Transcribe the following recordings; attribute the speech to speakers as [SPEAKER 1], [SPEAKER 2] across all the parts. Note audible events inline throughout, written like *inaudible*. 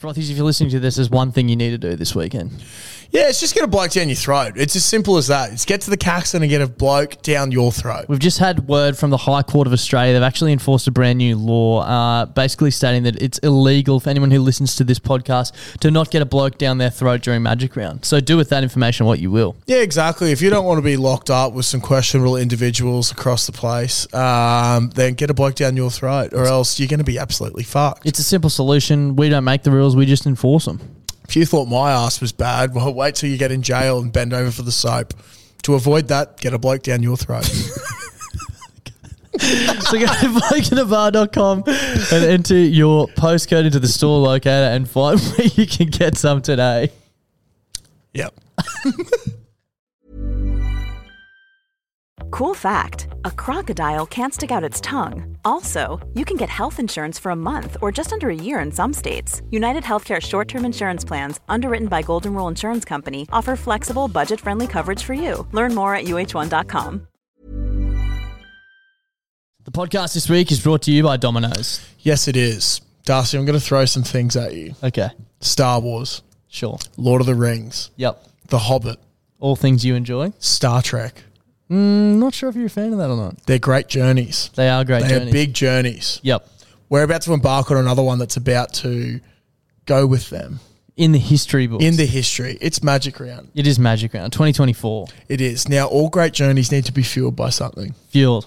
[SPEAKER 1] Frothies, if you're listening to this, there's one thing you need to do this weekend.
[SPEAKER 2] Yeah, it's just get a bloke down your throat. It's as simple as that. It's get to the Caxton and get a bloke down your throat.
[SPEAKER 1] We've just had word from the High Court of Australia. They've actually enforced a brand new law, uh, basically stating that it's illegal for anyone who listens to this podcast to not get a bloke down their throat during Magic Round. So do with that information what you will.
[SPEAKER 2] Yeah, exactly. If you don't want to be locked up with some questionable individuals across the place, um, then get a bloke down your throat, or else you're going to be absolutely fucked.
[SPEAKER 1] It's a simple solution. We don't make the rules, we just enforce them.
[SPEAKER 2] If you thought my ass was bad, well, wait till you get in jail and bend over for the soap. To avoid that, get a bloke down your
[SPEAKER 1] *laughs*
[SPEAKER 2] throat. *laughs*
[SPEAKER 1] so go *laughs* to blokeinabar.com and enter your postcode into the store locator and find *laughs* where you can get some today.
[SPEAKER 2] yep.
[SPEAKER 3] Cool fact a crocodile can't stick out its tongue. Also, you can get health insurance for a month or just under a year in some states. United Healthcare short term insurance plans, underwritten by Golden Rule Insurance Company, offer flexible, budget friendly coverage for you. Learn more at uh1.com.
[SPEAKER 1] The podcast this week is brought to you by Domino's.
[SPEAKER 2] Yes, it is. Darcy, I'm going to throw some things at you
[SPEAKER 1] Okay,
[SPEAKER 2] Star Wars,
[SPEAKER 1] sure.
[SPEAKER 2] Lord of the Rings,
[SPEAKER 1] Yep.
[SPEAKER 2] The Hobbit,
[SPEAKER 1] All things you enjoy.
[SPEAKER 2] Star Trek.
[SPEAKER 1] I'm Mm, not sure if you're a fan of that or not.
[SPEAKER 2] They're great journeys.
[SPEAKER 1] They are great
[SPEAKER 2] They
[SPEAKER 1] journeys.
[SPEAKER 2] are big journeys.
[SPEAKER 1] Yep.
[SPEAKER 2] We're about to embark on another one that's about to go with them
[SPEAKER 1] In the history books.
[SPEAKER 2] in the history. It's Magic Round.
[SPEAKER 1] it is Magic Round 2024.
[SPEAKER 2] It is. Now, all great journeys need to be fueled by something.
[SPEAKER 1] Fueled.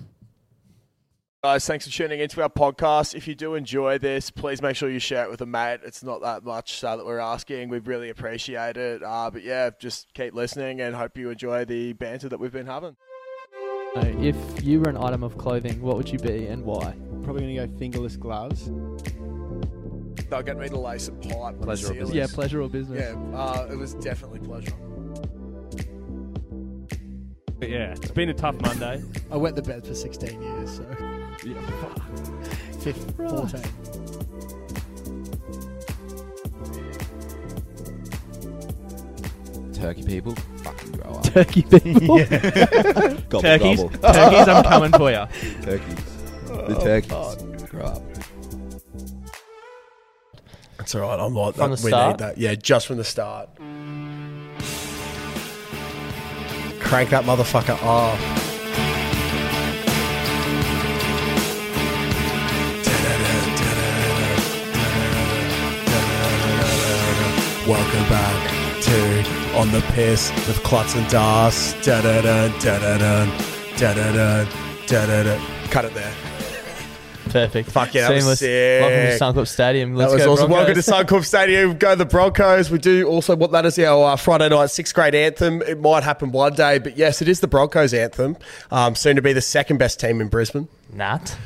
[SPEAKER 4] Guys, thanks for tuning into our podcast. If you do enjoy this, please make sure you share it with a mate. It's not that much uh, that we're asking. We really appreciate it. Uh, but yeah, just keep listening and hope you enjoy the banter that we've been having.
[SPEAKER 1] If you were an item of clothing, what would you be and why?
[SPEAKER 5] Probably gonna go fingerless gloves.
[SPEAKER 2] They'll get me to lace a pipe.
[SPEAKER 6] Pleasure or
[SPEAKER 2] Pleasure.
[SPEAKER 6] business. Yeah,
[SPEAKER 1] pleasure or business.
[SPEAKER 2] Yeah, uh, it was definitely pleasure.
[SPEAKER 7] But yeah, it's been a tough Monday.
[SPEAKER 5] I went to bed for 16 years, so. Fif- 14.
[SPEAKER 6] Turkey people, fucking grow up.
[SPEAKER 1] Turkey
[SPEAKER 6] *laughs*
[SPEAKER 1] people.
[SPEAKER 6] gobble,
[SPEAKER 7] turkeys,
[SPEAKER 6] gobble.
[SPEAKER 7] turkeys, I'm coming
[SPEAKER 5] *laughs*
[SPEAKER 7] for you.
[SPEAKER 6] Turkeys.
[SPEAKER 5] Oh,
[SPEAKER 6] The turkeys grow up.
[SPEAKER 2] That's all right. I'm like
[SPEAKER 1] From
[SPEAKER 2] that.
[SPEAKER 1] the
[SPEAKER 2] We
[SPEAKER 1] start?
[SPEAKER 2] need that. Yeah, just from the start. Crank that motherfucker off. Welcome back to On the Piss with Klutz and Das. Da-da-da, da-da-da, da-da-da, da-da-da. Cut it there.
[SPEAKER 1] Perfect.
[SPEAKER 2] Fuck yeah, that was
[SPEAKER 1] Welcome to
[SPEAKER 2] sick.
[SPEAKER 1] Suncorp Stadium. Let's
[SPEAKER 2] that was
[SPEAKER 1] go
[SPEAKER 2] awesome. Welcome to
[SPEAKER 1] Broncos. *laughs*
[SPEAKER 2] Suncorp Stadium. Go the Broncos. We do also want that as our uh, Friday night sixth grade anthem. It might happen one day, but yes, it is the Broncos anthem. Um, soon to be the second best team in Brisbane.
[SPEAKER 1] Nat.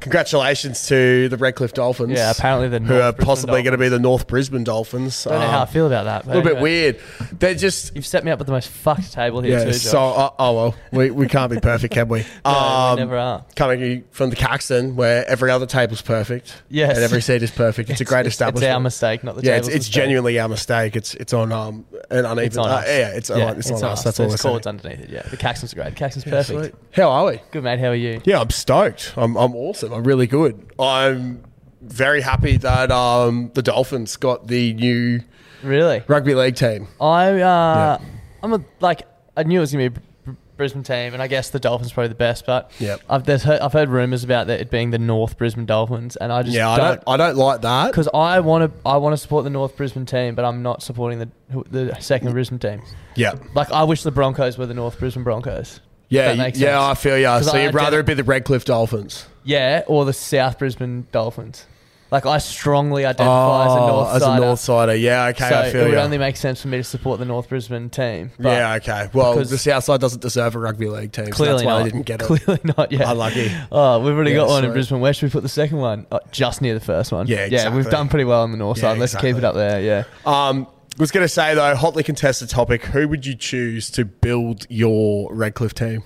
[SPEAKER 2] Congratulations to the Redcliffe Dolphins.
[SPEAKER 1] Yeah, apparently the
[SPEAKER 2] who
[SPEAKER 1] North
[SPEAKER 2] are
[SPEAKER 1] Brisbane
[SPEAKER 2] possibly going to be
[SPEAKER 1] Dolphins.
[SPEAKER 2] the North Brisbane Dolphins.
[SPEAKER 1] I don't know how I
[SPEAKER 2] Um,
[SPEAKER 1] feel about that. but
[SPEAKER 2] a little bit
[SPEAKER 1] anyway.
[SPEAKER 2] weird. They're just
[SPEAKER 1] You've set me up with the most fucked table here
[SPEAKER 2] yeah.
[SPEAKER 1] too.
[SPEAKER 2] so
[SPEAKER 1] Josh.
[SPEAKER 2] uh, oh well, we, we can't be perfect, can we?
[SPEAKER 1] *laughs*
[SPEAKER 2] Um,
[SPEAKER 1] No, we never are.
[SPEAKER 2] Coming from the Caxton, where every other table's perfect.
[SPEAKER 1] Yes.
[SPEAKER 2] and every seat is perfect. It's, a great establishment.
[SPEAKER 1] *laughs* It's our mistake, not the
[SPEAKER 2] yeah, it's,
[SPEAKER 1] table's
[SPEAKER 2] it's
[SPEAKER 1] mistake.
[SPEAKER 2] genuinely our mistake. It's it's on um an uneven.
[SPEAKER 1] It's on
[SPEAKER 2] uh,
[SPEAKER 1] us.
[SPEAKER 2] yeah, it's, on- it's, on, us. That's all
[SPEAKER 1] There's
[SPEAKER 2] we're saying.
[SPEAKER 1] chords underneath it. Yeah, the Caxton's are great. The Caxton's perfect.
[SPEAKER 2] Sweet. How are we?
[SPEAKER 1] Good mate. How are you?
[SPEAKER 2] Yeah, I'm stoked. I'm I'm awesome. I'm really good. I'm very happy that um the Dolphins got the new
[SPEAKER 1] Really?
[SPEAKER 2] Rugby league team.
[SPEAKER 1] I uh, I'm a, like I knew it was gonna be a Br- Brisbane team, and I guess the Dolphins probably the best. But
[SPEAKER 2] Yep.
[SPEAKER 1] I've there's heard, I've heard rumors about that it being the North Brisbane Dolphins, and I just
[SPEAKER 2] Yeah, I
[SPEAKER 1] don't
[SPEAKER 2] don't. I don't like that.
[SPEAKER 1] because I want to I want to support the North Brisbane team, but I'm not supporting the who- the second Brisbane team.
[SPEAKER 2] Yeah,
[SPEAKER 1] Like I wish the Broncos were the North Brisbane Broncos.
[SPEAKER 2] yeah,
[SPEAKER 1] That makes
[SPEAKER 2] yeah. I
[SPEAKER 1] sense.
[SPEAKER 2] feel you.
[SPEAKER 1] 'Cause
[SPEAKER 2] So
[SPEAKER 1] I
[SPEAKER 2] you'd rather
[SPEAKER 1] identi-
[SPEAKER 2] it be the Redcliffe Dolphins.
[SPEAKER 1] Yeah, or the South Brisbane Dolphins. Like I strongly identify as a
[SPEAKER 2] Oh,
[SPEAKER 1] North
[SPEAKER 2] as a
[SPEAKER 1] sider,
[SPEAKER 2] North Sider. Yeah, okay,
[SPEAKER 1] so
[SPEAKER 2] I feel
[SPEAKER 1] it would
[SPEAKER 2] you.
[SPEAKER 1] only make sense for me to support the North Brisbane team. But
[SPEAKER 2] yeah, okay. Well,
[SPEAKER 1] because-
[SPEAKER 2] the South Side doesn't deserve a rugby league team. so
[SPEAKER 1] Clearly
[SPEAKER 2] that's why
[SPEAKER 1] not.
[SPEAKER 2] I didn't get it.
[SPEAKER 1] Clearly not. Yeah.
[SPEAKER 2] Unlucky.
[SPEAKER 1] *laughs* Oh, we've already
[SPEAKER 2] Yeah,
[SPEAKER 1] got one in
[SPEAKER 2] sweet.
[SPEAKER 1] Brisbane. Where should we put the second one? Oh, just near the first one.
[SPEAKER 2] Yeah,
[SPEAKER 1] Yeah, we've
[SPEAKER 2] exactly.
[SPEAKER 1] done pretty well on the north
[SPEAKER 2] Yeah,
[SPEAKER 1] side. Let's keep it
[SPEAKER 2] exactly.
[SPEAKER 1] up there. Yeah.
[SPEAKER 2] Um, was going to say though, hotly contested topic. Who would you choose to build your Redcliffe team?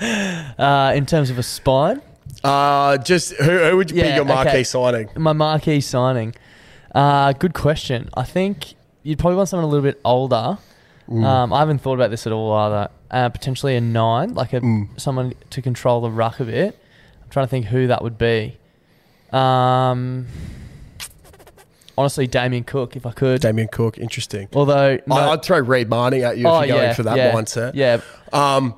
[SPEAKER 1] Uh, in terms of a spine,
[SPEAKER 2] Uh, just who, who would be
[SPEAKER 1] Yeah,
[SPEAKER 2] your marquee
[SPEAKER 1] okay.
[SPEAKER 2] signing?
[SPEAKER 1] my marquee signing. Uh, good question. I think you'd probably want someone a little bit older.
[SPEAKER 2] Mm.
[SPEAKER 1] Um, I haven't thought about this at all either. Uh, potentially a nine, like a
[SPEAKER 2] Mm.
[SPEAKER 1] someone to control the ruck a bit. I'm trying to think who that would be. Um, honestly, Damien Cook, if I could.
[SPEAKER 2] Damien Cook, interesting.
[SPEAKER 1] *laughs* Although, no,
[SPEAKER 2] I, I'd throw Reed Marnie at you
[SPEAKER 1] oh,
[SPEAKER 2] if you're going
[SPEAKER 1] yeah,
[SPEAKER 2] for that
[SPEAKER 1] yeah,
[SPEAKER 2] mindset.
[SPEAKER 1] Yeah,
[SPEAKER 2] Um,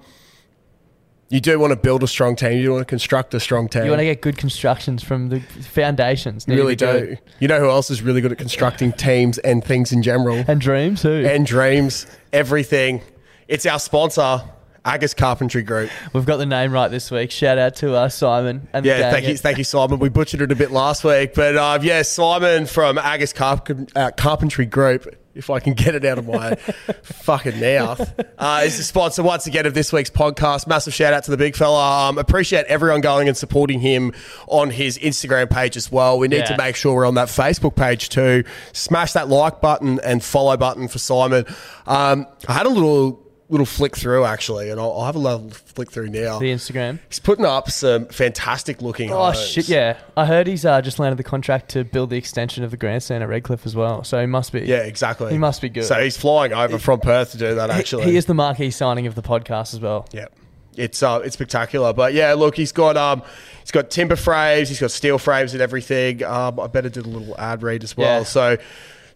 [SPEAKER 2] you do want to build a strong team. You do want to construct a strong team.
[SPEAKER 1] you want to get good constructions from the foundations.
[SPEAKER 2] You
[SPEAKER 1] need to
[SPEAKER 2] really
[SPEAKER 1] be good.
[SPEAKER 2] do. You know who else is really good at constructing teams and things in general?
[SPEAKER 1] And dreams too.
[SPEAKER 2] and dreams, everything. It's our sponsor, Uh, Agus Carpentry Group.
[SPEAKER 1] We've got the name right this week. Shout out to uh, Simon and the
[SPEAKER 2] Yeah,
[SPEAKER 1] gang
[SPEAKER 2] thank you,
[SPEAKER 1] at-
[SPEAKER 2] thank you, Simon. We butchered it a bit last week, but uh, yeah, Simon from Agus Carp- uh, Carpentry Group. If I can get it out
[SPEAKER 1] *laughs*
[SPEAKER 2] of my fucking mouth, uh, is the sponsor once again of this week's podcast. Massive shout out to the big fella. Um, appreciate everyone going and supporting him on his Instagram page as well. We need to
[SPEAKER 1] Yeah.
[SPEAKER 2] make sure we're on that Facebook page too. Smash that like button and follow button for Simon. Um, I had a little little flick through actually, and I'll, I'll have a little flick through
[SPEAKER 1] *laughs*
[SPEAKER 2] now.
[SPEAKER 1] the Instagram.
[SPEAKER 2] He's putting up some fantastic looking.
[SPEAKER 1] Oh
[SPEAKER 2] homes.
[SPEAKER 1] shit! Yeah, I heard he's uh, just landed the contract to build the extension of the grandstand at Redcliffe as well. So he must be.
[SPEAKER 2] Yeah, exactly.
[SPEAKER 1] He must be good.
[SPEAKER 2] So he's flying over from Perth to do that.
[SPEAKER 1] he,
[SPEAKER 2] Actually,
[SPEAKER 1] he is the marquee signing of the podcast as well.
[SPEAKER 2] Yeah, it's uh, it's spectacular. But yeah, look, he's got um, he's got timber frames, he's got steel frames and everything. Um, I better do a little ad read as well.
[SPEAKER 1] Yeah.
[SPEAKER 2] So.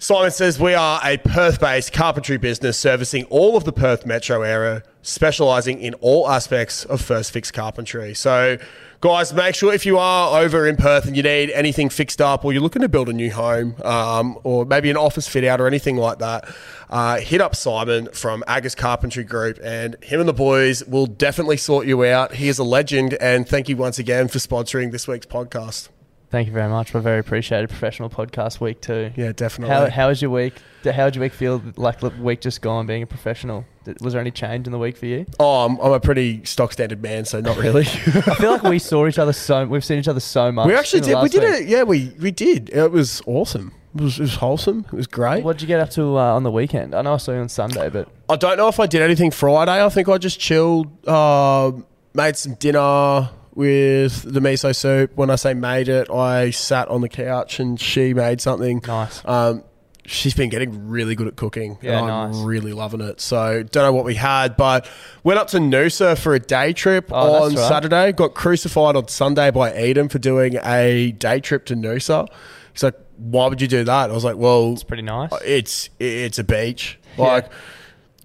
[SPEAKER 2] Simon says we are a Perth-based carpentry business servicing all of the Perth metro area, specialising in all aspects of first fix carpentry. So, guys, make sure if you are over in Perth and you need anything fixed up, or you're looking to build a new home, um, or maybe an office fit out or anything like that, uh, hit up Simon from Agus Carpentry Group, and him and the boys will definitely sort you out. He is a legend, and thank you once again for sponsoring this week's podcast.
[SPEAKER 1] Thank you very much. We're very appreciated. Professional podcast week too.
[SPEAKER 2] Yeah, definitely.
[SPEAKER 1] How how was your week? How did your week feel? Like the week just gone, being a professional. Did- Was there any change in the week for you?
[SPEAKER 2] oh, I'm, I'm a pretty stock standard man, so not
[SPEAKER 1] *laughs*
[SPEAKER 2] really.
[SPEAKER 1] I feel like we saw each other so. We've seen each other so much.
[SPEAKER 2] we actually
[SPEAKER 1] in the
[SPEAKER 2] did. We
[SPEAKER 1] last
[SPEAKER 2] did
[SPEAKER 1] week.
[SPEAKER 2] it. Yeah, we we did. It was awesome. It was, it was wholesome. It was great.
[SPEAKER 1] What would you get up to uh, on the weekend? I know I saw you on Sunday, but
[SPEAKER 2] I don't know if I did anything Friday. I think I just chilled, uh, made some dinner with the miso soup. When I say made it, I sat on the couch and she made something.
[SPEAKER 1] Nice.
[SPEAKER 2] Um, she's been getting really good at cooking.
[SPEAKER 1] Yeah,
[SPEAKER 2] and I'm
[SPEAKER 1] nice.
[SPEAKER 2] really loving it. So don't know what we had, but went up to Noosa for a day trip
[SPEAKER 1] Oh,
[SPEAKER 2] on
[SPEAKER 1] that's right.
[SPEAKER 2] Saturday. Got crucified on Sunday by Eden for doing a day trip to Noosa. He's like, "Why would you do that?" I was like, "Well,
[SPEAKER 1] it's pretty nice.
[SPEAKER 2] it's it's a beach. Like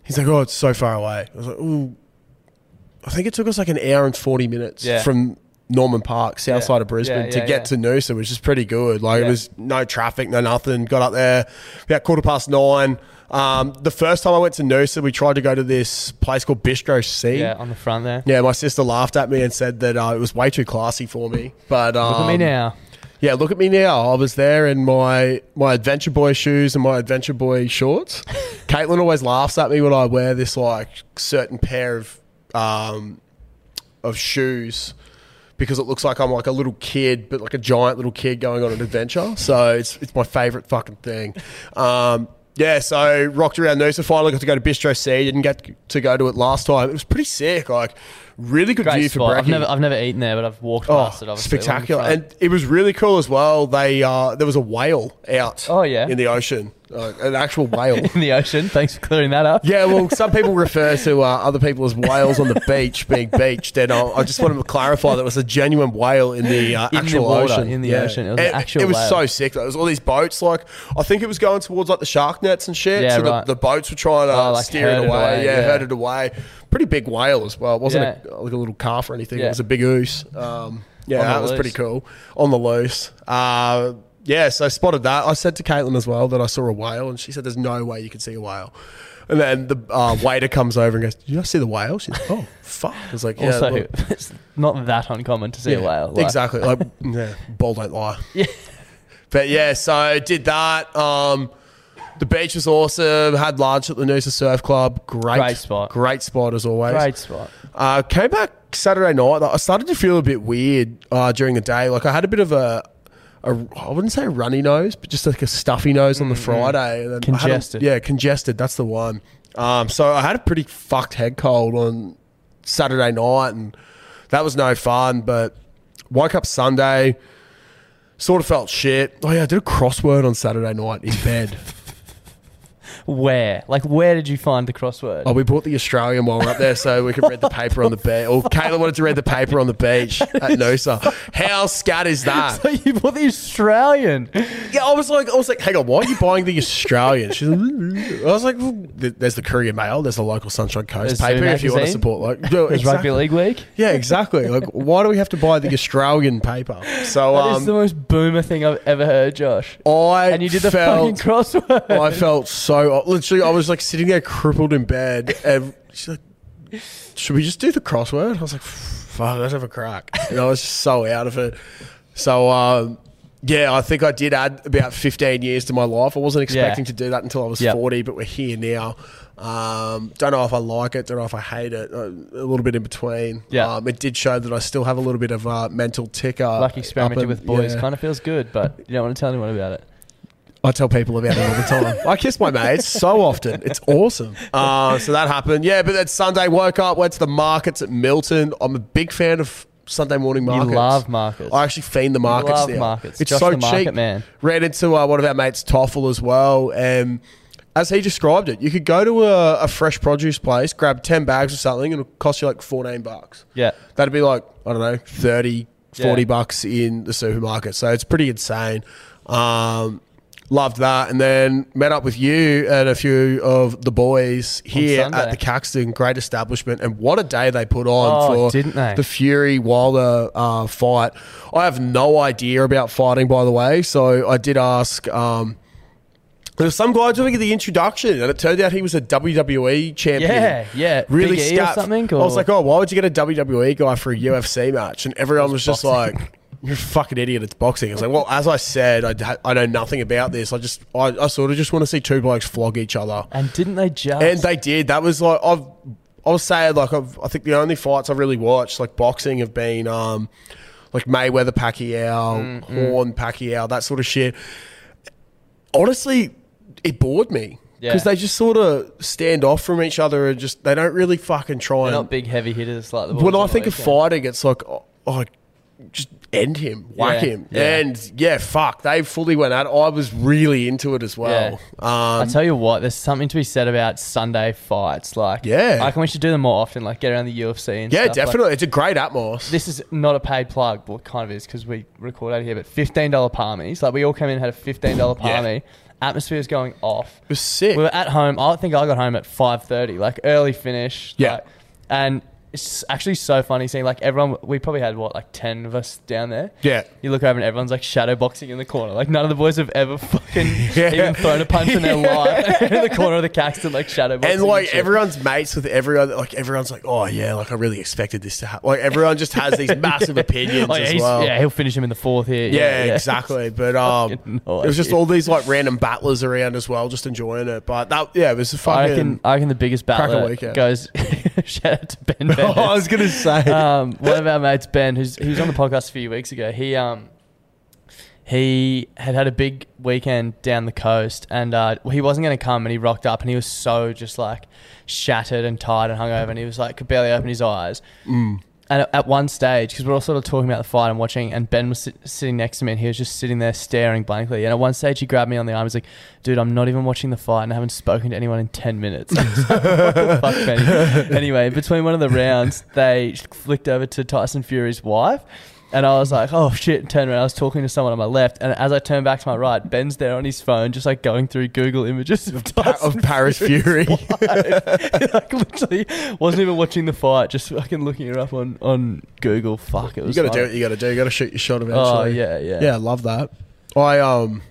[SPEAKER 2] he's like, oh, it's so far away. I was like, ooh, I think it took us like an hour and forty minutes
[SPEAKER 1] Yeah.
[SPEAKER 2] from Norman Park, south
[SPEAKER 1] Yeah.
[SPEAKER 2] side of Brisbane,
[SPEAKER 1] Yeah,
[SPEAKER 2] to
[SPEAKER 1] yeah,
[SPEAKER 2] get
[SPEAKER 1] yeah.
[SPEAKER 2] to Noosa, which is pretty good. Like it
[SPEAKER 1] Yeah.
[SPEAKER 2] was no traffic, no nothing. Got up there about quarter past nine. Um, the first time I went to Noosa, we tried to go to this place called Bistro C.
[SPEAKER 1] yeah, on the front there.
[SPEAKER 2] Yeah, my sister laughed at me and said that uh, it was way too classy for me. But um,
[SPEAKER 1] Look at me now.
[SPEAKER 2] yeah, look at me now. I was there in my my adventure boy shoes and my adventure
[SPEAKER 1] *laughs*
[SPEAKER 2] boy shorts. Caitlin always laughs at me when I wear this like certain pair of um, of shoes because it looks like I'm like a little kid, but like a giant little kid going on an adventure. So it's it's my favorite fucking thing. Um, yeah, so rocked around Noosa. Finally got to go to Bistro C. Didn't get to go to it last time. It was pretty sick. Like really good
[SPEAKER 1] Great
[SPEAKER 2] view
[SPEAKER 1] spot.
[SPEAKER 2] for brekkie.
[SPEAKER 1] I've never I've never eaten there, but I've walked past it. Obviously, along the
[SPEAKER 2] Spectacular.
[SPEAKER 1] front.
[SPEAKER 2] And it was really cool as well. They uh, there was a whale out
[SPEAKER 1] Oh, yeah.
[SPEAKER 2] in the ocean. uh, an actual whale.
[SPEAKER 1] *laughs*
[SPEAKER 2] *laughs*
[SPEAKER 1] in the ocean. Thanks for clearing that up.
[SPEAKER 2] Yeah, well, some people refer to uh, other people as whales on the beach being beached, and I, I just wanted to clarify that it was a genuine whale in the
[SPEAKER 1] In
[SPEAKER 2] uh,
[SPEAKER 1] the
[SPEAKER 2] actual
[SPEAKER 1] water,
[SPEAKER 2] ocean.
[SPEAKER 1] in the ocean. It was an
[SPEAKER 2] it,
[SPEAKER 1] actual
[SPEAKER 2] it was
[SPEAKER 1] whale.
[SPEAKER 2] so sick. There was all these boats. Like I think it was going towards like the shark nets and shit.
[SPEAKER 1] Yeah,
[SPEAKER 2] so
[SPEAKER 1] right.
[SPEAKER 2] the, the boats were trying to
[SPEAKER 1] Oh, like
[SPEAKER 2] steer it
[SPEAKER 1] herded
[SPEAKER 2] away.
[SPEAKER 1] away,
[SPEAKER 2] Yeah,
[SPEAKER 1] yeah.
[SPEAKER 2] herd it away. Pretty big whale as well. It wasn't
[SPEAKER 1] Yeah.
[SPEAKER 2] a, like a little calf or anything.
[SPEAKER 1] Yeah.
[SPEAKER 2] It was a big oose. Um, yeah,
[SPEAKER 1] On the
[SPEAKER 2] that was pretty
[SPEAKER 1] loose.
[SPEAKER 2] cool. On the loose. Uh, yeah, so I spotted that. I said to Caitlin as well that I saw a whale, and she said, "There's no way you could see a whale." And then the uh, waiter comes over and goes, "Did you guys see the whale?" She's, "Oh, *laughs* fuck!" I was like, yeah,
[SPEAKER 1] also,
[SPEAKER 2] look."
[SPEAKER 1] *laughs* it's not that uncommon to see a
[SPEAKER 2] Yeah,
[SPEAKER 1] whale. like- *laughs*
[SPEAKER 2] exactly. Like, yeah, ball don't lie.
[SPEAKER 1] Yeah.
[SPEAKER 2] But yeah, so did that. Um, the beach was awesome. Had lunch at the Noosa Surf Club. Great,
[SPEAKER 1] Great spot.
[SPEAKER 2] Great spot as always.
[SPEAKER 1] Great spot.
[SPEAKER 2] Uh, came back Saturday night. Like, I started to feel a bit weird uh, during the day. Like I had a bit of a, a I wouldn't say runny nose, but just like a stuffy nose on the Friday. And then I had a-
[SPEAKER 1] Congested.
[SPEAKER 2] yeah, congested. That's the one. Um, so I had a pretty fucked head cold on Saturday night, and that was no fun. But woke up Sunday, sort of felt shit. Oh yeah, I did a crossword on Saturday night in bed.
[SPEAKER 1] Where? Like, where did you find the crossword?
[SPEAKER 2] Oh, we bought the Australian while we're up there so we could
[SPEAKER 1] *laughs*
[SPEAKER 2] read the paper on the beach. Or Kayla wanted to read the paper on the beach at Noosa. How scat is that?
[SPEAKER 1] So you bought the Australian.
[SPEAKER 2] Yeah, I was like, I was like, hang on, why are you buying the Australian? She's like, "Mm-mm." I was like, well, th- there's the Courier Mail, there's the local Sunshine Coast
[SPEAKER 1] There's Zoo
[SPEAKER 2] paper if you want to
[SPEAKER 1] magazine.
[SPEAKER 2] support. Like, yeah,
[SPEAKER 1] It's
[SPEAKER 2] exactly.
[SPEAKER 1] rugby league week.
[SPEAKER 2] Yeah, exactly. Like, why do we have to buy the
[SPEAKER 1] *laughs*
[SPEAKER 2] Australian paper? So,
[SPEAKER 1] That is the
[SPEAKER 2] um,
[SPEAKER 1] most boomer thing I've ever heard, Josh.
[SPEAKER 2] I
[SPEAKER 1] And you did the
[SPEAKER 2] felt Oh,
[SPEAKER 1] fucking crossword.
[SPEAKER 2] I felt so literally. I was like sitting there crippled in bed, and she's like, "Should we just do the crossword?" I was like, "Fuck, let's have a crack." And I was just so out of it. So um, yeah, I think I did add about 15 years to my life. I wasn't expecting to do that until I was
[SPEAKER 1] Yep.
[SPEAKER 2] 40, but we're here now. Um, don't know if I like it. Don't know if I hate it. Uh, a little bit in between.
[SPEAKER 1] Yeah.
[SPEAKER 2] Um, it did show that I still have a little bit of uh, mental ticker.
[SPEAKER 1] like experimenting
[SPEAKER 2] up
[SPEAKER 1] with
[SPEAKER 2] and-
[SPEAKER 1] boys
[SPEAKER 2] yeah.
[SPEAKER 1] kind of feels good, but you don't want to tell anyone about it.
[SPEAKER 2] I tell people about it all the time. *laughs* I kiss my mates so often. It's awesome. Uh, so that happened. Yeah, but that Sunday woke up, went to the markets at Milton. I'm a big fan of Sunday morning markets.
[SPEAKER 1] You love markets.
[SPEAKER 2] I actually fiend the markets
[SPEAKER 1] love
[SPEAKER 2] now.
[SPEAKER 1] markets.
[SPEAKER 2] It's
[SPEAKER 1] Josh
[SPEAKER 2] so
[SPEAKER 1] the market
[SPEAKER 2] cheap.
[SPEAKER 1] man.
[SPEAKER 2] Ran into uh, one of our mates, Toffel, as well. And as he described it, you could go to a, a fresh produce place, grab 10 bags or something, and it'll cost you like 14 bucks.
[SPEAKER 1] Yeah.
[SPEAKER 2] That'd be like, I don't know, 30, 40
[SPEAKER 1] Yeah.
[SPEAKER 2] bucks in the supermarket. So it's pretty insane. Um, loved that. And then met up with you and a few of the boys here at
[SPEAKER 1] Sunday.
[SPEAKER 2] the Caxton Great Establishment. And what a day they put on
[SPEAKER 1] Oh,
[SPEAKER 2] for
[SPEAKER 1] didn't they?
[SPEAKER 2] the Fury Wilder uh, fight. I have no idea about fighting, by the way. So I did ask. Um, there was some guy doing the introduction, and it turned out he was a WWE champion.
[SPEAKER 1] Yeah, yeah.
[SPEAKER 2] Really
[SPEAKER 1] Big E or
[SPEAKER 2] scat-
[SPEAKER 1] something,
[SPEAKER 2] I was
[SPEAKER 1] or-
[SPEAKER 2] like, oh, why would you get a WWE guy for a UFC match? And everyone was just like, you're a fucking idiot. It's boxing. I was like, well, as I said, I, d- I know nothing about this. I just, I, I sort of just want to see two blokes flog each other.
[SPEAKER 1] And didn't they just?
[SPEAKER 2] And they did. That was like I've. I was saying like I've, I think the only fights I've really watched like boxing have been um like Mayweather Pacquiao,
[SPEAKER 1] Mm-hmm.
[SPEAKER 2] Horn Pacquiao, that sort of shit. Honestly, it bored me
[SPEAKER 1] Yeah.
[SPEAKER 2] because they just sort of stand off from each other and just they don't really fucking try
[SPEAKER 1] are
[SPEAKER 2] and
[SPEAKER 1] not big heavy hitters like the boys
[SPEAKER 2] when I
[SPEAKER 1] on the
[SPEAKER 2] think of
[SPEAKER 1] weekend.
[SPEAKER 2] fighting, it's like, oh, oh, just end him, whack
[SPEAKER 1] Yeah,
[SPEAKER 2] him,
[SPEAKER 1] yeah.
[SPEAKER 2] and yeah, fuck, they fully went at. it. I was really into it as well.
[SPEAKER 1] I
[SPEAKER 2] Um,
[SPEAKER 1] tell you what, there's something to be said about Sunday fights. Like,
[SPEAKER 2] Yeah.
[SPEAKER 1] I reckon we should do them more often. Like, get around the UFC and
[SPEAKER 2] yeah,
[SPEAKER 1] stuff, like-
[SPEAKER 2] definitely, it's a great atmosphere.
[SPEAKER 1] this is not a paid plug, but it kind of is because we record out here. But fifteen dollar palmies, like we all came in and had a fifteen dollar
[SPEAKER 2] Yeah.
[SPEAKER 1] palmy. Atmosphere was going off.
[SPEAKER 2] was sick.
[SPEAKER 1] We were at home. I think I got home at five thirty, like early finish.
[SPEAKER 2] Yeah.
[SPEAKER 1] like- and it's actually so funny seeing like everyone. We probably had what like ten of us down there.
[SPEAKER 2] Yeah.
[SPEAKER 1] You look over and everyone's like shadow boxing in the corner. Like none of the boys have ever fucking
[SPEAKER 2] *laughs* Yeah.
[SPEAKER 1] even thrown a punch in
[SPEAKER 2] *laughs*
[SPEAKER 1] their life *laughs* in the corner of the Caxton like shadow boxing.
[SPEAKER 2] and like
[SPEAKER 1] shit.
[SPEAKER 2] everyone's mates with everyone, like everyone's like, oh yeah, like I really expected this to happen. Like everyone just
[SPEAKER 1] *laughs*
[SPEAKER 2] has these massive opinions
[SPEAKER 1] Oh, yeah,
[SPEAKER 2] as
[SPEAKER 1] he's-
[SPEAKER 2] well.
[SPEAKER 1] yeah, he'll finish him in the fourth here.
[SPEAKER 2] Yeah,
[SPEAKER 1] *laughs*
[SPEAKER 2] exactly. But um,
[SPEAKER 1] Fucking no
[SPEAKER 2] it was just
[SPEAKER 1] idea.
[SPEAKER 2] all these like random battlers around as well, just enjoying it. But that, yeah, it was a
[SPEAKER 1] I
[SPEAKER 2] fucking.
[SPEAKER 1] reckon, I reckon the biggest
[SPEAKER 2] Crack a
[SPEAKER 1] battler
[SPEAKER 2] weekend.
[SPEAKER 1] goes *laughs* shout out to Ben Bennett.
[SPEAKER 2] *laughs* I was gonna say,
[SPEAKER 1] um, one of our mates Ben, who's he was on the podcast a few weeks ago. He um he had had a big weekend down the coast, and uh, he wasn't going to come, and he rocked up, and he was so just like shattered and tired and hungover, and he was like could barely open his eyes. at, at one stage, because we're all sort of talking about the fight and watching, and Ben was sit, sitting next to me, and he was just sitting there staring blankly. And at one stage, he grabbed me on the arm. He's like, "Dude, I'm not even watching the fight, and I haven't spoken to anyone in ten minutes." *laughs* I was like, what the fuck,
[SPEAKER 2] *laughs*
[SPEAKER 1] Benny? Anyway, between one of the rounds, they flicked over to Tyson Fury's wife. And I was like, oh shit, and turned around. I was talking to someone on my left. And as I turned back to my right, Ben's there on his phone, just like going through Google images of Tyson
[SPEAKER 2] Of Paris Fury.
[SPEAKER 1] *laughs* like literally wasn't even watching the fight, just fucking looking her up on, on Google. Fuck, it
[SPEAKER 2] you
[SPEAKER 1] was.
[SPEAKER 2] got to do
[SPEAKER 1] like-
[SPEAKER 2] what you got to do. You got to shoot your shot eventually.
[SPEAKER 1] Oh yeah, yeah,
[SPEAKER 2] Yeah, I love that. I um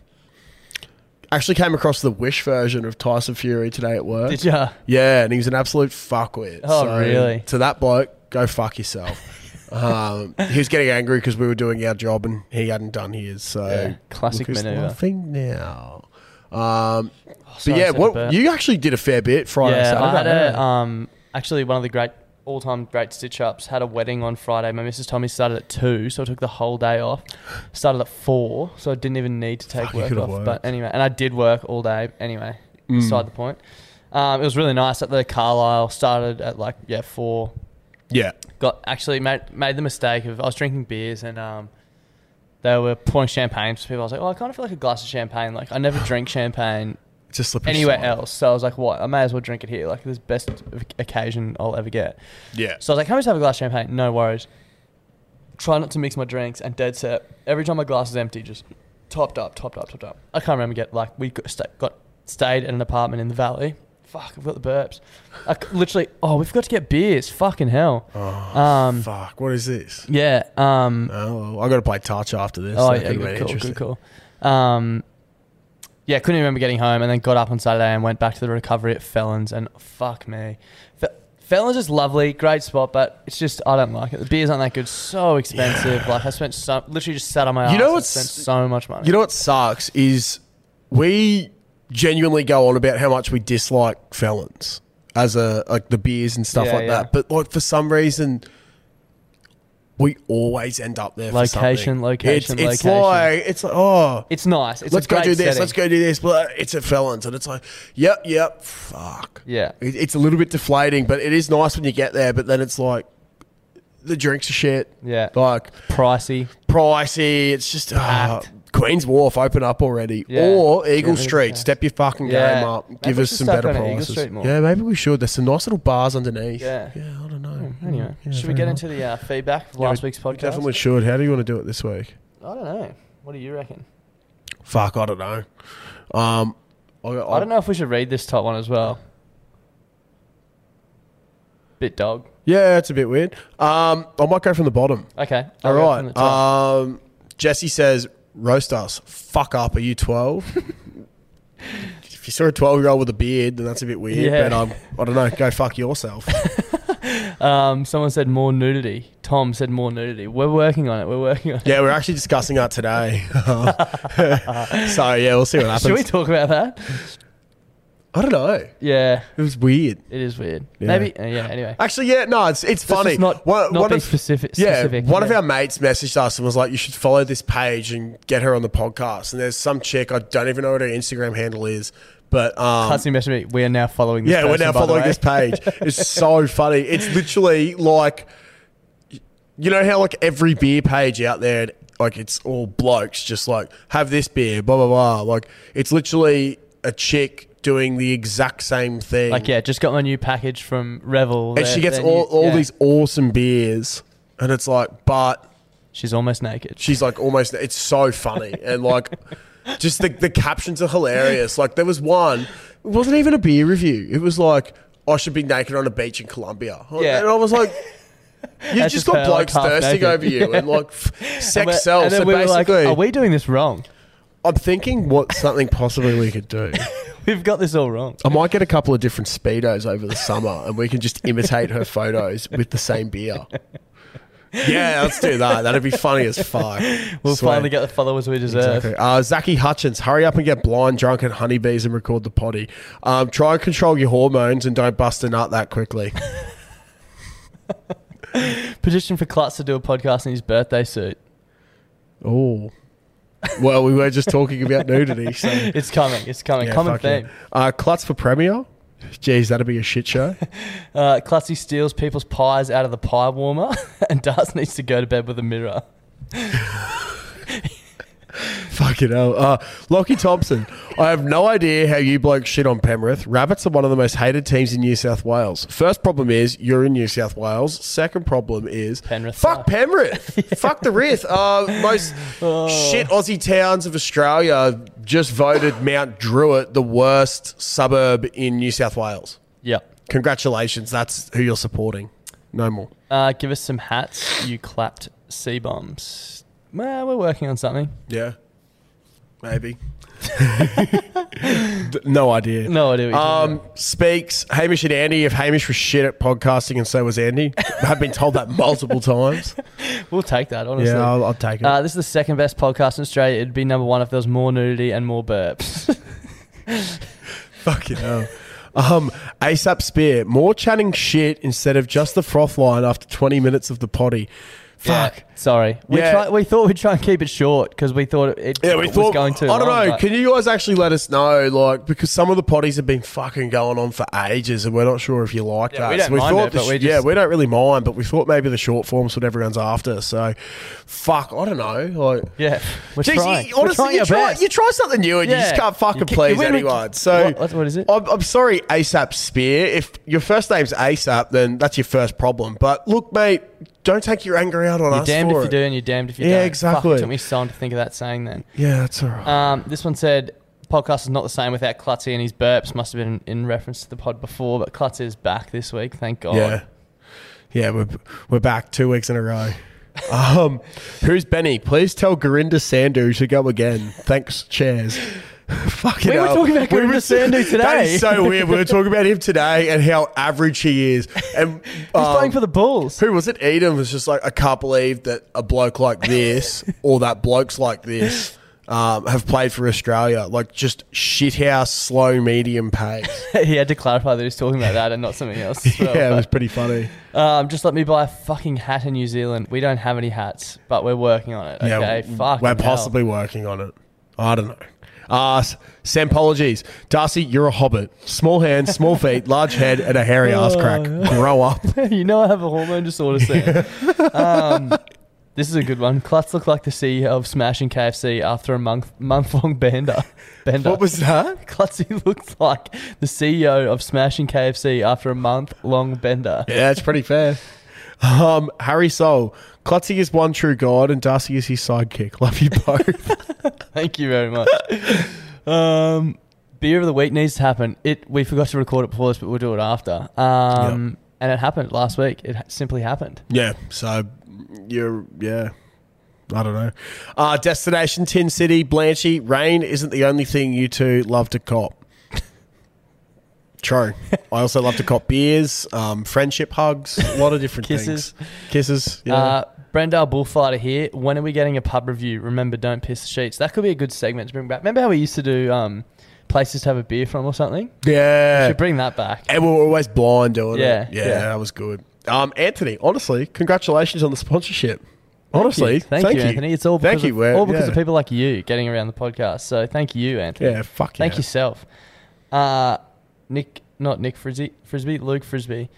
[SPEAKER 2] actually came across the Wish version of Tyson Fury today at work.
[SPEAKER 1] Did ya?
[SPEAKER 2] Yeah, and he was an absolute fuckwit.
[SPEAKER 1] Oh, really?
[SPEAKER 2] To that bloke, go
[SPEAKER 1] *laughs*
[SPEAKER 2] fuck yourself. um, he was getting angry because we were doing our job and he hadn't done his. So
[SPEAKER 1] Yeah, classic
[SPEAKER 2] look who's
[SPEAKER 1] maneuver. Oh,
[SPEAKER 2] laughing now. Um,
[SPEAKER 1] sorry,
[SPEAKER 2] but
[SPEAKER 1] I
[SPEAKER 2] yeah,
[SPEAKER 1] said a burp.
[SPEAKER 2] what you actually did a fair bit Friday,
[SPEAKER 1] Yeah,
[SPEAKER 2] Saturday.
[SPEAKER 1] I had
[SPEAKER 2] yeah.
[SPEAKER 1] a um actually one of the great all time great stitch ups. Had a wedding on Friday. My missus told me started at two, so I took the whole day off. Started at four, so I didn't even need to take
[SPEAKER 2] Fuck, you
[SPEAKER 1] work
[SPEAKER 2] could've
[SPEAKER 1] off.
[SPEAKER 2] worked. Hmm.
[SPEAKER 1] But anyway, and I did work all day anyway. Beside the point. Um, it was really nice at the Carlisle. Started at like yeah four,
[SPEAKER 2] yeah.
[SPEAKER 1] got actually made made the mistake of I was drinking beers and um, they were pouring champagne to people. I was like, oh, I kind of feel like a glass of champagne. Like I never drink champagne
[SPEAKER 2] Just slip
[SPEAKER 1] anywhere else, so I was like, what? I may as well drink it here. Like this is the best occasion I'll ever get.
[SPEAKER 2] Yeah.
[SPEAKER 1] So I was like, can we just have a glass of champagne? No worries. Try not to mix my drinks and dead set. Every time my glass is empty, just topped up, topped up, topped up. I can't remember get like we got, sta got stayed at an apartment in the valley. Fuck, I've got the burps. I c literally, oh, we've got to get beers. Fucking hell. um,
[SPEAKER 2] Oh, Fuck, what is this?
[SPEAKER 1] yeah. Um,
[SPEAKER 2] Oh, well, I got to play touch after this.
[SPEAKER 1] Oh
[SPEAKER 2] so it
[SPEAKER 1] yeah,
[SPEAKER 2] could've been
[SPEAKER 1] good call,
[SPEAKER 2] interesting.
[SPEAKER 1] good call. Um, yeah, couldn't remember getting home, and then got up on Saturday and went back to the recovery at Felons, and fuck me, Fe- Felons is lovely, great spot, but it's just I don't like it. The beers aren't that good, so expensive. Like I spent so literally just sat on my.
[SPEAKER 2] You
[SPEAKER 1] ass
[SPEAKER 2] know
[SPEAKER 1] and
[SPEAKER 2] what's-
[SPEAKER 1] spent *laughs* so much money.
[SPEAKER 2] You know what sucks is we genuinely go on about how much we dislike felons as a like the beers and stuff
[SPEAKER 1] Yeah,
[SPEAKER 2] like that. But like for some reason we always end up there. for
[SPEAKER 1] Location,
[SPEAKER 2] something.
[SPEAKER 1] location,
[SPEAKER 2] it's, it's
[SPEAKER 1] location.
[SPEAKER 2] like it's like oh
[SPEAKER 1] it's nice. It's
[SPEAKER 2] let's
[SPEAKER 1] a
[SPEAKER 2] go
[SPEAKER 1] great
[SPEAKER 2] do this,
[SPEAKER 1] setting.
[SPEAKER 2] let's go do this. But it's a felons and it's like yep, yep, fuck.
[SPEAKER 1] Yeah.
[SPEAKER 2] It, it's a little bit deflating, but it is nice when you get there. But then it's like the drinks are shit.
[SPEAKER 1] Yeah.
[SPEAKER 2] like
[SPEAKER 1] Pricey.
[SPEAKER 2] pricey. It's just uh,
[SPEAKER 1] Packed.
[SPEAKER 2] Queens Wharf open up already,
[SPEAKER 1] Yeah.
[SPEAKER 2] or
[SPEAKER 1] Get rid
[SPEAKER 2] Eagle
[SPEAKER 1] of the
[SPEAKER 2] Street.
[SPEAKER 1] cash.
[SPEAKER 2] Step your fucking
[SPEAKER 1] Yeah.
[SPEAKER 2] game up.
[SPEAKER 1] Maybe
[SPEAKER 2] Give
[SPEAKER 1] we
[SPEAKER 2] us
[SPEAKER 1] should
[SPEAKER 2] some
[SPEAKER 1] start going
[SPEAKER 2] better
[SPEAKER 1] to Eagle
[SPEAKER 2] prices.
[SPEAKER 1] Street more.
[SPEAKER 2] Yeah, maybe we should. There's some nice little bars underneath.
[SPEAKER 1] Yeah.
[SPEAKER 2] I don't know.
[SPEAKER 1] Anyway,
[SPEAKER 2] Yeah,
[SPEAKER 1] Hmm. should
[SPEAKER 2] fair
[SPEAKER 1] we get
[SPEAKER 2] enough.
[SPEAKER 1] into the uh, feedback of last
[SPEAKER 2] we-
[SPEAKER 1] week's podcast?
[SPEAKER 2] Definitely should. How do you want to do it this week?
[SPEAKER 1] I don't know. What do you reckon?
[SPEAKER 2] Fuck, I don't know. Um, I, I,
[SPEAKER 1] I don't know if we should read this top one as well. Bit dog.
[SPEAKER 2] Yeah, it's a bit weird. Um, I might go from the bottom.
[SPEAKER 1] Okay.
[SPEAKER 2] All
[SPEAKER 1] I'll go from the
[SPEAKER 2] right.
[SPEAKER 1] top.
[SPEAKER 2] Um, Jesse says, roast us. Fuck up. Are
[SPEAKER 1] *laughs*
[SPEAKER 2] you 12? if you saw a 12 year old with a beard, then that's a bit weird.
[SPEAKER 1] Yeah.
[SPEAKER 2] But um, I don't know. Go fuck yourself.
[SPEAKER 1] Um, someone said more nudity. Tom said more nudity. We're working on it. We're working on it.
[SPEAKER 2] yeah, we're actually discussing
[SPEAKER 1] *laughs*
[SPEAKER 2] that today. *laughs* so, yeah, we'll see what happens.
[SPEAKER 1] Should we *laughs* talk about that?
[SPEAKER 2] I don't know.
[SPEAKER 1] Yeah,
[SPEAKER 2] It was weird.
[SPEAKER 1] it is weird.
[SPEAKER 2] Yeah.
[SPEAKER 1] Maybe. Uh, yeah. Anyway.
[SPEAKER 2] Actually, yeah, no, it's it's
[SPEAKER 1] Let's
[SPEAKER 2] funny.
[SPEAKER 1] just not
[SPEAKER 2] One-
[SPEAKER 1] not
[SPEAKER 2] one
[SPEAKER 1] be
[SPEAKER 2] of-
[SPEAKER 1] specific.
[SPEAKER 2] Yeah,
[SPEAKER 1] specific.
[SPEAKER 2] one of our mates messaged us and was like, "You should follow this page and get her on the podcast." And there's some chick I don't even know what her Instagram handle is, but um,
[SPEAKER 1] Hudson messaged me. We are now following. This
[SPEAKER 2] yeah, we're
[SPEAKER 1] person,
[SPEAKER 2] now
[SPEAKER 1] by the
[SPEAKER 2] following
[SPEAKER 1] way."
[SPEAKER 2] this page. It's so funny. It's literally like, you know how like every beer page out there, like it's all blokes, just like have this beer, blah blah blah. Like it's literally a chick doing the exact same
[SPEAKER 1] *laughs*
[SPEAKER 2] thing.
[SPEAKER 1] Like yeah, just got my new package from Revel.
[SPEAKER 2] and she gets all, all these awesome beers, and it's like, but
[SPEAKER 1] She's almost naked.
[SPEAKER 2] she's like almost it's so funny
[SPEAKER 1] *laughs*
[SPEAKER 2] and like just the, the captions are hilarious like there was one it wasn't even a beer review it was like i should be naked on a beach in colombia
[SPEAKER 1] Yeah.
[SPEAKER 2] Oh, and i
[SPEAKER 1] *laughs*
[SPEAKER 2] was like you
[SPEAKER 1] That's
[SPEAKER 2] just
[SPEAKER 1] just
[SPEAKER 2] got
[SPEAKER 1] her, like,
[SPEAKER 2] blokes
[SPEAKER 1] half
[SPEAKER 2] thirsting
[SPEAKER 1] naked.
[SPEAKER 2] over you
[SPEAKER 1] *laughs*
[SPEAKER 2] and like f-
[SPEAKER 1] And
[SPEAKER 2] sex
[SPEAKER 1] we're-
[SPEAKER 2] sells
[SPEAKER 1] And then
[SPEAKER 2] so
[SPEAKER 1] we were like,
[SPEAKER 2] basically
[SPEAKER 1] are we doing this wrong?
[SPEAKER 2] i'm thinking what something possibly we
[SPEAKER 1] *laughs*
[SPEAKER 2] could do
[SPEAKER 1] *laughs* We've got this all wrong.
[SPEAKER 2] i might get a couple of different speedos over the summer and we can just imitate her photos with the same beer yeah let's do that that'd be funny
[SPEAKER 1] *laughs*
[SPEAKER 2] as fuck
[SPEAKER 1] We'll
[SPEAKER 2] Sweet.
[SPEAKER 1] finally get the followers we deserve.
[SPEAKER 2] Exactly. Uh, Zachy Hutchins, hurry up and get blind, drunk, and honeybees and record the potty. Um, try and control your hormones and don't bust a nut
[SPEAKER 1] *laughs*
[SPEAKER 2] that quickly.
[SPEAKER 1] Petition for Klutz to do a podcast in his birthday suit.
[SPEAKER 2] oh. Well,
[SPEAKER 1] *laughs*
[SPEAKER 2] we were just talking about nudity. So.
[SPEAKER 1] It's coming. It's coming. Common
[SPEAKER 2] fuck yeah.
[SPEAKER 1] theme.
[SPEAKER 2] Uh, Klutz for Premier. Jeez, that'd be a shit show.
[SPEAKER 1] Uh, Clutzy steals people's pies out of the pie warmer, *laughs* and Das needs to go to bed with a mirror.
[SPEAKER 2] Fucking hell. Uh, Lockie Thompson, I have no idea how you blokes shit on Penrith. Rabbits are one of the most hated teams in New South Wales. First problem is you're in New South Wales. Second problem is
[SPEAKER 1] Penrith
[SPEAKER 2] Fuck
[SPEAKER 1] suck. *laughs*
[SPEAKER 2] Penrith. Fuck the Rith. Uh, most
[SPEAKER 1] Oh.
[SPEAKER 2] shit Aussie towns of Australia just voted Mount Druitt the worst suburb in New South Wales.
[SPEAKER 1] Yep.
[SPEAKER 2] Congratulations. That's who you're supporting. No more.
[SPEAKER 1] Uh, give us some hats. You clapped C bombs. Well, we're working on something.
[SPEAKER 2] Yeah.
[SPEAKER 1] *laughs*
[SPEAKER 2] Maybe. D- no idea.
[SPEAKER 1] No idea. What you're talking
[SPEAKER 2] Um, speaks Hamish and Andy. If Hamish was shit at podcasting, and so was Andy, I've been told that multiple times.
[SPEAKER 1] about. *laughs* We'll take that, honestly.
[SPEAKER 2] Yeah, I'll, I'll take it.
[SPEAKER 1] uh, this is the second best podcast in Australia. It'd be number one if there was more nudity and more
[SPEAKER 2] *laughs*
[SPEAKER 1] burps.
[SPEAKER 2] Fucking hell. Um, ASAP Spear, more chatting shit instead of just the froth line after 20 minutes of the potty. Fuck.
[SPEAKER 1] Yeah, sorry. We,
[SPEAKER 2] Yeah.
[SPEAKER 1] try, we thought we'd try and keep it short because we thought it,
[SPEAKER 2] Yeah, we
[SPEAKER 1] it
[SPEAKER 2] thought
[SPEAKER 1] was going to.
[SPEAKER 2] I don't know. Can you guys actually let us know, like, because some of the potties have been fucking going on for ages, and we're not sure if you like
[SPEAKER 1] Yeah,
[SPEAKER 2] that.
[SPEAKER 1] we don't
[SPEAKER 2] we
[SPEAKER 1] mind
[SPEAKER 2] thought,
[SPEAKER 1] it,
[SPEAKER 2] the
[SPEAKER 1] but
[SPEAKER 2] sh-
[SPEAKER 1] we
[SPEAKER 2] yeah,
[SPEAKER 1] just-
[SPEAKER 2] we don't really mind, but we thought maybe the short form's what everyone's after. So, fuck, I don't know. Like,
[SPEAKER 1] yeah, we're
[SPEAKER 2] Jeez,
[SPEAKER 1] trying.
[SPEAKER 2] you-
[SPEAKER 1] We're
[SPEAKER 2] honestly,
[SPEAKER 1] trying
[SPEAKER 2] you
[SPEAKER 1] our
[SPEAKER 2] try
[SPEAKER 1] best.
[SPEAKER 2] you try something new and you
[SPEAKER 1] Yeah.
[SPEAKER 2] just can't
[SPEAKER 1] You
[SPEAKER 2] fucking
[SPEAKER 1] ca-
[SPEAKER 2] please
[SPEAKER 1] we- we-
[SPEAKER 2] anyone. So
[SPEAKER 1] What- what- what is it?
[SPEAKER 2] I'm, I'm sorry, ASAP Spear. If your first name's ASAP, then that's your first problem. But look, mate, don't take your anger out on
[SPEAKER 1] You're
[SPEAKER 2] us.
[SPEAKER 1] damned
[SPEAKER 2] for
[SPEAKER 1] if you
[SPEAKER 2] it.
[SPEAKER 1] do, and you're damned if you
[SPEAKER 2] Yeah,
[SPEAKER 1] don't. Fuck,
[SPEAKER 2] exactly.
[SPEAKER 1] it took me so long to think of that saying. Then
[SPEAKER 2] Yeah, that's all right.
[SPEAKER 1] um, this one said, "Podcast is not the same without Clutzy and his burps." Must have been in reference to the pod before, but Clutzy is back this week. Thank God.
[SPEAKER 2] Yeah. Yeah, we're, we're back two weeks in a row. Um, who's Benny? Please tell Gorinda Sandu to go again. Thanks, cheers. *laughs* Fucking
[SPEAKER 1] We were
[SPEAKER 2] hell.
[SPEAKER 1] talking about Gorinda Sandu
[SPEAKER 2] That
[SPEAKER 1] today. *laughs*
[SPEAKER 2] is so weird. We were talking about him today and how average he is. And
[SPEAKER 1] He's
[SPEAKER 2] um,
[SPEAKER 1] playing for the Bulls.
[SPEAKER 2] who was it? Eden was just like, I can't believe that a bloke like this *laughs* or that blokes like this um, have played for Australia. Like just shithouse, slow, medium pace.
[SPEAKER 1] *laughs* he had to clarify that he's talking about that and not something else. as well,
[SPEAKER 2] *laughs* yeah, it
[SPEAKER 1] but-
[SPEAKER 2] was pretty funny.
[SPEAKER 1] Um, just let me buy a fucking hat in New Zealand. We don't have any hats, but we're working on it. Okay,
[SPEAKER 2] w-
[SPEAKER 1] fuck.
[SPEAKER 2] We're possibly working on it. I don't know. Uh, s- Sam, apologies. Darcy, you're a hobbit. Small hands, small feet, large head, and a hairy ass crack. Grow up.
[SPEAKER 1] *laughs* you know I have a hormone disorder.
[SPEAKER 2] *laughs*
[SPEAKER 1] Sam. um, this is a good one. Klutz looked like the CEO of Smashing KFC after a month month long bender. *laughs* Bender.
[SPEAKER 2] What was
[SPEAKER 1] *laughs*
[SPEAKER 2] that?
[SPEAKER 1] Klutzy looked like the CEO of Smashing KFC after a month long bender.
[SPEAKER 2] Yeah, that's pretty fair. Um, Harry Soul, Clutzy is one true god, and Darcy is his sidekick. Love you both.
[SPEAKER 1] Thank you very much. um, beer of the week needs to happen. It we forgot to record it before this, but we'll do it after. Um, and it happened last week. It ha- simply happened.
[SPEAKER 2] yeah, so you're yeah. I don't know. Uh, Destination Tin City, Blanchy, rain isn't the only thing you two love to cop. True. I also love to cop beers, um, friendship hugs, a lot of different
[SPEAKER 1] Kisses.
[SPEAKER 2] things. Kisses. Yeah.
[SPEAKER 1] Uh, Brendale Bullfighter here. When are we getting a pub review? Remember, don't piss the sheets. That could be a good segment to bring back. Remember how we used to do um, places to have a beer from or something?
[SPEAKER 2] yeah.
[SPEAKER 1] Should bring that back.
[SPEAKER 2] And we were always blind doing
[SPEAKER 1] Yeah,
[SPEAKER 2] it. Yeah,
[SPEAKER 1] yeah.
[SPEAKER 2] that was good. Um, Anthony, honestly, congratulations on the sponsorship. Honestly,
[SPEAKER 1] thank, you, Anthony. It's all because,
[SPEAKER 2] thank you,
[SPEAKER 1] of,
[SPEAKER 2] Wes.
[SPEAKER 1] all because
[SPEAKER 2] yeah.
[SPEAKER 1] of people like you getting around the podcast. So thank you, Anthony.
[SPEAKER 2] Yeah, fuck
[SPEAKER 1] Thank
[SPEAKER 2] yeah.
[SPEAKER 1] yourself. Uh, Nick, not Nick Frisbee, Frisbee, Luke Frisbee.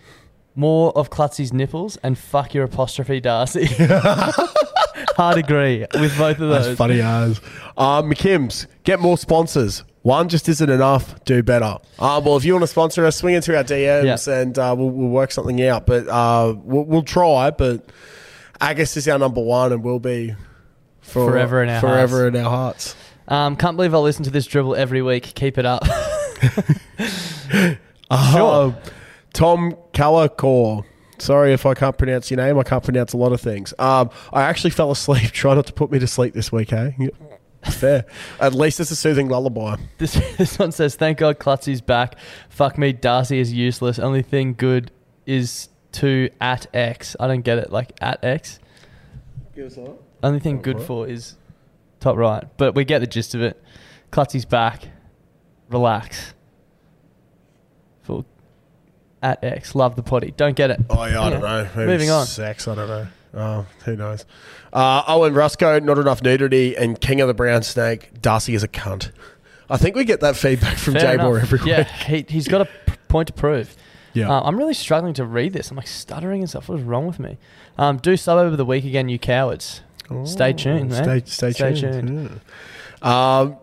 [SPEAKER 1] More of Klutzy's nipples and fuck your apostrophe,
[SPEAKER 2] *laughs*
[SPEAKER 1] Darcy. *laughs* Hard agree with both of
[SPEAKER 2] That's
[SPEAKER 1] those.
[SPEAKER 2] funny as. Um, McKim's, get more sponsors. One just *laughs* isn't enough. Do better. Uh, well, if you want to sponsor us, swing into our DMs
[SPEAKER 1] Yeah.
[SPEAKER 2] and uh, we'll, we'll work something out. But uh, we'll, we'll try. But Agus is our number one and will be for,
[SPEAKER 1] Forever in our
[SPEAKER 2] forever
[SPEAKER 1] hearts.
[SPEAKER 2] in our hearts.
[SPEAKER 1] Um, can't believe I listen to this dribble every week. Keep it
[SPEAKER 2] *laughs*
[SPEAKER 1] up. *laughs*
[SPEAKER 2] Um, Tom Callacor. Sorry if I can't pronounce your name. I can't pronounce a lot of things. Um, I actually fell asleep. *laughs* Try not to put me to sleep this week, eh? Yeah. Fair. At least it's a soothing lullaby.
[SPEAKER 1] This, *laughs* this one says, "Thank God Klutzy's back. Fuck me, Darcy is useless. Only thing good is to at X. I don't get it. Like at X. Only thing good for is top right. But we get the gist of it. Klutzy's back. Relax. For at X. Love the potty. Don't get it.
[SPEAKER 2] Oh, yeah, I don't know.
[SPEAKER 1] Yeah.
[SPEAKER 2] Maybe
[SPEAKER 1] Moving on.
[SPEAKER 2] Sex, I don't know. Oh, who knows? Uh, Owen Rusco, not enough nudity, and King of the Brown Snake, Darcy is a cunt. I think we get that feedback from
[SPEAKER 1] Fair
[SPEAKER 2] Jay
[SPEAKER 1] enough.
[SPEAKER 2] Moore every week.
[SPEAKER 1] Yeah, he, he's got a p- Point to prove.
[SPEAKER 8] Yeah.
[SPEAKER 1] Uh, I'm really struggling to read this. I'm like stuttering and stuff. What is wrong with me? Um, do sub over the week again, you cowards. stay tuned, man.
[SPEAKER 2] Stay, stay, tuned. yeah. Um,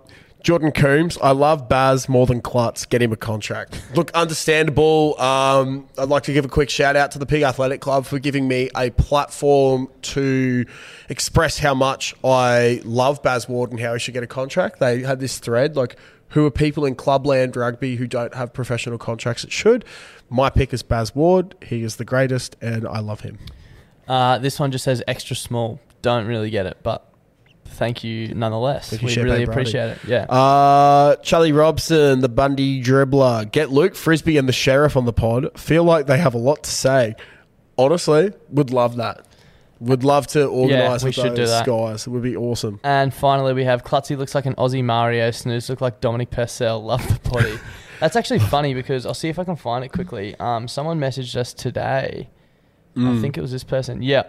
[SPEAKER 2] Jordan Coombs, I love Baz more than Klutz. Get him a contract. Look, understandable. Um, I'd like to give a quick shout out to the Pig Athletic Club for giving me a platform to express how much I love Baz Ward and how he should get a contract. They had this thread like, who are people in clubland rugby who don't have professional contracts that should? My pick is Baz Ward. He is the greatest, and I love him.
[SPEAKER 1] Uh, this one just says extra small. Don't really get it, but thank you nonetheless.
[SPEAKER 2] Thank you,
[SPEAKER 1] we
[SPEAKER 2] Shepe
[SPEAKER 1] really
[SPEAKER 2] Brady.
[SPEAKER 1] appreciate it. Yeah.
[SPEAKER 2] Uh, Charlie Robson, the Bundy dribbler. Get Luke Frisbee and the Sheriff on the pod. Feel like they have a lot to say. Honestly, would love that. Would love to organise
[SPEAKER 1] we
[SPEAKER 2] with
[SPEAKER 1] should do
[SPEAKER 2] those
[SPEAKER 1] that.
[SPEAKER 2] guys. It would be awesome.
[SPEAKER 1] and finally, we have Klutzy looks like an Aussie Mario. Snooze look like Dominic Purcell. Love the
[SPEAKER 2] *laughs*
[SPEAKER 1] potty. That's actually funny because I'll see if I can find it quickly. Um, someone messaged us today.
[SPEAKER 2] Hmm.
[SPEAKER 1] I think it was this person. Yeah.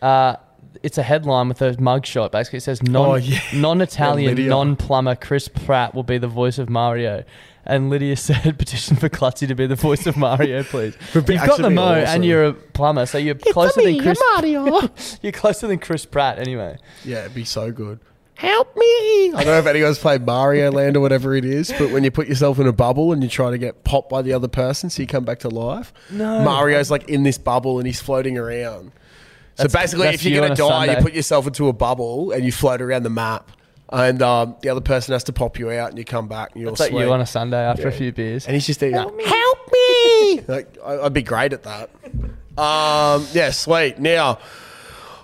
[SPEAKER 1] Uh, it's a headline with a mugshot. Basically, it says non,
[SPEAKER 2] Oh, yeah. *laughs*
[SPEAKER 1] non-Italian,
[SPEAKER 2] Lydia.
[SPEAKER 1] non-plumber Chris Pratt will be the voice of Mario. And Lydia *laughs* said, petition for Clutzy to be the voice of
[SPEAKER 2] *laughs*
[SPEAKER 1] Mario, please. You've
[SPEAKER 2] be-
[SPEAKER 1] got
[SPEAKER 2] actually
[SPEAKER 1] the
[SPEAKER 2] be
[SPEAKER 1] mo,
[SPEAKER 2] awesome.
[SPEAKER 1] and you're a plumber, so you're closer than Chris.
[SPEAKER 2] *laughs*
[SPEAKER 1] Mario. you're closer than *laughs* Chris Pratt, anyway.
[SPEAKER 2] Yeah, it'd be so good. Help me! I don't know if anyone's played Mario Land or whatever it is, but when you put yourself in a bubble and you try to get popped by the other person so you come back to life,
[SPEAKER 1] No.
[SPEAKER 2] Mario's like in this bubble and he's floating around. So
[SPEAKER 1] That's-
[SPEAKER 2] basically,
[SPEAKER 1] that's
[SPEAKER 2] if you're
[SPEAKER 1] you
[SPEAKER 2] going
[SPEAKER 1] on
[SPEAKER 2] to
[SPEAKER 1] a
[SPEAKER 2] die, you
[SPEAKER 1] Sunday.
[SPEAKER 2] put yourself into a bubble and you float around the map, and um, the other person has to pop you out and you come back and you're
[SPEAKER 1] It's like
[SPEAKER 2] sweet.
[SPEAKER 1] you on a Sunday after a
[SPEAKER 2] Yeah.
[SPEAKER 1] few beers.
[SPEAKER 2] and he's just eating help me, help me. *laughs* like, I, I'd be great at that. Um, yeah, sweet. Now,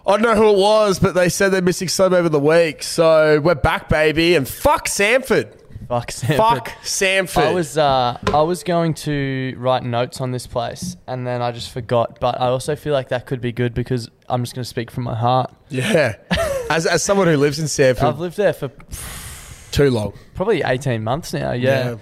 [SPEAKER 2] I don't know who it was, but they said they're missing some over the week, so we're back, baby. And fuck Sanford,
[SPEAKER 1] Fuck, Sanford.
[SPEAKER 2] fuck Sanford.
[SPEAKER 1] I was uh, I was going to write notes on this place, and then I just forgot. But I also feel like that could be good because I'm just going to speak from my heart. *laughs*
[SPEAKER 2] yeah. As, as someone who lives in
[SPEAKER 1] I've
[SPEAKER 2] Sanford
[SPEAKER 1] lived there for
[SPEAKER 2] too long,
[SPEAKER 1] probably 18 months now. Yeah.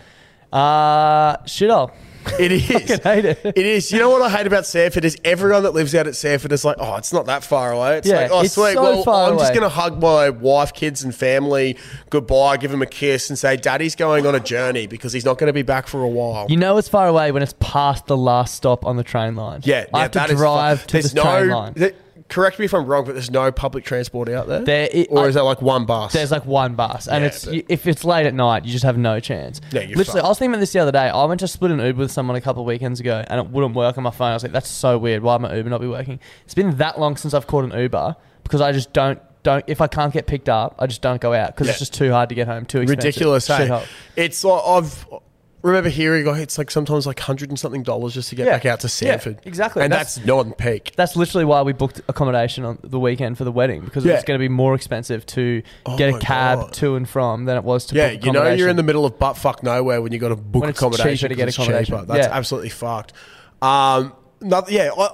[SPEAKER 1] Uh, shit all. *laughs*
[SPEAKER 2] it is.
[SPEAKER 1] Hate it.
[SPEAKER 2] It is. You know what I hate about Sanford is everyone that lives out at Sanford is like, oh, it's not that far away. It's
[SPEAKER 1] Yeah,
[SPEAKER 2] like, oh,
[SPEAKER 1] it's
[SPEAKER 2] sweet.
[SPEAKER 1] so
[SPEAKER 2] well,
[SPEAKER 1] far
[SPEAKER 2] I'm just
[SPEAKER 1] away.
[SPEAKER 2] going to hug my wife, kids, and family goodbye, give them a kiss, and say, Daddy's going on a journey because he's not going to be back for a while.
[SPEAKER 1] You know it's far away when it's past the last stop on the train line.
[SPEAKER 2] yeah,
[SPEAKER 1] I
[SPEAKER 2] yeah,
[SPEAKER 1] have to
[SPEAKER 2] that is fu-
[SPEAKER 1] drive to
[SPEAKER 2] there's
[SPEAKER 1] the train line.
[SPEAKER 2] th- correct me if I'm wrong, but there's no public transport out there.
[SPEAKER 1] There i-
[SPEAKER 2] or
[SPEAKER 1] I-
[SPEAKER 2] is there like one bus?
[SPEAKER 1] There's like one bus, and
[SPEAKER 2] Yeah,
[SPEAKER 1] it's
[SPEAKER 2] but-
[SPEAKER 1] you, if it's late at night, you just have no chance.
[SPEAKER 2] Yeah, you're
[SPEAKER 1] literally.
[SPEAKER 2] fucked.
[SPEAKER 1] I was thinking about this the other day. I went to split an Uber with someone a couple of weekends ago, and it wouldn't work on my phone. I was like, "That's so weird. Why would my Uber not be working?" It's been that long since I've called an Uber because I just don't don't. If I can't get picked up, I just don't go out because
[SPEAKER 2] Yeah.
[SPEAKER 1] it's just too hard to get home. Too expensive.
[SPEAKER 2] ridiculous. Hey?
[SPEAKER 1] Shithole.
[SPEAKER 2] It's like I've remember hearing like, it's like sometimes like hundred and something dollars just to get
[SPEAKER 1] Yeah.
[SPEAKER 2] back out to
[SPEAKER 1] Yeah,
[SPEAKER 2] Sanford.
[SPEAKER 1] exactly.
[SPEAKER 2] and
[SPEAKER 1] That's-
[SPEAKER 2] that's, non-peak.
[SPEAKER 1] That's literally why we booked accommodation on the weekend for the wedding because it
[SPEAKER 2] Yeah. Oh
[SPEAKER 1] was going to be more expensive to get a
[SPEAKER 2] my
[SPEAKER 1] cab
[SPEAKER 2] God.
[SPEAKER 1] to and from than it was to
[SPEAKER 2] Yeah,
[SPEAKER 1] book
[SPEAKER 2] you know you're in
[SPEAKER 1] accommodation.
[SPEAKER 2] the middle of butt fuck nowhere when you got to book
[SPEAKER 1] When it's
[SPEAKER 2] accommodation.
[SPEAKER 1] cheaper to get
[SPEAKER 2] 'cause it's
[SPEAKER 1] accommodation.
[SPEAKER 2] cheaper. That's
[SPEAKER 1] Yeah.
[SPEAKER 2] absolutely fucked. Um, not, yeah, I,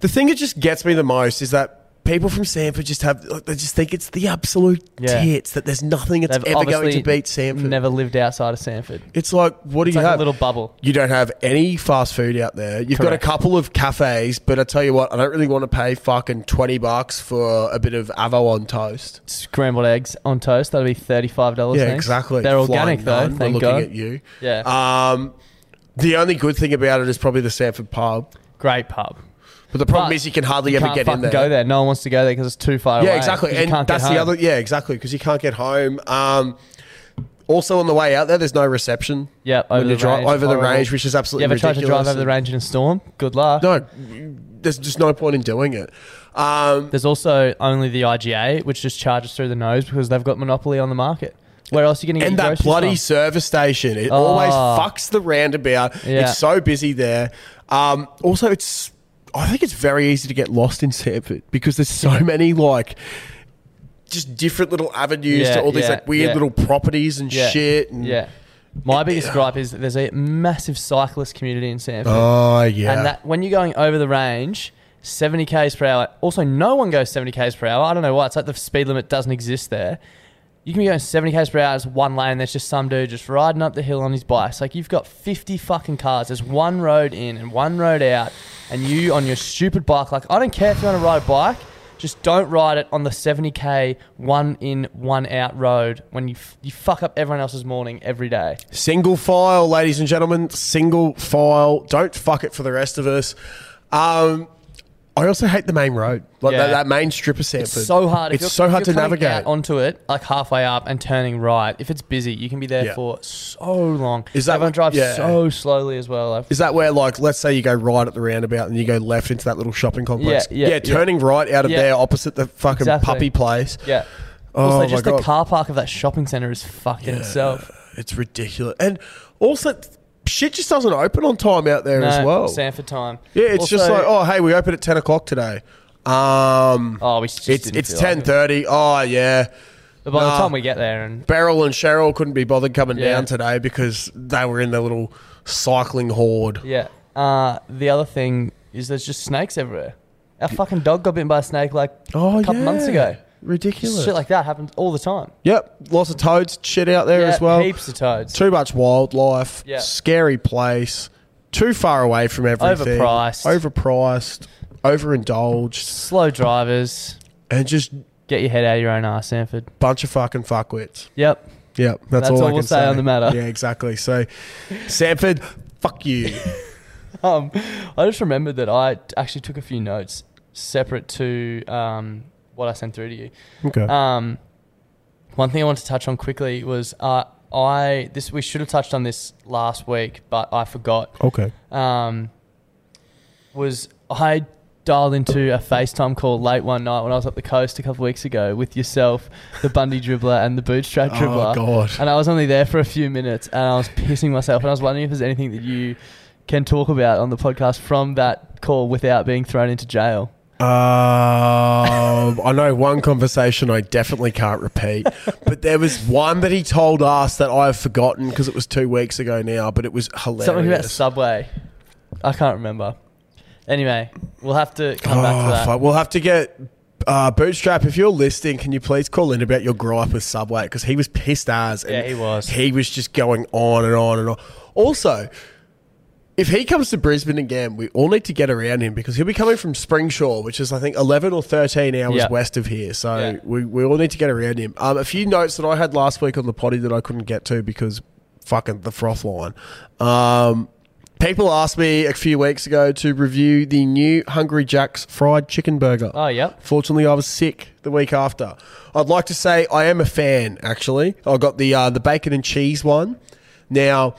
[SPEAKER 2] the thing that just gets me the most is that people from Sanford just have like, they just think it's the absolute
[SPEAKER 1] Yeah.
[SPEAKER 2] tits that there's nothing that's
[SPEAKER 1] They've
[SPEAKER 2] ever going
[SPEAKER 1] obviously
[SPEAKER 2] to beat Sanford.
[SPEAKER 1] Never lived outside of Sanford.
[SPEAKER 2] It's like what do
[SPEAKER 1] It's
[SPEAKER 2] you
[SPEAKER 1] like a
[SPEAKER 2] have?
[SPEAKER 1] little bubble.
[SPEAKER 2] You don't have any fast food out there. You've
[SPEAKER 1] Correct.
[SPEAKER 2] got a couple of cafes, but I tell you what, I don't really want to pay fucking twenty bucks for a bit of avo on toast.
[SPEAKER 1] scrambled eggs on toast. That'll be thirty-five dollars.
[SPEAKER 2] Yeah, exactly.
[SPEAKER 1] They're
[SPEAKER 2] Flying
[SPEAKER 1] organic though.
[SPEAKER 2] nun, we're
[SPEAKER 1] Thank
[SPEAKER 2] looking
[SPEAKER 1] God.
[SPEAKER 2] at you.
[SPEAKER 1] Yeah,
[SPEAKER 2] Um, the only good thing about it is probably the Sanford pub.
[SPEAKER 1] great pub.
[SPEAKER 2] But the problem
[SPEAKER 1] But
[SPEAKER 2] is you can hardly
[SPEAKER 1] You
[SPEAKER 2] ever
[SPEAKER 1] can't
[SPEAKER 2] get
[SPEAKER 1] fucking
[SPEAKER 2] in there.
[SPEAKER 1] go there. No one wants to go there because it's too far away.
[SPEAKER 2] Yeah, exactly.
[SPEAKER 1] 'cause you
[SPEAKER 2] And
[SPEAKER 1] can't get
[SPEAKER 2] that's the
[SPEAKER 1] home.
[SPEAKER 2] other. Yeah, exactly. Because you can't get home. Um, also on the way out there, there's no reception.
[SPEAKER 1] Yeah, over
[SPEAKER 2] when
[SPEAKER 1] the
[SPEAKER 2] you drive
[SPEAKER 1] range.
[SPEAKER 2] over the
[SPEAKER 1] Horrible.
[SPEAKER 2] range, which is
[SPEAKER 1] You
[SPEAKER 2] absolutely
[SPEAKER 1] ever tried to
[SPEAKER 2] ridiculous.
[SPEAKER 1] drive over the range in a storm? Good luck.
[SPEAKER 2] No, there's just no point in doing it. Um,
[SPEAKER 1] There's also only the IGA, which just charges through the nose because they've got monopoly on the market. Where else are you going to get
[SPEAKER 2] and
[SPEAKER 1] your
[SPEAKER 2] that
[SPEAKER 1] groceries
[SPEAKER 2] bloody
[SPEAKER 1] from?
[SPEAKER 2] service station, it
[SPEAKER 1] Oh.
[SPEAKER 2] always fucks the roundabout.
[SPEAKER 1] Yeah.
[SPEAKER 2] It's so busy there. Um, also, it's I think it's very easy to get lost in Sanford because there's so many like just different little avenues
[SPEAKER 1] Yeah,
[SPEAKER 2] to all these
[SPEAKER 1] yeah,
[SPEAKER 2] like weird
[SPEAKER 1] yeah.
[SPEAKER 2] little properties and
[SPEAKER 1] Yeah,
[SPEAKER 2] shit. And,
[SPEAKER 1] Yeah. My biggest gripe is that there's a massive cyclist community in Sanford.
[SPEAKER 2] Oh yeah.
[SPEAKER 1] And that when you're going over the range, 70 k's per hour. Also, no one goes 70 k's per hour. I don't know why. It's like the speed limit doesn't exist there. You can be going 70 k's per hour. It's one lane. There's just some dude just riding up the hill on his bike. It's like you've got 50 fucking cars. There's one road in and one road out, and you on your stupid bike. Like I don't care if you want to ride a bike. Just don't ride it on the 70k one in one out road when you f- you fuck up everyone else's morning every day.
[SPEAKER 2] Single file, ladies and gentlemen. Single file. Don't fuck it for the rest of us. Um, I also hate the main road, like
[SPEAKER 1] Yeah.
[SPEAKER 2] that, that main strip of Sanford.
[SPEAKER 1] It's so hard. If
[SPEAKER 2] It's
[SPEAKER 1] you're-
[SPEAKER 2] so
[SPEAKER 1] if
[SPEAKER 2] hard to
[SPEAKER 1] you're coming out
[SPEAKER 2] navigate.
[SPEAKER 1] onto it, like halfway up and turning right. If it's busy, you can be there
[SPEAKER 2] Yeah.
[SPEAKER 1] for so long.
[SPEAKER 2] Is that
[SPEAKER 1] everyone
[SPEAKER 2] what-
[SPEAKER 1] drives
[SPEAKER 2] yeah.
[SPEAKER 1] so slowly as well? Like,
[SPEAKER 2] Is that where, like, let's say you go right at the roundabout and you go left into that little shopping complex?
[SPEAKER 1] Yeah, yeah, yeah.
[SPEAKER 2] turning right out of
[SPEAKER 1] Yeah.
[SPEAKER 2] there opposite the fucking
[SPEAKER 1] Exactly.
[SPEAKER 2] puppy place.
[SPEAKER 1] yeah.
[SPEAKER 2] Oh,
[SPEAKER 1] also,
[SPEAKER 2] my
[SPEAKER 1] just
[SPEAKER 2] God.
[SPEAKER 1] the car park of that shopping center is fucked in itself.
[SPEAKER 2] It's ridiculous. And also, shit just doesn't open on time out there as
[SPEAKER 1] No,
[SPEAKER 2] well.
[SPEAKER 1] Sanford time.
[SPEAKER 2] Yeah, it's just
[SPEAKER 1] Also-
[SPEAKER 2] like, oh, hey, we open at 10 o'clock today. Um,
[SPEAKER 1] Oh, we just
[SPEAKER 2] it's
[SPEAKER 1] didn't
[SPEAKER 2] it's
[SPEAKER 1] feel like it.
[SPEAKER 2] 10.30. Oh, yeah.
[SPEAKER 1] But by
[SPEAKER 2] Nah.
[SPEAKER 1] the time we get there, and
[SPEAKER 2] Beryl and Cheryl couldn't be bothered coming
[SPEAKER 1] Yeah.
[SPEAKER 2] down today because they were in their little cycling horde.
[SPEAKER 1] yeah, uh, the other thing is there's just snakes everywhere. Our fucking dog got bitten by a snake like
[SPEAKER 2] Oh,
[SPEAKER 1] a couple
[SPEAKER 2] yeah.
[SPEAKER 1] months ago.
[SPEAKER 2] Ridiculous.
[SPEAKER 1] Shit like that happens all the time.
[SPEAKER 2] yep, lots of toads, shit out there
[SPEAKER 1] yeah,
[SPEAKER 2] as well.
[SPEAKER 1] heaps of toads.
[SPEAKER 2] Too much wildlife.
[SPEAKER 1] Yeah.
[SPEAKER 2] Scary place. Too far away from everything.
[SPEAKER 1] Overpriced.
[SPEAKER 2] Overpriced. Overindulged.
[SPEAKER 1] Slow drivers.
[SPEAKER 2] And just
[SPEAKER 1] Get your head out of your own ass, Sanford.
[SPEAKER 2] bunch of fucking fuckwits.
[SPEAKER 1] Yep.
[SPEAKER 2] Yep, that's,
[SPEAKER 1] That's
[SPEAKER 2] all,
[SPEAKER 1] all
[SPEAKER 2] I can
[SPEAKER 1] we'll say on the matter.
[SPEAKER 2] Yeah, exactly. So, Sanford, fuck you.
[SPEAKER 1] *laughs* Um, I just remembered that I actually took a few notes separate to um, what I sent through to you.
[SPEAKER 2] Okay.
[SPEAKER 1] Um, one thing I wanted to touch on quickly was uh, I this we should have touched on this last week, but I forgot.
[SPEAKER 2] okay.
[SPEAKER 1] Um, was I dialed into a FaceTime call late one night when I was up the coast a couple of weeks ago with yourself, the Bundy dribbler, and the Bootstrap
[SPEAKER 2] Oh,
[SPEAKER 1] dribbler.
[SPEAKER 2] God.
[SPEAKER 1] And I was only there for a few minutes, and I was pissing myself, and I was wondering if there's anything that you can talk about on the podcast from that call without being thrown into jail.
[SPEAKER 2] Um, I know one conversation I definitely can't repeat, but there was one that he told us that I've forgotten because it was two weeks ago now, but it was hilarious.
[SPEAKER 1] Something about Subway. I can't remember. Anyway, we'll have to come back to
[SPEAKER 2] Oh,
[SPEAKER 1] that.
[SPEAKER 2] fuck. We'll have to get uh, Bootstrap. If you're listening, can you please call in about your gripe with Subway? Because he was pissed as. And
[SPEAKER 1] Yeah, he was.
[SPEAKER 2] He was just going on and on and on. Also, if he comes to Brisbane again, we all need to get around him because he'll be coming from Springshore, which is I think eleven or thirteen hours
[SPEAKER 1] Yeah.
[SPEAKER 2] west of here. So
[SPEAKER 1] Yeah.
[SPEAKER 2] we, we all need to get around him. Um, a few notes that I had last week on the potty that I couldn't get to because fucking the froth line. Um, people asked me a few weeks ago to review the new Hungry Jack's fried chicken burger.
[SPEAKER 1] Oh, yep.
[SPEAKER 2] Fortunately, I was sick the week after. I'd like to say I am a fan. Actually, I got the uh, the bacon and cheese one. Now,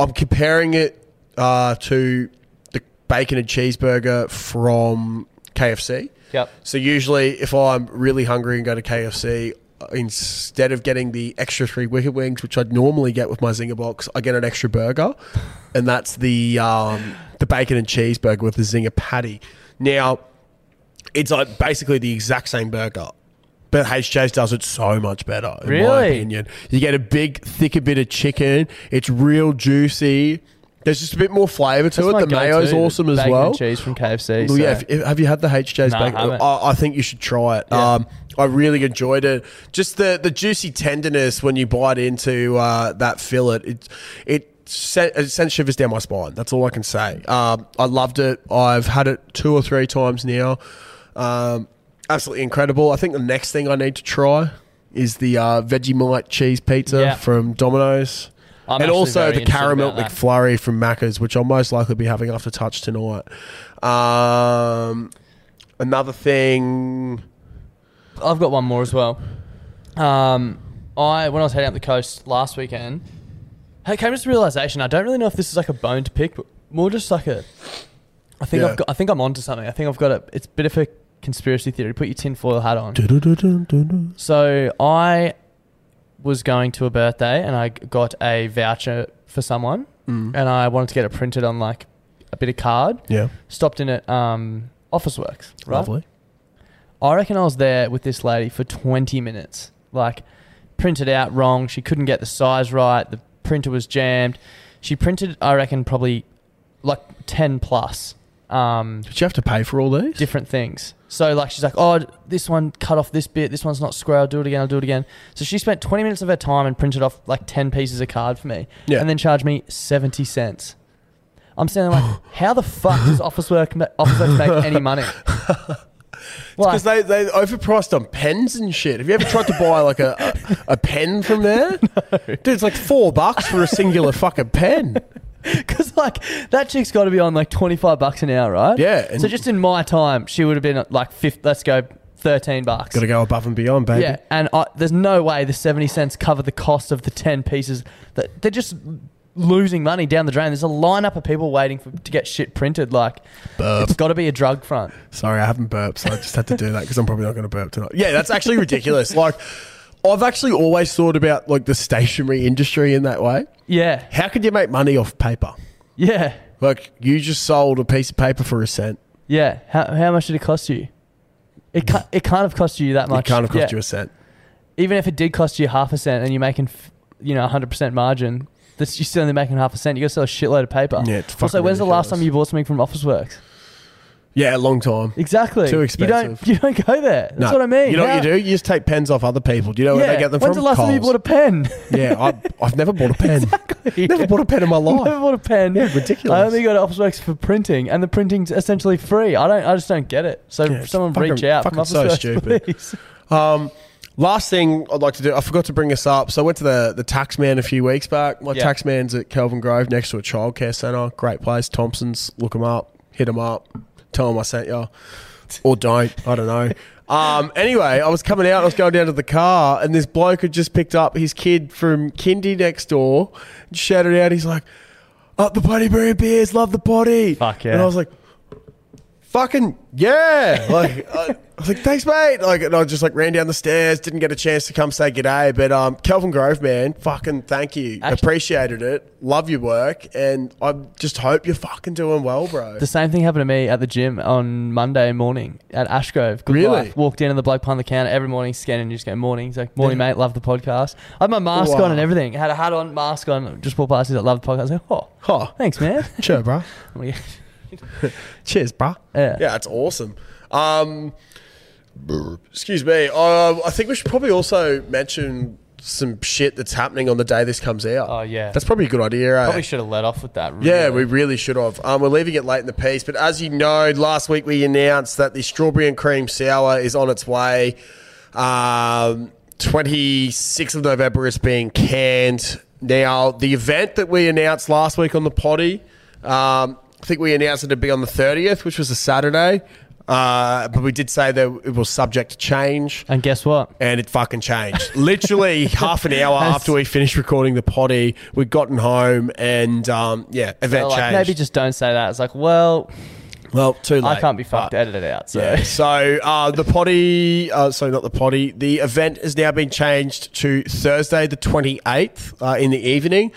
[SPEAKER 2] I'm comparing it uh, to the bacon and cheeseburger from KFC.
[SPEAKER 1] Yep.
[SPEAKER 2] So usually, if I'm really hungry and go to KFC, instead of getting the extra three wicked wings, which I'd normally get with my Zinger box, I get an extra burger, and that's the um, the bacon and cheeseburger with the Zinger patty. Now, it's like basically the exact same burger. But HJ's does it so much better, in my
[SPEAKER 1] Really?
[SPEAKER 2] opinion. You get a big, thicker bit of chicken. It's real juicy. There's just a bit more flavour to
[SPEAKER 1] That's
[SPEAKER 2] it.
[SPEAKER 1] my
[SPEAKER 2] The mayo's
[SPEAKER 1] go-to,
[SPEAKER 2] awesome as
[SPEAKER 1] bacon
[SPEAKER 2] well.
[SPEAKER 1] And cheese from KFC.
[SPEAKER 2] Well, yeah,
[SPEAKER 1] so-
[SPEAKER 2] if, if- have you had the HJ's
[SPEAKER 1] No, I
[SPEAKER 2] bacon?
[SPEAKER 1] haven't.
[SPEAKER 2] I, I think you should try it.
[SPEAKER 1] Yeah.
[SPEAKER 2] Um, I really enjoyed it. Just the, the juicy tenderness when you bite into uh, that fillet. It it sent, it sent shivers down my spine. That's all I can say. Um, I loved it. I've had it two or three times now. Um, absolutely incredible. I think the next thing I need to try is the uh, Vegemite cheese pizza
[SPEAKER 1] Yeah.
[SPEAKER 2] from Domino's.
[SPEAKER 1] I'm
[SPEAKER 2] and
[SPEAKER 1] actually
[SPEAKER 2] also
[SPEAKER 1] very
[SPEAKER 2] the
[SPEAKER 1] interested
[SPEAKER 2] caramel
[SPEAKER 1] about that.
[SPEAKER 2] McFlurry from Macca's, which I'll most likely be having after touch tonight. Um, another thing.
[SPEAKER 1] I've got one more as well. Um, I when I was heading up the coast last weekend, I came to this realization. I don't really know if this is like a bone to pick, but more just like a. I think
[SPEAKER 2] Yeah.
[SPEAKER 1] I've got. I think I'm onto something. I think I've got a. It's a bit of a conspiracy theory. Put your tinfoil hat on. So I was going to a birthday and I got a voucher for someone, and I wanted to get it printed on like a bit of card.
[SPEAKER 2] Yeah.
[SPEAKER 1] Stopped in at um, Office Works. Right? I reckon I was there with this lady for 20 minutes. Like, printed out wrong. She couldn't get the size right. The printer was jammed. She printed, I reckon, probably like 10 plus um,
[SPEAKER 2] Did you have to pay for all these?
[SPEAKER 1] different things. So, like, she's like, oh, this one cut off this bit. This one's not square. I'll do it again. I'll do it again. So, she spent 20 minutes of her time and printed off like 10 pieces of card for me.
[SPEAKER 2] Yeah.
[SPEAKER 1] And then charged me 70 cents.
[SPEAKER 2] *laughs*
[SPEAKER 1] I'm saying, like, how the fuck does Office Work, Office Works make any money?
[SPEAKER 2] Because they, they overpriced on pens and shit. Have you ever tried to buy like a, a, a pen
[SPEAKER 1] *laughs*
[SPEAKER 2] from there? Dude, it's like four bucks for a singular
[SPEAKER 1] *laughs*
[SPEAKER 2] fucking pen.
[SPEAKER 1] Because like that chick's got to be on like twenty five bucks an *laughs* hour, right?
[SPEAKER 2] Yeah, and-
[SPEAKER 1] so just in my time, she would have been at, like fifth. Let's go thirteen bucks.
[SPEAKER 2] Gotta go above and beyond, baby.
[SPEAKER 1] yeah, and I, there's no way the seventy cents cover the cost of the ten pieces. That they're just losing money down the drain. There's a lineup of people waiting for to get shit printed. Like it's got to be a drug front.
[SPEAKER 2] Sorry, I haven't burped, so I just had to do that because I'm probably not going to burp tonight. Yeah, that's actually ridiculous. Like, I've actually always thought about like the stationery industry in that way.
[SPEAKER 1] Yeah,
[SPEAKER 2] How could you make money off paper?
[SPEAKER 1] yeah,
[SPEAKER 2] Like, you just sold a piece of paper for a cent.
[SPEAKER 1] yeah. How, how much did it cost you? It can't, it can't have cost you that
[SPEAKER 2] It
[SPEAKER 1] much.
[SPEAKER 2] can't have cost
[SPEAKER 1] Yeah.
[SPEAKER 2] you a cent.
[SPEAKER 1] even if it did cost you half a cent and you're making, f- you know, 100% margin, that's, you're still only making half a cent. You got to sell a shitload of paper.
[SPEAKER 2] Yeah, it's
[SPEAKER 1] Also,
[SPEAKER 2] fucking
[SPEAKER 1] when's the last
[SPEAKER 2] ridiculous.
[SPEAKER 1] time you bought something from Officeworks?
[SPEAKER 2] Yeah, a long time.
[SPEAKER 1] Exactly.
[SPEAKER 2] Too
[SPEAKER 1] *laughs* You don't, you don't go there. That's
[SPEAKER 2] No.
[SPEAKER 1] what I mean.
[SPEAKER 2] You know what
[SPEAKER 1] How-
[SPEAKER 2] you do? You just take pens off other people. Do you know where they get them
[SPEAKER 1] when's
[SPEAKER 2] from?
[SPEAKER 1] the last time you
[SPEAKER 2] Coles.
[SPEAKER 1] bought a pen?
[SPEAKER 2] yeah, I, I've
[SPEAKER 1] *laughs*
[SPEAKER 2] never bought a pen. *laughs* Never bought a pen in my
[SPEAKER 1] Never
[SPEAKER 2] life.
[SPEAKER 1] bought a pen.
[SPEAKER 2] Yeah, ridiculous.
[SPEAKER 1] I only go to Officeworks for printing, and the printing's essentially free. I don't. I just don't get it. So
[SPEAKER 2] Yeah, it's
[SPEAKER 1] someone
[SPEAKER 2] fucking-
[SPEAKER 1] reach out. From
[SPEAKER 2] fucking so
[SPEAKER 1] Officeworks, *laughs*
[SPEAKER 2] stupid.
[SPEAKER 1] please.
[SPEAKER 2] Um, last thing I'd like to do, I forgot to bring this up. So I went to the the tax man a few weeks back. My
[SPEAKER 1] Yeah.
[SPEAKER 2] tax man's at Kelvin Grove next to a childcare centre. Great place. Thompson's. Look him up. Hit him up. Tell him I sent you. Or don't. I
[SPEAKER 1] *laughs*
[SPEAKER 2] don't know. Um, anyway, I was coming out. I was going down to the car, and this bloke had just picked up his kid from kindy next door. and Shouted out, he's like, "Up the potty, brew beers, love the potty."
[SPEAKER 1] Fuck yeah.
[SPEAKER 2] And I was like, fucking
[SPEAKER 1] *laughs*
[SPEAKER 2] yeah like uh, I, I was like thanks mate like and i just like ran down the stairs didn't get a chance to come say g'day but um kelvin grove man fucking thank you
[SPEAKER 1] Actu-
[SPEAKER 2] appreciated it love your work and i just hope you're fucking doing well bro
[SPEAKER 1] The same thing happened to me at the gym on Monday morning at Ashgrove. Good
[SPEAKER 2] Really?
[SPEAKER 1] life. Walked in and the bloke behind the counter every morning, scanning, and you just go, morning. He's like, morning, mate, love the podcast. I had my mask
[SPEAKER 2] Wow.
[SPEAKER 1] on and everything. had a hat on, mask on, just walked past. He's like, love the podcast. I was like, oh,
[SPEAKER 2] oh
[SPEAKER 1] thanks,
[SPEAKER 2] *laughs*
[SPEAKER 1] man.
[SPEAKER 2] cheers
[SPEAKER 1] *laughs*
[SPEAKER 2] bro
[SPEAKER 1] I'm like,
[SPEAKER 2] cheers bro
[SPEAKER 1] yeah.
[SPEAKER 2] yeah that's awesome um excuse me uh, i think we should probably also mention some shit that's happening on the day this comes out
[SPEAKER 1] Oh, yeah.
[SPEAKER 2] that's probably a good idea eh?
[SPEAKER 1] Probably should have let off with that. Really.
[SPEAKER 2] Yeah, we really should have. Um, we're leaving it late in the piece, but as you know, last week we announced that the strawberry and cream sour is on its way. Um, 26th of November is being canned. Now, the event that we announced last week on the potty, um, I think we announced it to be on the 30th, which was a Saturday, uh, but we did say that it was subject to change
[SPEAKER 1] And guess what?
[SPEAKER 2] and it fucking changed. Literally *laughs* half an hour after we finished recording the potty, we'd gotten home and um, yeah,
[SPEAKER 1] They're
[SPEAKER 2] event
[SPEAKER 1] like,
[SPEAKER 2] changed.
[SPEAKER 1] maybe just don't say that. It's like, well,
[SPEAKER 2] well, too late.
[SPEAKER 1] I can't be fucked. Edit it out. So. *laughs*
[SPEAKER 2] Yeah. So uh, the potty, uh, sorry, not the potty. The event has now been changed to Thursday, the twenty eighth uh, in the evening.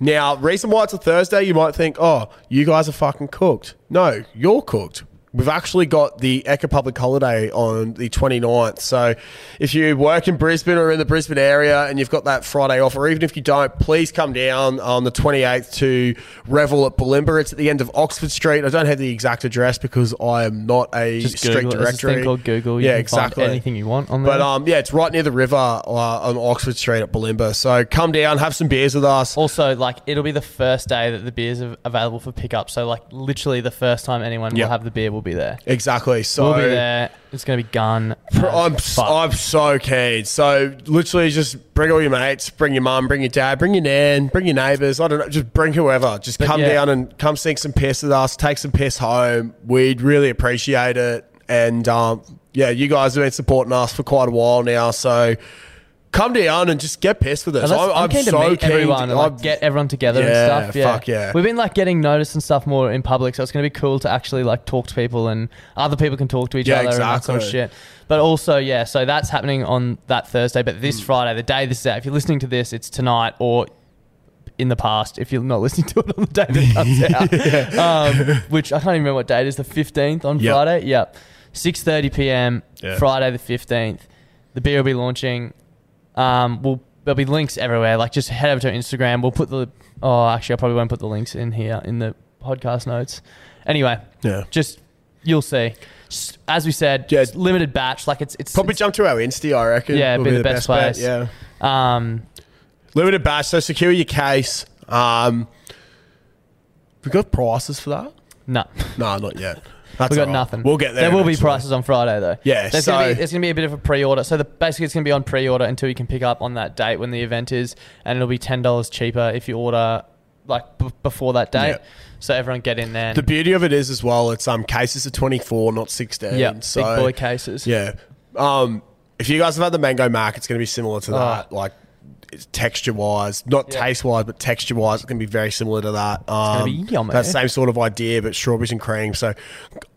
[SPEAKER 2] Now, reason why it's a Thursday, you might think, oh, you guys are fucking cooked. No, you're cooked. We've actually got the Echo Public Holiday on the 29th. So if you work in Brisbane or in the Brisbane area and you've got that Friday off, or even if you don't, please come down on the 28th to Revel at Bulimba. It's at the end of Oxford Street. I don't have the exact address because I am not a
[SPEAKER 1] Just
[SPEAKER 2] strict
[SPEAKER 1] Google. it. There's this
[SPEAKER 2] directory.
[SPEAKER 1] thing called Google. You
[SPEAKER 2] yeah,
[SPEAKER 1] can
[SPEAKER 2] exactly.
[SPEAKER 1] Find anything you want on there.
[SPEAKER 2] But um, yeah, it's right near the river uh, on Oxford Street at Bulimba. So come down, have some beers with us.
[SPEAKER 1] Also, like it'll be the first day that the beer's av- available for pickup. So, like literally, the first time anyone
[SPEAKER 2] Yeah.
[SPEAKER 1] will have the beer will be there.
[SPEAKER 2] Exactly. So
[SPEAKER 1] we'll be there. It's gonna be gun.
[SPEAKER 2] Bro,
[SPEAKER 1] as
[SPEAKER 2] I'm s-
[SPEAKER 1] fuck.
[SPEAKER 2] I'm so keen. So literally, just bring all your mates, bring your mum, bring your dad, bring your nan, bring your neighbours. I don't know, just bring whoever. Just come
[SPEAKER 1] yeah.
[SPEAKER 2] down and come sink some piss with us. Take some piss home. We'd really appreciate it. And um, yeah, you guys have been supporting us for quite a while now, so come down and just get pissed with us.
[SPEAKER 1] And that's-
[SPEAKER 2] I'm, I'm
[SPEAKER 1] keen
[SPEAKER 2] so
[SPEAKER 1] to meet
[SPEAKER 2] keen.
[SPEAKER 1] everyone and
[SPEAKER 2] I'm-
[SPEAKER 1] like, get everyone together
[SPEAKER 2] Yeah,
[SPEAKER 1] and stuff. Yeah,
[SPEAKER 2] fuck yeah.
[SPEAKER 1] We've been like getting noticed and stuff more in public, so it's gonna be cool to actually like talk to people and other people can talk to each
[SPEAKER 2] Yeah,
[SPEAKER 1] other and that sort of
[SPEAKER 2] exactly.
[SPEAKER 1] shit. But also, yeah, so that's happening on that Thursday. But
[SPEAKER 2] Mm.
[SPEAKER 1] this Friday, the day this is out, if you're listening to this, it's tonight or in the past. If you're not *laughs* listening to it on the day that it
[SPEAKER 2] *laughs*
[SPEAKER 1] comes out, um, which I can't even remember what date it is, the 15th on
[SPEAKER 2] Yep.
[SPEAKER 1] Friday. Yep, 6:30 p.m.
[SPEAKER 2] Yeah.
[SPEAKER 1] Friday the 15th. The beer will be launching. Um, we'll there'll be links everywhere. Like just head over to Instagram. We'll put the oh, actually, I probably won't put the links in here in the podcast notes. Anyway,
[SPEAKER 2] Yeah.
[SPEAKER 1] just you'll see. S- As we said,
[SPEAKER 2] Yeah.
[SPEAKER 1] just limited batch. Like it's it's
[SPEAKER 2] Probably
[SPEAKER 1] it's-
[SPEAKER 2] jump to our Insta, I reckon.
[SPEAKER 1] Yeah,
[SPEAKER 2] Will
[SPEAKER 1] be the best
[SPEAKER 2] bet,
[SPEAKER 1] place.
[SPEAKER 2] Yeah.
[SPEAKER 1] um
[SPEAKER 2] Limited batch, so secure your case. Um, we got prices for that?
[SPEAKER 1] no.
[SPEAKER 2] No, not yet.
[SPEAKER 1] *laughs*
[SPEAKER 2] That's
[SPEAKER 1] we got
[SPEAKER 2] all right.
[SPEAKER 1] nothing.
[SPEAKER 2] We'll get there
[SPEAKER 1] There will be
[SPEAKER 2] eventually.
[SPEAKER 1] prices on Friday though.
[SPEAKER 2] Yeah,
[SPEAKER 1] there's gonna be
[SPEAKER 2] so-
[SPEAKER 1] there's gonna be a bit of a pre-order. So the, basically, it's gonna be on pre-order until you can pick up on that date when the event is, and it'll be ten dollars cheaper if you order like b- before that date.
[SPEAKER 2] Yeah.
[SPEAKER 1] So everyone get in there. and-
[SPEAKER 2] The beauty of it is as well, it's um cases of twenty four, not sixteen.
[SPEAKER 1] yeah,
[SPEAKER 2] so,
[SPEAKER 1] big boy cases.
[SPEAKER 2] Yeah. Um, if you guys have had the mango mark, it's going to be similar to that. Like texture wise, not
[SPEAKER 1] Ah. Yeah.
[SPEAKER 2] taste wise, but texture wise, it's going to be very similar to that. Um,
[SPEAKER 1] be yummy.
[SPEAKER 2] That same sort of idea, but strawberries and cream. So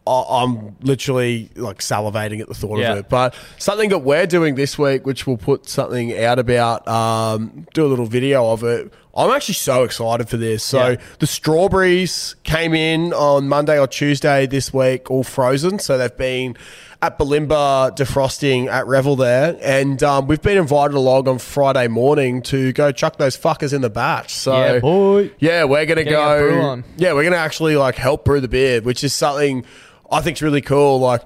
[SPEAKER 2] I- I'm literally like salivating at the thought
[SPEAKER 1] Yeah.
[SPEAKER 2] of it. But something that we're doing this week, which we'll put something out about, um, do a little video of it. I'm actually so excited for this. So
[SPEAKER 1] Yeah.
[SPEAKER 2] the strawberries came in on Monday or Tuesday this week, all frozen. So they've been at Balimba defrosting at Revel there, and um, we've been invited along on Friday morning to go chuck those fuckers in the batch. So
[SPEAKER 1] Yeah, boy.
[SPEAKER 2] yeah, we're gonna
[SPEAKER 1] Getting a brew
[SPEAKER 2] go.
[SPEAKER 1] on.
[SPEAKER 2] Yeah, we're gonna actually like help brew the beer, which is something I think's really cool. Like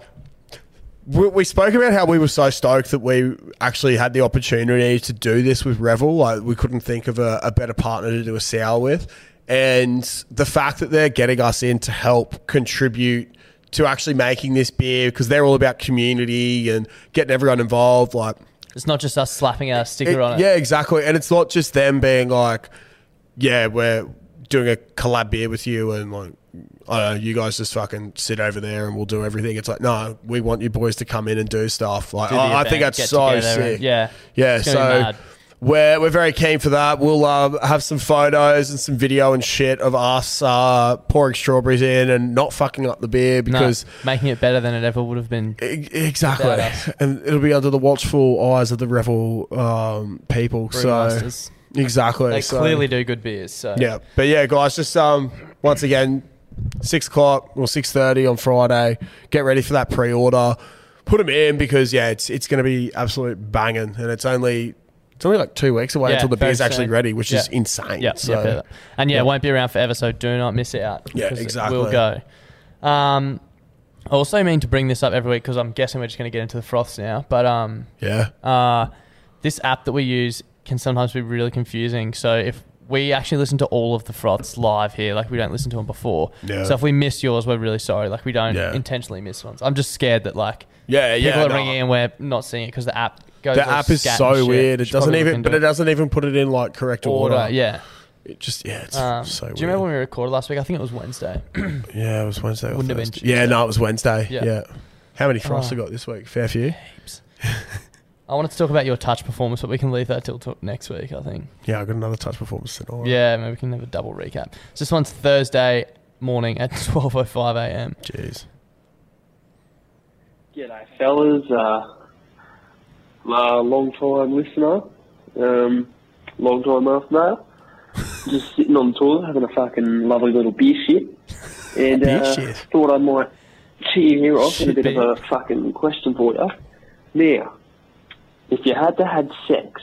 [SPEAKER 2] we, we spoke about how we were so stoked that we actually had the opportunity to do this with Revel. Like we couldn't think of a, a better partner to do a sour with, and the fact that they're getting us in to help contribute to actually making this beer because they're all about community and getting everyone involved. Like
[SPEAKER 1] It's not just us slapping our sticker
[SPEAKER 2] it-
[SPEAKER 1] on it.
[SPEAKER 2] Yeah, exactly. And it's not just them being like, yeah, we're doing a collab beer with you and like, I don't know, you guys just fucking sit over there and we'll do everything. It's like, no, we want you boys to come in and do stuff. Like,
[SPEAKER 1] Do the
[SPEAKER 2] I, I think
[SPEAKER 1] event,
[SPEAKER 2] that's
[SPEAKER 1] get
[SPEAKER 2] so
[SPEAKER 1] together and-
[SPEAKER 2] sick.
[SPEAKER 1] yeah.
[SPEAKER 2] Yeah.
[SPEAKER 1] It's gonna be
[SPEAKER 2] So
[SPEAKER 1] mad.
[SPEAKER 2] we're, we're very keen for that. We'll um, have some photos and some video and shit of us uh, pouring strawberries in and not fucking up the beer
[SPEAKER 1] No,
[SPEAKER 2] because.
[SPEAKER 1] making it better than it ever would have been.
[SPEAKER 2] E- Exactly,
[SPEAKER 1] Without us.
[SPEAKER 2] and it'll be under the watchful eyes of the Revel um, people.
[SPEAKER 1] Brewmasters.
[SPEAKER 2] So exactly,
[SPEAKER 1] They
[SPEAKER 2] so-
[SPEAKER 1] clearly do good beers. So
[SPEAKER 2] yeah. But yeah, guys, just um, once again, six o'clock or six thirty on Friday. Get ready for that pre-order. Put them in because yeah, it's it's going to be absolute banging, and it's only it's only like two weeks away
[SPEAKER 1] Yeah,
[SPEAKER 2] until the
[SPEAKER 1] very
[SPEAKER 2] beer's actually
[SPEAKER 1] soon.
[SPEAKER 2] ready, which is
[SPEAKER 1] Yeah.
[SPEAKER 2] insane.
[SPEAKER 1] Yeah,
[SPEAKER 2] so
[SPEAKER 1] yeah, better. and yeah,
[SPEAKER 2] yeah.
[SPEAKER 1] it won't be around forever, so do not miss it out.
[SPEAKER 2] Yeah,
[SPEAKER 1] because
[SPEAKER 2] exactly.
[SPEAKER 1] It will go. Um, I also mean to bring this up every week because I'm guessing we're just going to get into the froths now. But um,
[SPEAKER 2] yeah,
[SPEAKER 1] uh, this app that we use can sometimes be really confusing. So if we actually listen to all of the froths live here, like we don't listen to them before.
[SPEAKER 2] Yeah.
[SPEAKER 1] So if we miss yours, we're really sorry. Like we don't
[SPEAKER 2] Yeah,
[SPEAKER 1] intentionally miss ones. I'm just scared that like
[SPEAKER 2] yeah, yeah.
[SPEAKER 1] people are
[SPEAKER 2] no.
[SPEAKER 1] ringing and we're not seeing it because the app goes.
[SPEAKER 2] The
[SPEAKER 1] all
[SPEAKER 2] app is
[SPEAKER 1] scat
[SPEAKER 2] so
[SPEAKER 1] and shit.
[SPEAKER 2] weird. It
[SPEAKER 1] Should
[SPEAKER 2] doesn't
[SPEAKER 1] probably look
[SPEAKER 2] even,
[SPEAKER 1] into
[SPEAKER 2] but it doesn't even put it in like correct order.
[SPEAKER 1] order. Yeah.
[SPEAKER 2] It just yeah, it's
[SPEAKER 1] Um,
[SPEAKER 2] so.
[SPEAKER 1] do
[SPEAKER 2] weird.
[SPEAKER 1] you remember when we recorded last week? I think it was Wednesday.
[SPEAKER 2] Yeah, it was Wednesday. Or
[SPEAKER 1] Wouldn't have been
[SPEAKER 2] Thursday. yeah, no, it was Wednesday. Yeah.
[SPEAKER 1] Yeah.
[SPEAKER 2] How many frosts
[SPEAKER 1] Oh.
[SPEAKER 2] have got this week? Fair few.
[SPEAKER 1] I wanted to talk about your touch performance, but we can leave that till t- next week, I think.
[SPEAKER 2] Yeah, I got another touch performance tonight.
[SPEAKER 1] Yeah, maybe we can have a double recap. So this one's Thursday morning at *laughs* 12.05 a.m.
[SPEAKER 2] Jeez.
[SPEAKER 9] G'day, fellas. Uh, uh, long time listener, um, long time after that. Just sitting on the toilet having a fucking lovely little beer shit. And
[SPEAKER 2] Beer
[SPEAKER 9] uh,
[SPEAKER 2] shit.
[SPEAKER 9] thought I might cheer you off with a bit
[SPEAKER 1] beer.
[SPEAKER 9] of a fucking question for you. Now, if you had to had sex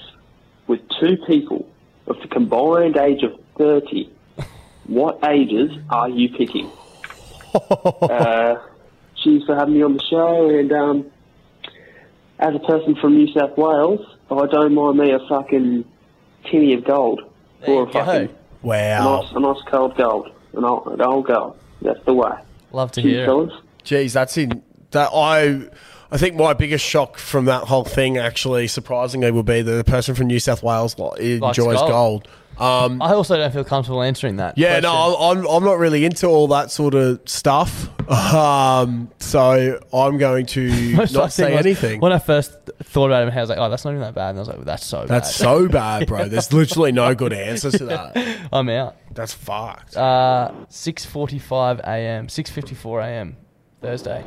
[SPEAKER 9] with two people of the combined age of 30, what ages are you picking?
[SPEAKER 1] *laughs*
[SPEAKER 9] uh, cheers for having me on the show. And um, as a person from New South Wales, I don't mind me a fucking tinny of gold or a
[SPEAKER 1] you go.
[SPEAKER 9] fucking a
[SPEAKER 2] Wow.
[SPEAKER 9] nice, a nice cold gold, an old, an old gold. That's the way.
[SPEAKER 1] Love to
[SPEAKER 9] Cheers,
[SPEAKER 1] hear it.
[SPEAKER 9] fellas.
[SPEAKER 2] Jeez, that's in that I I think my biggest shock from that whole thing actually surprisingly will be that the person from New South Wales lo- enjoys
[SPEAKER 1] gold.
[SPEAKER 2] gold. Um
[SPEAKER 1] I also don't feel comfortable answering that.
[SPEAKER 2] yeah, no,
[SPEAKER 1] question.
[SPEAKER 2] I'm, I'm- I'm not really into all that sort of stuff. Um, so I'm going
[SPEAKER 1] *laughs*
[SPEAKER 2] to
[SPEAKER 1] Most
[SPEAKER 2] not
[SPEAKER 1] likely
[SPEAKER 2] say
[SPEAKER 1] was-
[SPEAKER 2] anything.
[SPEAKER 1] When I first th- thought about it, I was like, oh, that's not even that bad. And I was like, well, that's so
[SPEAKER 2] That's
[SPEAKER 1] bad. *laughs*
[SPEAKER 2] so bad, bro. There's literally no good answer to that.
[SPEAKER 1] I'm out.
[SPEAKER 2] That's fucked.
[SPEAKER 1] Uh, 6.45 a.m., 6.54 a.m. Thursday.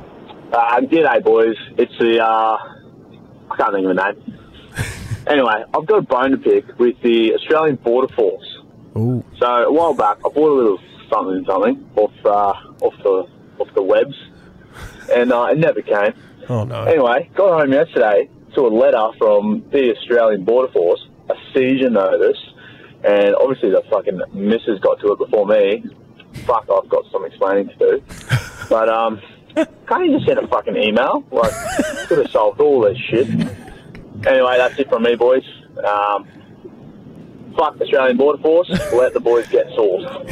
[SPEAKER 10] Uh, g'day, boys. It's the, uh, I can't think of
[SPEAKER 2] *laughs*
[SPEAKER 10] the name. anyway, I've got a bone to pick with the Australian Border Force.
[SPEAKER 2] Ooh.
[SPEAKER 10] So, a while back, I bought a little something, something off, uh, off, the, off the webs, and uh, it never came.
[SPEAKER 2] Oh no.
[SPEAKER 10] Anyway, got home yesterday to a letter from the Australian Border Force, a seizure notice, and obviously the fucking missus got to it before me. Fuck, I've got some explaining to do. But, um, can't you just send a fucking email? Like, could have solved all this shit. Anyway, that's it from me, boys. Um, fuck Australian Border Force, let the boys get sourced.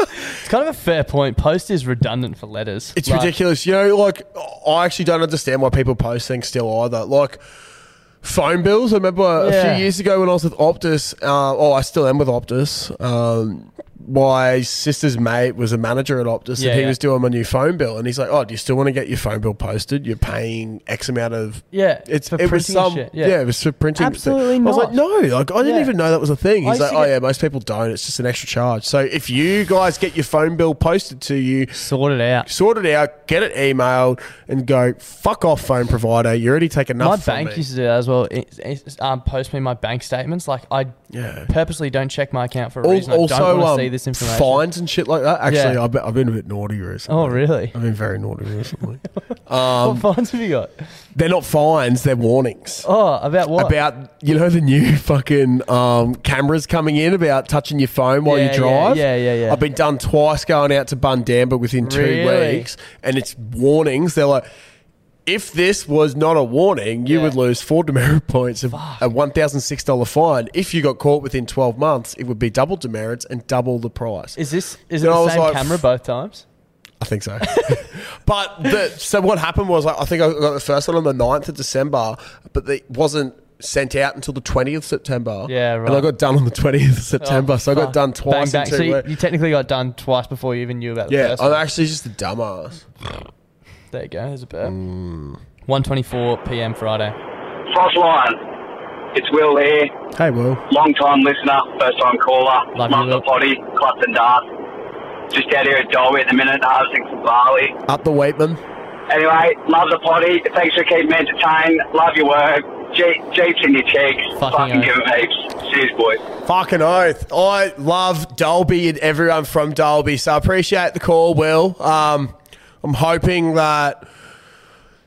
[SPEAKER 1] It's kind of a fair point. Post is redundant for letters.
[SPEAKER 2] It's
[SPEAKER 1] Like,
[SPEAKER 2] ridiculous. You know, like I actually don't understand why people post things still either. Like phone bills. I remember a
[SPEAKER 1] Yeah.
[SPEAKER 2] few years ago when I was with Optus. Uh, oh, I still am with Optus. Um, my sister's mate was a manager at Optus,
[SPEAKER 1] Yeah,
[SPEAKER 2] and he
[SPEAKER 1] yeah.
[SPEAKER 2] was doing my new phone bill. And he's like, "Oh, do you still want to get your phone bill posted? You're paying X amount of
[SPEAKER 1] Yeah,
[SPEAKER 2] It's
[SPEAKER 1] for
[SPEAKER 2] it was
[SPEAKER 1] printing and
[SPEAKER 2] some
[SPEAKER 1] shit,
[SPEAKER 2] yeah.
[SPEAKER 1] yeah.
[SPEAKER 2] it was for printing.
[SPEAKER 1] Absolutely
[SPEAKER 2] I was like,
[SPEAKER 1] not.
[SPEAKER 2] no, like I didn't
[SPEAKER 1] Yeah.
[SPEAKER 2] even know that was a thing.
[SPEAKER 1] I used
[SPEAKER 2] He's like,
[SPEAKER 1] to
[SPEAKER 2] oh
[SPEAKER 1] get-
[SPEAKER 2] yeah, most people don't. It's just an extra charge. So if you guys get your phone bill posted to you,
[SPEAKER 1] Sort it out.
[SPEAKER 2] sort it out, get it emailed, and go fuck off, phone provider. You already take enough.
[SPEAKER 1] My
[SPEAKER 2] from
[SPEAKER 1] bank
[SPEAKER 2] me."
[SPEAKER 1] used to do that as well. It, it, um, post me my bank statements. Like I
[SPEAKER 2] Yeah.
[SPEAKER 1] purposely don't check my account for a
[SPEAKER 2] Al-
[SPEAKER 1] reason. I
[SPEAKER 2] also
[SPEAKER 1] don't want
[SPEAKER 2] um,
[SPEAKER 1] to see this information.
[SPEAKER 2] fines and shit like that. Actually,
[SPEAKER 1] Yeah.
[SPEAKER 2] I've, been, I've been a bit naughty recently.
[SPEAKER 1] Oh really?
[SPEAKER 2] I've been very naughty
[SPEAKER 1] *laughs*
[SPEAKER 2] recently. Um,
[SPEAKER 1] what fines have you got?
[SPEAKER 2] they're not fines; they're warnings.
[SPEAKER 1] Oh, about what?
[SPEAKER 2] About you know the new fucking um, cameras coming in about touching your phone while
[SPEAKER 1] Yeah,
[SPEAKER 2] you
[SPEAKER 1] yeah,
[SPEAKER 2] drive.
[SPEAKER 1] yeah, yeah, yeah.
[SPEAKER 2] I've been done twice going out to Bundamba within two
[SPEAKER 1] Really?
[SPEAKER 2] weeks, and it's warnings. They're like, if this was not a warning, you
[SPEAKER 1] Yeah.
[SPEAKER 2] would lose four demerit points of a one thousand six dollar fine. If you got caught within twelve months, it would be double demerits and double the price.
[SPEAKER 1] is this is it
[SPEAKER 2] Then I
[SPEAKER 1] the
[SPEAKER 2] was
[SPEAKER 1] same
[SPEAKER 2] like,
[SPEAKER 1] camera both times?
[SPEAKER 2] I think so. *laughs* but the, so what happened was like, I think I got the first one on the 9th of December, but it wasn't sent out until the 20th of September.
[SPEAKER 1] Yeah,
[SPEAKER 2] And I
[SPEAKER 1] right.
[SPEAKER 2] got done on the 20th of September,
[SPEAKER 1] Oh,
[SPEAKER 2] so I
[SPEAKER 1] fuck.
[SPEAKER 2] got done
[SPEAKER 1] Bang,
[SPEAKER 2] twice
[SPEAKER 1] bang.
[SPEAKER 2] in two
[SPEAKER 1] So you,
[SPEAKER 2] weeks.
[SPEAKER 1] you technically got done twice before you even knew about the
[SPEAKER 2] yeah,
[SPEAKER 1] first
[SPEAKER 2] I'm
[SPEAKER 1] one.
[SPEAKER 2] actually just a dumbass. Hmm.
[SPEAKER 1] there you go. There's a burp. 1.24 p.m. Friday.
[SPEAKER 11] Frost line. It's Will here.
[SPEAKER 2] Hey, Will.
[SPEAKER 11] Long time listener, first time caller.
[SPEAKER 1] Love you,
[SPEAKER 11] Love the
[SPEAKER 1] Will.
[SPEAKER 11] potty, clutch and dart. Just out here at Dolby at the minute, harvesting some barley.
[SPEAKER 2] Up the Waitman.
[SPEAKER 11] Anyway, love the potty. Thanks for keeping me entertained. Love your work. Je- Jeeps in your cheeks.
[SPEAKER 1] Fucking oath.
[SPEAKER 11] give 'em heaps. Cheers, boys.
[SPEAKER 2] Fucking oath. I love Dolby and everyone from Dolby, so I appreciate the call, Will. Um, I'm hoping that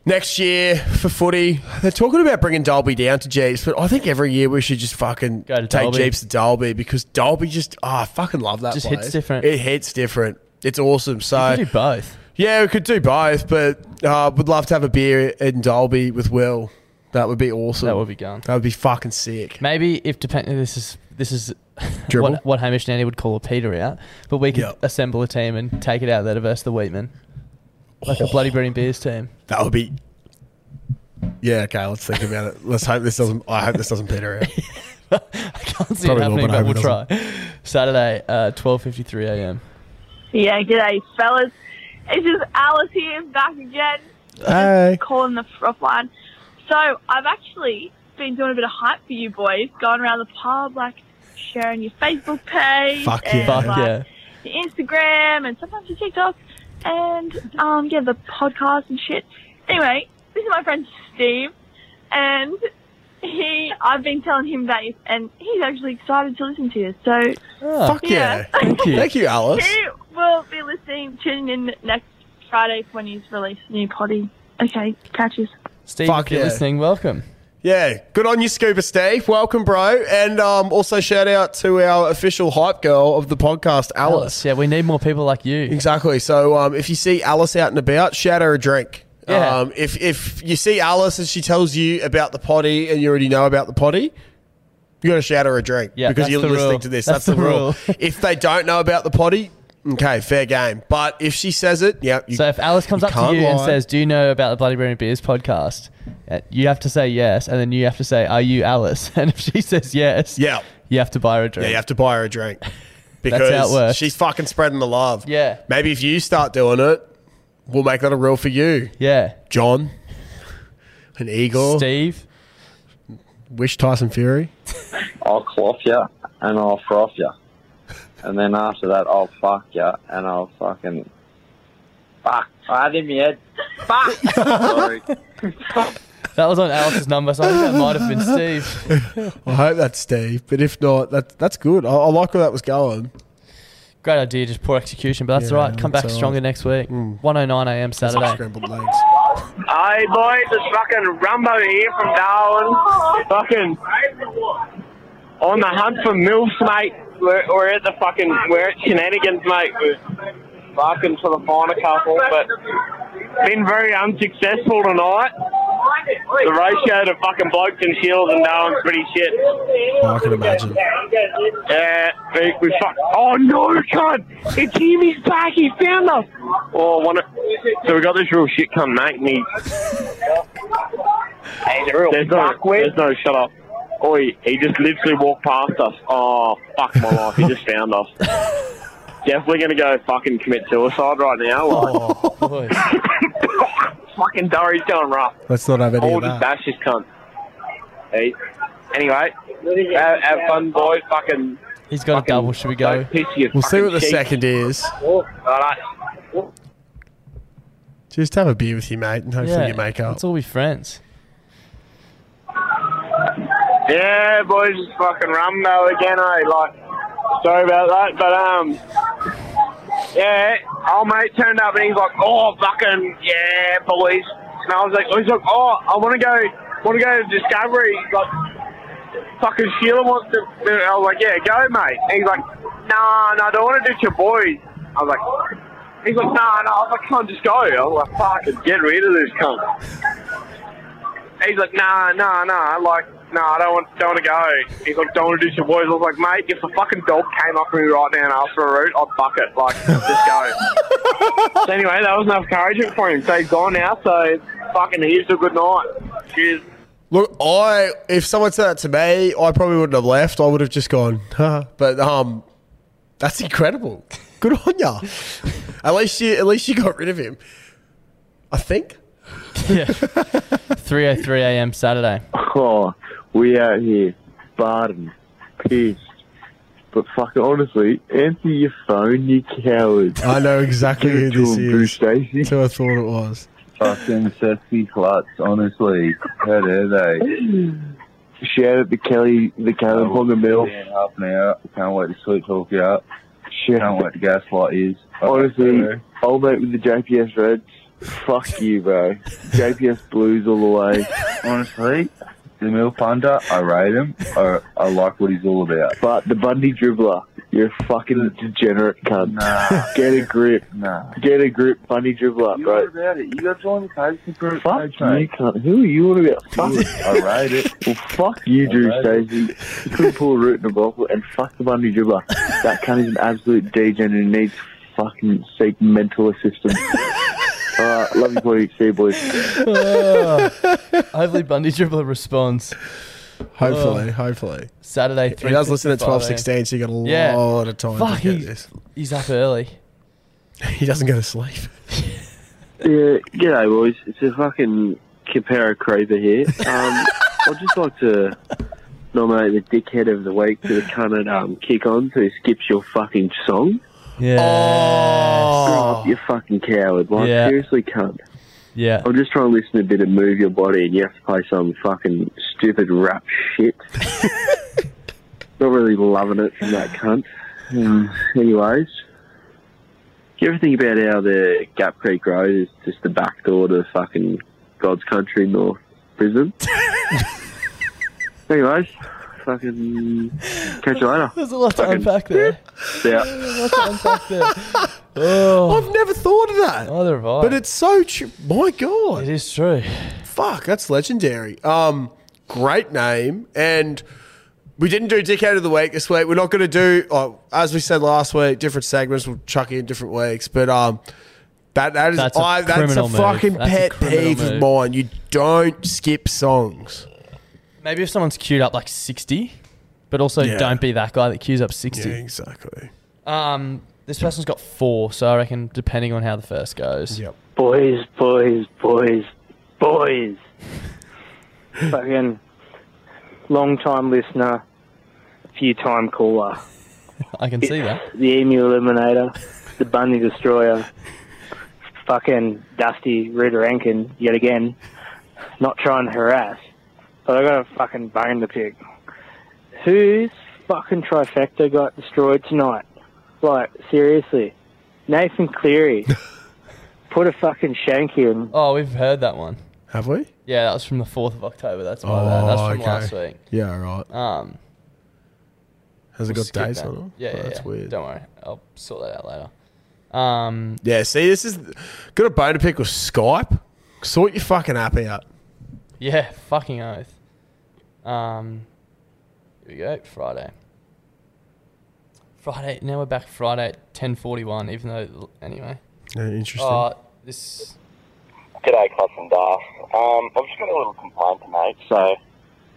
[SPEAKER 2] next year for footy, they're talking about bringing Dolby down to Jeeps, but I think every year we should just fucking
[SPEAKER 1] Go to
[SPEAKER 2] take
[SPEAKER 1] Dalby.
[SPEAKER 2] Jeeps to Dolby because Dolby just, ah, I fucking love that
[SPEAKER 1] Just
[SPEAKER 2] place.
[SPEAKER 1] hits different.
[SPEAKER 2] It hits different. It's awesome. So,
[SPEAKER 1] You do both.
[SPEAKER 2] yeah, we could do both, but uh, would love to have a beer in Dolby with Will. That would be awesome.
[SPEAKER 1] That would be gone.
[SPEAKER 2] That would be fucking sick.
[SPEAKER 1] Maybe if depending, this is this is *laughs*
[SPEAKER 2] Dribble?
[SPEAKER 1] what, what Hamish and Andy would call a Peter out, but we could
[SPEAKER 2] Yep.
[SPEAKER 1] assemble a team and take it out there versus the Wheatman, like a bloody bread and beers team.
[SPEAKER 2] Oh. That would be. Yeah. Okay. Let's think about it. Let's hope this doesn't. I hope this doesn't peter out.
[SPEAKER 1] *laughs* I can't see
[SPEAKER 2] Probably will,
[SPEAKER 1] it happening,
[SPEAKER 2] but I
[SPEAKER 1] but,
[SPEAKER 2] hope
[SPEAKER 1] we'll try. Saturday, uh, twelve fifty three a.m.
[SPEAKER 12] Yeah, g'day, fellas. It's just Alice here, back again,
[SPEAKER 2] Hey.
[SPEAKER 12] calling the froth line. So, I've actually been doing a bit of hype for you boys, going around the pub, like sharing your Facebook page,
[SPEAKER 2] Fuck yeah.
[SPEAKER 12] and,
[SPEAKER 1] Fuck
[SPEAKER 12] like,
[SPEAKER 1] yeah!
[SPEAKER 12] your Instagram, and sometimes your TikTok, and um, yeah, the podcast and shit. Anyway, this is my friend Steve, and he, I've been telling him about you, and he's actually excited to listen to you. So,
[SPEAKER 1] Oh,
[SPEAKER 2] Fuck yeah.
[SPEAKER 1] Thank you.
[SPEAKER 2] Thank you, Alice.
[SPEAKER 12] He will be listening, tuning in next Friday when he's released a new potty. Okay, catches.
[SPEAKER 1] *laughs* Steve,
[SPEAKER 2] Fuck
[SPEAKER 1] if you're
[SPEAKER 2] yeah.
[SPEAKER 1] listening, welcome.
[SPEAKER 2] Yeah. Good on you, Scuba Steve. Welcome, bro. And um, also shout out to our official hype girl of the podcast, Alice.
[SPEAKER 1] Yeah, we need more people like you.
[SPEAKER 2] Exactly. So um, if you see Alice out and about, shout her a drink.
[SPEAKER 1] Yeah.
[SPEAKER 2] Um, if if you see Alice and she tells you about the potty and you already know about the potty, you got to shout her a drink
[SPEAKER 1] Yeah,
[SPEAKER 2] because
[SPEAKER 1] that's
[SPEAKER 2] you're
[SPEAKER 1] the
[SPEAKER 2] listening
[SPEAKER 1] rule.
[SPEAKER 2] to this.
[SPEAKER 1] That's
[SPEAKER 2] That's, the
[SPEAKER 1] the
[SPEAKER 2] rule.
[SPEAKER 1] rule. *laughs*
[SPEAKER 2] if they don't know about the potty, okay, fair game. But if she says it, yeah. You,
[SPEAKER 1] So if Alice comes
[SPEAKER 2] you
[SPEAKER 1] up to
[SPEAKER 2] can't
[SPEAKER 1] you and
[SPEAKER 2] lie.
[SPEAKER 1] says, "Do you know about the Bloody Bread and Beers podcast?" Uh, You have to say yes, and then you have to say, "Are you Alice?" *laughs* And if she says yes,
[SPEAKER 2] Yeah.
[SPEAKER 1] you have to buy her a drink.
[SPEAKER 2] Yeah, you have to buy her
[SPEAKER 1] *laughs*
[SPEAKER 2] a drink
[SPEAKER 1] how it
[SPEAKER 2] because
[SPEAKER 1] works.
[SPEAKER 2] she's fucking spreading the love.
[SPEAKER 1] Yeah.
[SPEAKER 2] Maybe if you start doing it, we'll make that a rule for you,
[SPEAKER 1] Yeah.
[SPEAKER 2] John, and Eagle.
[SPEAKER 1] Steve.
[SPEAKER 2] Wish Tyson Fury.
[SPEAKER 11] I'll cloth you and I'll froth you. And then after that, I'll fuck you and I'll fucking. Fuck. I had it in my head. Fuck! *laughs* Sorry.
[SPEAKER 1] That was on Alice's number, so I think that might have been Steve.
[SPEAKER 2] *laughs* I hope that's Steve, but if not, that that's good. I, I like where that was going.
[SPEAKER 1] Great idea, just poor execution, but that's
[SPEAKER 2] Yeah,
[SPEAKER 1] all right. Come back
[SPEAKER 2] that's all right. Mm.
[SPEAKER 1] stronger next week. 109 a.m. Saturday.
[SPEAKER 2] Scrambled legs.
[SPEAKER 11] Hey boys, it's fucking Rambo here from Darwin. Fucking on the hunt for milfs, mate. We're, we're at the fucking we're at shenanigans, mate. We're fucking for the final couple, but been very unsuccessful tonight.
[SPEAKER 13] The ratio to fucking blokes and shills and no one's pretty shit.
[SPEAKER 2] Oh, I can imagine.
[SPEAKER 13] Yeah, we, we fuck. Oh no, cunt! It's him. He's back. He found us. Oh, one. of- So we got this real shit cunt, mate, and he. there's no, there's no shut up. Oh, he, he just literally walked past us. Oh, fuck my life. He just found *laughs* us. Definitely gonna go fucking commit suicide right now.
[SPEAKER 2] Oh.
[SPEAKER 13] fucking Dory's going rough.
[SPEAKER 2] Let's not have any
[SPEAKER 13] All
[SPEAKER 2] of
[SPEAKER 13] just
[SPEAKER 2] that.
[SPEAKER 13] bash his cunt. Hey. Anyway, have, have fun, boys. Fucking
[SPEAKER 1] He's got a double. Should we go?
[SPEAKER 13] piss your
[SPEAKER 2] We'll see
[SPEAKER 13] fucking
[SPEAKER 2] what the
[SPEAKER 13] cheek.
[SPEAKER 2] second is.
[SPEAKER 13] Alright.
[SPEAKER 2] Just have a beer with you, mate, and hopefully
[SPEAKER 1] Yeah,
[SPEAKER 2] you make up.
[SPEAKER 1] Let's all be friends.
[SPEAKER 13] Yeah, boys, it's fucking rum though again, eh? Like, sorry about that, but um, yeah, old mate turned up and he's like, oh fucking yeah, boys, and I was like, he's like, oh, I want to go, want to go to Discovery, He's like, fucking Sheila wants to, and I was like, yeah, go mate, and he's like, nah, no, I don't want to do your boys, I was like. He's like, nah, no, I was like, can't just go. I was like, fucking get rid of this cunt. He's like, nah, nah, nah. Like, nah, I don't want, don't want to go. He's like, don't want to do some boys. I was like, mate, if a fucking dog came up to me right now and asked for a root, I'd buck it. Like, just go. so anyway, that was enough encouragement for him. So he's gone now. So fucking here's a good night. Cheers.
[SPEAKER 2] Look, I if someone said that to me, I probably wouldn't have left. I would have just gone, huh. But um, that's incredible. Good on ya. at least you, at least you got rid of him. I think.
[SPEAKER 1] Yeah. 3:03 a.m.
[SPEAKER 2] *laughs*
[SPEAKER 1] Saturday.
[SPEAKER 10] Oh, we out here barden, pissed. But fucking honestly, answer your phone, you coward.
[SPEAKER 2] *laughs* I know exactly who this is.
[SPEAKER 10] Stacy.
[SPEAKER 2] So I thought it was. *laughs*
[SPEAKER 14] Fucking sexy cluts, honestly. How dare they?
[SPEAKER 10] Shout out to Kelly, the Caleb
[SPEAKER 14] Oh,
[SPEAKER 10] Hogger Mill.
[SPEAKER 14] yeah, half an hour. Can't wait to sweet talk you up. Can't wait to gaslight is.
[SPEAKER 10] Honestly, old mate with the JPS Reds. Fuck you, bro. JPS Blues all the way.
[SPEAKER 14] Honestly, the Mill punter, I rate him. I, I like what he's all about.
[SPEAKER 10] But the Bundy dribbler, you're a fucking degenerate cunt.
[SPEAKER 14] Nah.
[SPEAKER 10] Get a grip.
[SPEAKER 14] Nah.
[SPEAKER 10] Get a grip, Bundy dribbler,
[SPEAKER 14] You
[SPEAKER 10] bro.
[SPEAKER 14] all about it. You got to join the coach and prove
[SPEAKER 10] Fuck you, cunt. Who are you on about? Fuck
[SPEAKER 14] I rate it.
[SPEAKER 10] Well, fuck you, Drew
[SPEAKER 14] Alright.
[SPEAKER 10] Stacey. You couldn't pull a root in a bottle, and fuck the Bundy dribbler. That cunt is an absolute degen who needs fucking seek mental assistance. Alright, love you, boys. See you, boys.
[SPEAKER 1] Ah. hopefully, Bundy Dribbler responds.
[SPEAKER 2] Hopefully,
[SPEAKER 1] Oh.
[SPEAKER 2] hopefully.
[SPEAKER 1] Saturday.
[SPEAKER 2] He does listen at
[SPEAKER 1] 12,
[SPEAKER 2] 12:16, so you got a lot of time to
[SPEAKER 1] Fuck,
[SPEAKER 2] get
[SPEAKER 1] he-
[SPEAKER 2] this.
[SPEAKER 1] He's up early.
[SPEAKER 2] He doesn't go to sleep.
[SPEAKER 10] Yeah, g'day, boys. It's a fucking Capera Creeper here. Um, I'd just like to nominate the dickhead of the week to the cunt at um, Kick On who skips your fucking song.
[SPEAKER 1] Yeah.
[SPEAKER 10] Oh. You fucking coward. Like,
[SPEAKER 1] Yeah.
[SPEAKER 10] seriously, cunt.
[SPEAKER 1] Yeah.
[SPEAKER 10] I'm just trying to listen to a bit of Move Your Body and you have to play some fucking stupid rap shit. Not really loving it from that cunt. *sighs* Um, anyways, do you ever think about how the Gap Creek Road is just the back door to fucking God's country, North
[SPEAKER 1] *laughs*
[SPEAKER 10] Brisbane? anyways, fucking catch you later.
[SPEAKER 1] There's a lot to unpack there.
[SPEAKER 10] *laughs* Yeah.
[SPEAKER 1] There's a lot to unpack there. Oh.
[SPEAKER 2] I've never thought of that.
[SPEAKER 1] Neither have I.
[SPEAKER 2] But it's so true. My God. It
[SPEAKER 1] is true.
[SPEAKER 2] Fuck, that's legendary. Um, great name. And we didn't do Dickhead of the Week this week. We're not going to do, oh, as we said last week, different segments. We'll chuck in different weeks. But um, that, that is,
[SPEAKER 1] That's a
[SPEAKER 2] I, that's a
[SPEAKER 1] criminal move.
[SPEAKER 2] fucking
[SPEAKER 1] That's a
[SPEAKER 2] pet
[SPEAKER 1] criminal
[SPEAKER 2] peeve of
[SPEAKER 1] move.
[SPEAKER 2] mine. You don't skip songs.
[SPEAKER 1] Maybe if someone's queued up like 60, but also
[SPEAKER 2] Yeah.
[SPEAKER 1] don't be that guy that queues up 60.
[SPEAKER 2] Yeah, exactly.
[SPEAKER 1] Um, this person's got four, so I reckon depending on how the first goes.
[SPEAKER 2] Yep.
[SPEAKER 9] Boys, boys, boys, boys. Fucking long time listener, few time caller.
[SPEAKER 1] *laughs* I can see that.
[SPEAKER 9] The Emu Eliminator, the Bunny Destroyer, fucking Dusty Rita Rankin yet again. Not trying to harass, but I got a fucking bone to pick. Whose fucking trifecta got destroyed tonight? Like, seriously. Nathan
[SPEAKER 13] *laughs*
[SPEAKER 9] Cleary put a fucking shank in.
[SPEAKER 1] Oh, we've heard that one.
[SPEAKER 2] Have we? Oh,
[SPEAKER 1] Yeah, that was from the 4th of October. That's my bad. That's from
[SPEAKER 2] okay.
[SPEAKER 1] last week.
[SPEAKER 2] Yeah, all right.
[SPEAKER 1] Um,
[SPEAKER 2] Has it
[SPEAKER 1] we'll
[SPEAKER 2] got
[SPEAKER 1] skip
[SPEAKER 2] dates
[SPEAKER 1] that.
[SPEAKER 2] on it?
[SPEAKER 1] Yeah,
[SPEAKER 2] Oh,
[SPEAKER 1] yeah,
[SPEAKER 2] that's
[SPEAKER 1] yeah.
[SPEAKER 2] weird.
[SPEAKER 1] Don't worry. I'll sort that out later. Um,
[SPEAKER 2] Yeah, see, this is got a bone to pick with Skype. Sort your fucking app out.
[SPEAKER 1] Yeah, *laughs* fucking oath. Um, here we go. Friday. Friday. Now we're back Friday at ten forty one. Even though, anyway.
[SPEAKER 2] Yeah, interesting.
[SPEAKER 1] Oh, this.
[SPEAKER 13] G'day, Club and Daft. Um, I've just got a little complaint to make. So,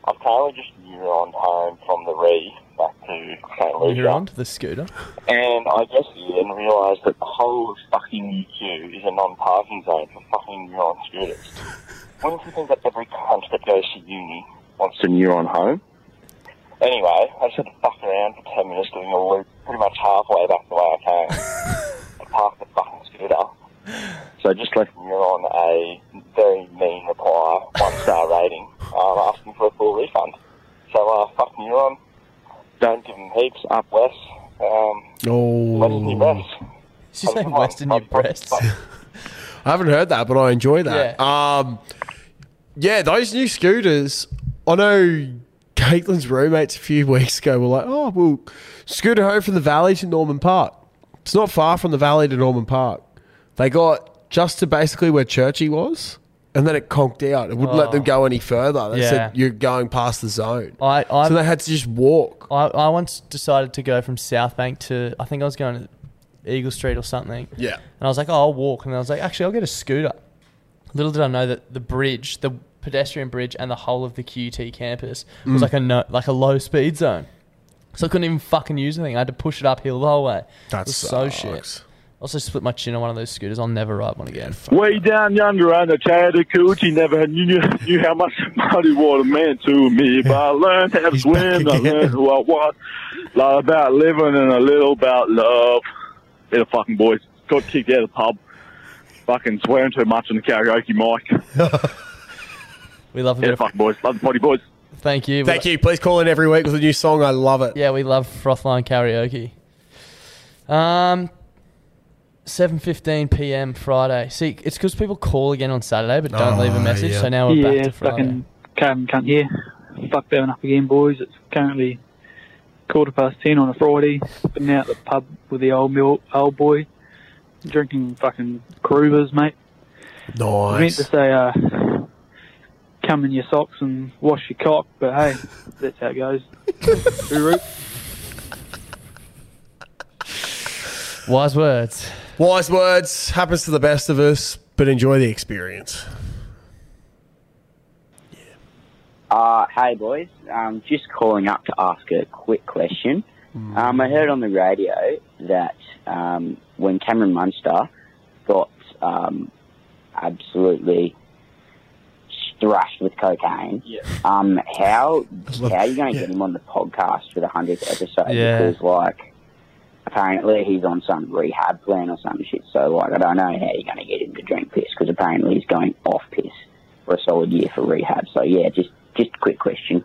[SPEAKER 13] I've currently just neuroned home from the Ree back to St. Lucia.
[SPEAKER 1] You're onto the scooter.
[SPEAKER 13] And I guess you didn't realise that the whole of fucking UQ is a non-parking zone for fucking neuron scooters. Wouldn't you think that every cunt that goes to uni wants to neuron home? Anyway, I just had to fuck around for 10 minutes doing a loop pretty much halfway back the way I came. I parked the fucking scooter. So I just left Neuron a very mean reply, one star rating, um, asking for a full refund. So uh, fuck Neuron. Don't give him heaps up west. Um, Western your
[SPEAKER 2] Oh.
[SPEAKER 13] breasts.
[SPEAKER 1] Did you say West in your breasts?
[SPEAKER 2] *laughs* I haven't heard that, but I enjoy that. Um, yeah, those new scooters. I know Caitlin's roommates a few *laughs* weeks ago were like, "Oh, we'll scooter home from the valley to Norman Park. It's not far from the valley to Norman Park." They got just to basically where Churchy was, and then it conked out. It wouldn't let them
[SPEAKER 1] Oh.
[SPEAKER 2] go any further. They
[SPEAKER 1] Yeah.
[SPEAKER 2] said you're going past the zone.
[SPEAKER 1] I, I
[SPEAKER 2] so they had to just walk.
[SPEAKER 1] I, I once decided to go from South Bank to I think I was going to Eagle Street or something.
[SPEAKER 2] Yeah.
[SPEAKER 1] And I was like, oh, I'll walk, and I was like, actually, I'll get a scooter. Little did I know that the bridge, the pedestrian bridge, and the whole of the QT campus was
[SPEAKER 9] Mm.
[SPEAKER 1] like a no, like a low speed zone, so I couldn't even fucking use anything. I had to push it uphill the whole way.
[SPEAKER 2] That
[SPEAKER 1] It was so shit. I Also split my chin on one of those scooters. I'll never ride one again.
[SPEAKER 15] Way down yonder on the Chattacoochee, never had, knew, knew how much *laughs* money water meant to me. But I learned how to swim, I learned who I was. A lot about living and a little about love. Little fucking boys. Got kicked out of the pub. Fucking swearing too much on the karaoke mic.
[SPEAKER 1] *laughs* we love a
[SPEAKER 15] yeah, fucking boys. Love the potty boys.
[SPEAKER 1] Thank you.
[SPEAKER 2] Thank you. Please call in every week with a new song. I love it.
[SPEAKER 1] Yeah, we love Frothline Karaoke. Um, seven fifteen p.m. Friday. See, it's because people call again on Saturday, but don't
[SPEAKER 2] Oh,
[SPEAKER 1] leave a message. So now we're
[SPEAKER 9] yeah,
[SPEAKER 1] back to Friday.
[SPEAKER 9] fucking Karen can't hear. Fuck down up again, boys. It's currently quarter past ten on a Friday. Been out at the pub with the old mil- old boy, drinking fucking Kruvers, mate. I meant to
[SPEAKER 2] Nice.
[SPEAKER 9] say, uh, come in your socks and wash your cock, but hey, that's how it goes. Hooroo.
[SPEAKER 1] Wise words.
[SPEAKER 2] Wise words happens to the best of us, but enjoy the experience.
[SPEAKER 16] Uh, hey boys, um, just calling up to ask a quick question. Um, I heard on the radio that um, when Cameron Munster got um, absolutely thrashed with cocaine, um, how how are you going to get him on the podcast for the hundredth episode?
[SPEAKER 10] Yeah.
[SPEAKER 16] Because like apparently he's on some rehab plan or some shit. So like I don't know how you're going to get him to drink piss because apparently he's going off piss for a solid year for rehab. So yeah, just just a quick question.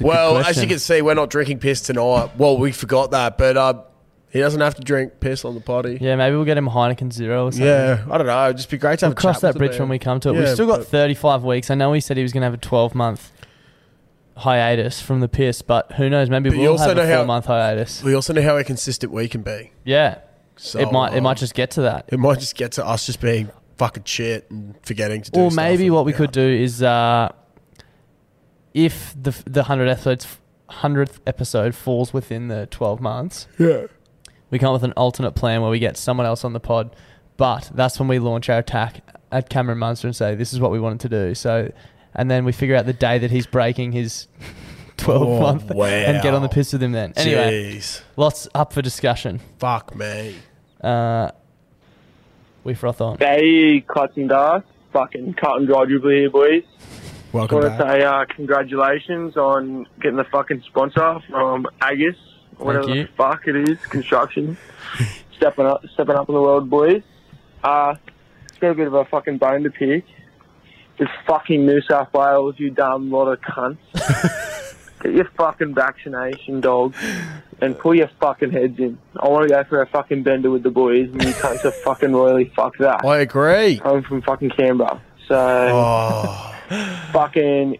[SPEAKER 2] Well, as you can see, we're not drinking piss tonight. Well, we forgot that, but uh, he doesn't have to drink piss on the potty.
[SPEAKER 1] Yeah, maybe we'll get him a Heineken Zero or something.
[SPEAKER 2] Yeah, I don't know. It'd just be great to have
[SPEAKER 1] We'll
[SPEAKER 2] a
[SPEAKER 1] cross
[SPEAKER 2] chat
[SPEAKER 1] that
[SPEAKER 2] with
[SPEAKER 1] bridge
[SPEAKER 2] him.
[SPEAKER 1] when we come to it. We've
[SPEAKER 2] Yeah,
[SPEAKER 1] still got
[SPEAKER 2] but-
[SPEAKER 1] 35 weeks. I know he said he was going to have a 12 month hiatus from the piss, but who knows? Maybe
[SPEAKER 2] But you
[SPEAKER 1] we'll
[SPEAKER 2] also
[SPEAKER 1] have
[SPEAKER 2] know
[SPEAKER 1] a
[SPEAKER 2] how-
[SPEAKER 1] four month hiatus.
[SPEAKER 2] We also know how inconsistent we can be.
[SPEAKER 1] Yeah.
[SPEAKER 2] So,
[SPEAKER 1] it might it
[SPEAKER 2] um,
[SPEAKER 1] might just get to that.
[SPEAKER 2] It might just get to us just being fucking shit and forgetting to do.
[SPEAKER 1] Or
[SPEAKER 2] stuff
[SPEAKER 1] maybe
[SPEAKER 2] and-
[SPEAKER 1] what we could do is uh, *laughs* if the the hundred episodes hundredth episode falls within the twelve months,
[SPEAKER 2] Yeah.
[SPEAKER 1] we come up with an alternate plan where we get someone else on the pod, but that's when we launch our attack at Cameron Munster and say this is what we wanted to do. So, and then we figure out the day that he's breaking his. *laughs* 12
[SPEAKER 2] Oh,
[SPEAKER 1] month and get on the
[SPEAKER 2] wow.
[SPEAKER 1] piss with him then. Anyway,
[SPEAKER 2] Jeez.
[SPEAKER 1] lots up for discussion.
[SPEAKER 2] Fuck me.
[SPEAKER 1] Uh, we froth on.
[SPEAKER 10] Hey, Cotton Dust, fucking Cotton Dry Jubilee here, boys.
[SPEAKER 2] Welcome
[SPEAKER 10] Want to say uh, congratulations on getting the fucking sponsor from Agus, or whatever
[SPEAKER 1] you.
[SPEAKER 10] the fuck it is, construction. stepping up, stepping up in the world, boys. Uh, it's got a bit of a fucking bone to pick. It's fucking New South Wales, you dumb lot of cunts. Get your fucking vaccination, dog, and pull your fucking heads in. I want to go for a fucking bender with the boys, and you cunts are fucking royally fuck that.
[SPEAKER 2] I agree.
[SPEAKER 10] I'm from fucking Canberra, so
[SPEAKER 1] Oh.
[SPEAKER 10] fucking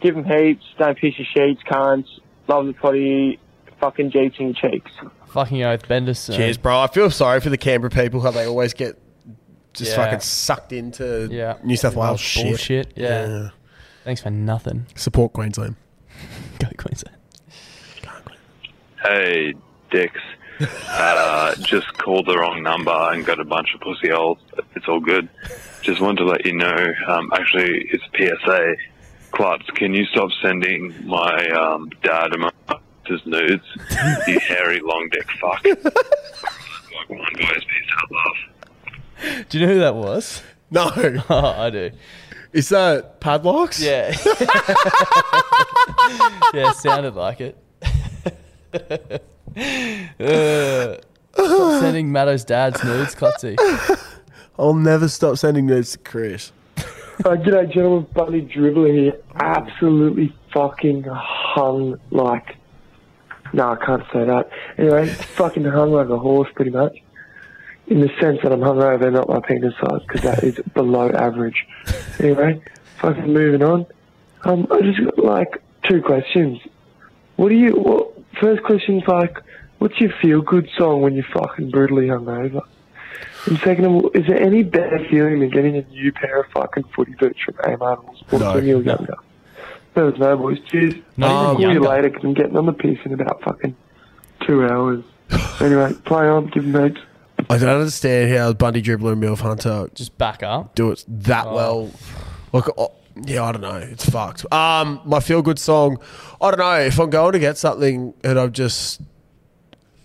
[SPEAKER 10] give them heaps. Don't piss your sheets, cunts. Love the potty. Fucking jeeps in your cheeks.
[SPEAKER 1] Fucking oath, Bendis. eh?
[SPEAKER 2] Cheers, bro. I feel sorry for the Canberra people how they always get just
[SPEAKER 1] Yeah.
[SPEAKER 2] fucking sucked into
[SPEAKER 1] Yeah.
[SPEAKER 2] New South
[SPEAKER 1] Well,
[SPEAKER 2] Wales shit.
[SPEAKER 1] bullshit, yeah. Thanks for nothing.
[SPEAKER 2] Support Queensland.
[SPEAKER 1] *laughs* Go Queensland.
[SPEAKER 17] Hey, Dix. Uh, just called the wrong number and got a bunch of pussy holes. but It's all good. Just wanted to let you know. Um, actually, it's PSA. Klutz, can you stop sending my um, dad and my his nudes? you hairy long dick fuck. like one voice piece out love.
[SPEAKER 1] Do you know who that was?
[SPEAKER 2] No.
[SPEAKER 1] Oh, *laughs* I do.
[SPEAKER 2] Is that padlocks? *laughs*
[SPEAKER 1] Yeah. yeah, sounded like
[SPEAKER 2] *laughs*
[SPEAKER 1] it. Uh, stop sending Matto's dad's nudes, Clutzy.
[SPEAKER 2] I'll never stop sending those to Chris.
[SPEAKER 14] Uh, g'day, gentlemen. Bunny Dribbler here. Absolutely fucking hung like. No, I can't say that. Anyway, fucking hung like a horse, pretty much. In the sense that I'm hungover, not my penis size, because that is below average. Anyway, fucking moving on. Um, I just got like two questions. What do you? What, first question's like, what's your feel good song when you're fucking brutally hungover? And second of all, is there any better feeling than getting a new pair of fucking footy boots from Amar or Sports
[SPEAKER 2] No,
[SPEAKER 14] when you were
[SPEAKER 2] no.
[SPEAKER 14] younger? No, there's no boys. Cheers.
[SPEAKER 2] Not even
[SPEAKER 14] I'll call you
[SPEAKER 2] younger.
[SPEAKER 14] later 'cause I'm getting on the piss in about fucking two
[SPEAKER 2] *laughs*
[SPEAKER 14] hours. anyway, play on, give them notes.
[SPEAKER 2] I don't understand how Bundy Dribbler and Milf Hunter
[SPEAKER 1] just back up.
[SPEAKER 2] Do it that
[SPEAKER 1] Oh,
[SPEAKER 2] *gasps* well. Like, oh, yeah, I don't know. It's fucked. Um, my feel good song. I don't know if I'm going to get something and I'm just.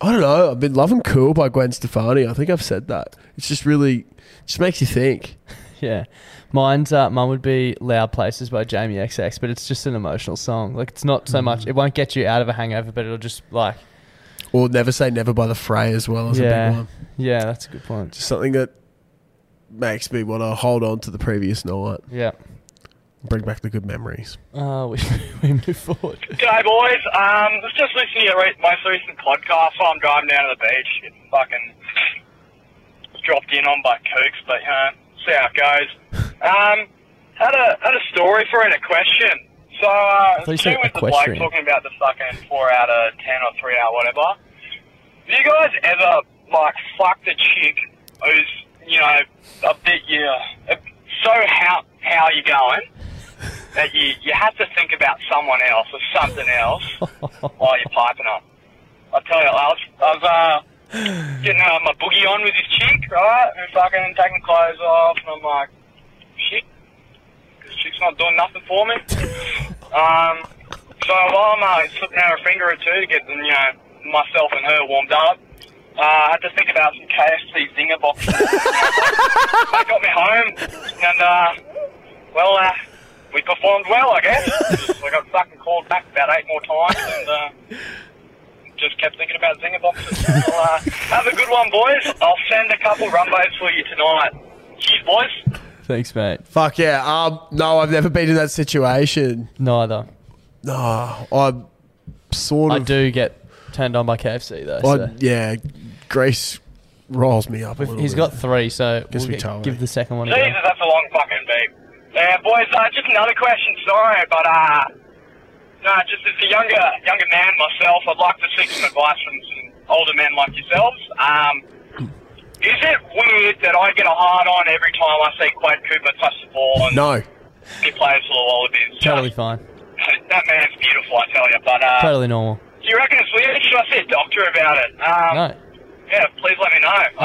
[SPEAKER 2] I don't know. I've been loving "Cool" by Gwen Stefani. I think I've said that. It's just really, just makes you think.
[SPEAKER 1] Yeah. Mine's uh, mine would be Loud Places by Jamie XX, but it's just an emotional song. Like it's not
[SPEAKER 2] Mm.
[SPEAKER 1] so much it won't get you out of a hangover, but it'll just like
[SPEAKER 2] Or "Never Say Never" by the Fray as well as a big
[SPEAKER 1] Yeah.
[SPEAKER 2] one.
[SPEAKER 1] Yeah, that's a good point.
[SPEAKER 2] Just something that makes me want to hold on to the previous night.
[SPEAKER 1] Yeah.
[SPEAKER 2] Bring back the good memories.
[SPEAKER 1] Uh *laughs* we we move forward.
[SPEAKER 13] G'day, boys. Um, I was just listening to your re- most recent podcast while I'm driving down to the beach. It fucking dropped in on by Kooks, but you know, see how it goes. Um, had a had a story for it, a question. So uh,
[SPEAKER 1] I thought you
[SPEAKER 13] two
[SPEAKER 1] said
[SPEAKER 13] with the bloke
[SPEAKER 1] equestrian.
[SPEAKER 13] talking about the fucking four out of ten or three out whatever. Do you guys ever like fuck the chick who's you know a bit yeah so how how you going that you you have to think about someone else or something else while you're piping up. I tell you, I was, I was
[SPEAKER 2] Mm-hmm.
[SPEAKER 13] uh, getting uh, my boogie on with this chick, right? And fucking taking clothes off, and I'm like, shit, this chick's not doing nothing for me. um, so while I'm uh, slipping out a finger or two to get, you know, myself and her warmed up, uh, I had to think about some KFC zinger boxes. I got me home, and uh, well, uh, we performed well, I guess. we got fucking called back about eight more times, and uh, just kept thinking about zinger boxes. well, uh, have a good one, boys. I'll send a couple rumbos for you tonight. Cheers, boys.
[SPEAKER 1] Thanks, mate.
[SPEAKER 2] Fuck yeah. Um, no, I've never been in that situation.
[SPEAKER 1] Neither.
[SPEAKER 2] No, I'm sort
[SPEAKER 1] I
[SPEAKER 2] of.
[SPEAKER 1] do get turned on by KFC though.
[SPEAKER 2] I-
[SPEAKER 1] so.
[SPEAKER 2] yeah, Grace riles me up. A
[SPEAKER 1] We've-
[SPEAKER 2] little
[SPEAKER 1] He's
[SPEAKER 2] bit.
[SPEAKER 1] got three, so
[SPEAKER 2] Guess
[SPEAKER 1] we'll
[SPEAKER 2] we
[SPEAKER 1] get-
[SPEAKER 2] totally-
[SPEAKER 1] give the second one a go.
[SPEAKER 13] Jesus, that's a long fucking beep. Yeah, boys, uh, just another question, sorry, but, uh, no, just as a younger younger man myself, I'd like to seek some advice from some older men like yourselves. Um, is it weird that I get a hard on every time I see Quade Cooper touch the ball and
[SPEAKER 2] No,
[SPEAKER 13] he plays for the Wallabies?
[SPEAKER 1] totally fine.
[SPEAKER 13] that man's beautiful, I tell you, but, uh,
[SPEAKER 1] Totally normal.
[SPEAKER 13] do you reckon it's weird? Should I see a doctor about it? Um,
[SPEAKER 1] No.
[SPEAKER 13] Yeah, please let me know.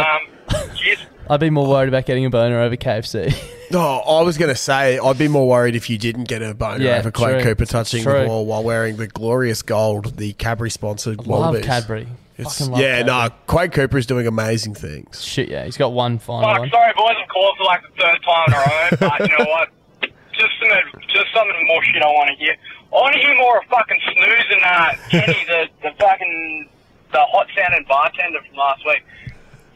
[SPEAKER 13] Um, cheers.
[SPEAKER 1] I'd be more worried about getting a boner over KFC.
[SPEAKER 2] No, I was going to say, I'd be more worried if you didn't get a boner
[SPEAKER 1] Yeah,
[SPEAKER 2] over Clay
[SPEAKER 1] true.
[SPEAKER 2] Cooper touching
[SPEAKER 1] True.
[SPEAKER 2] the ball while wearing the glorious gold, the Cadbury sponsored
[SPEAKER 1] love
[SPEAKER 2] Wallabies.
[SPEAKER 1] Cadbury.
[SPEAKER 2] It's-
[SPEAKER 1] Fucking love
[SPEAKER 2] yeah, no, nah, Quade Cooper is doing amazing things.
[SPEAKER 1] Shit, yeah, he's got one final
[SPEAKER 13] Fuck,
[SPEAKER 1] one.
[SPEAKER 13] sorry, boys, I've called for like the third time in a row, but you know what? Just some, just something more shit I want to hear. I want to hear more of fucking Snooze and uh, Kenny, the, the fucking the hot sounding bartender from last week.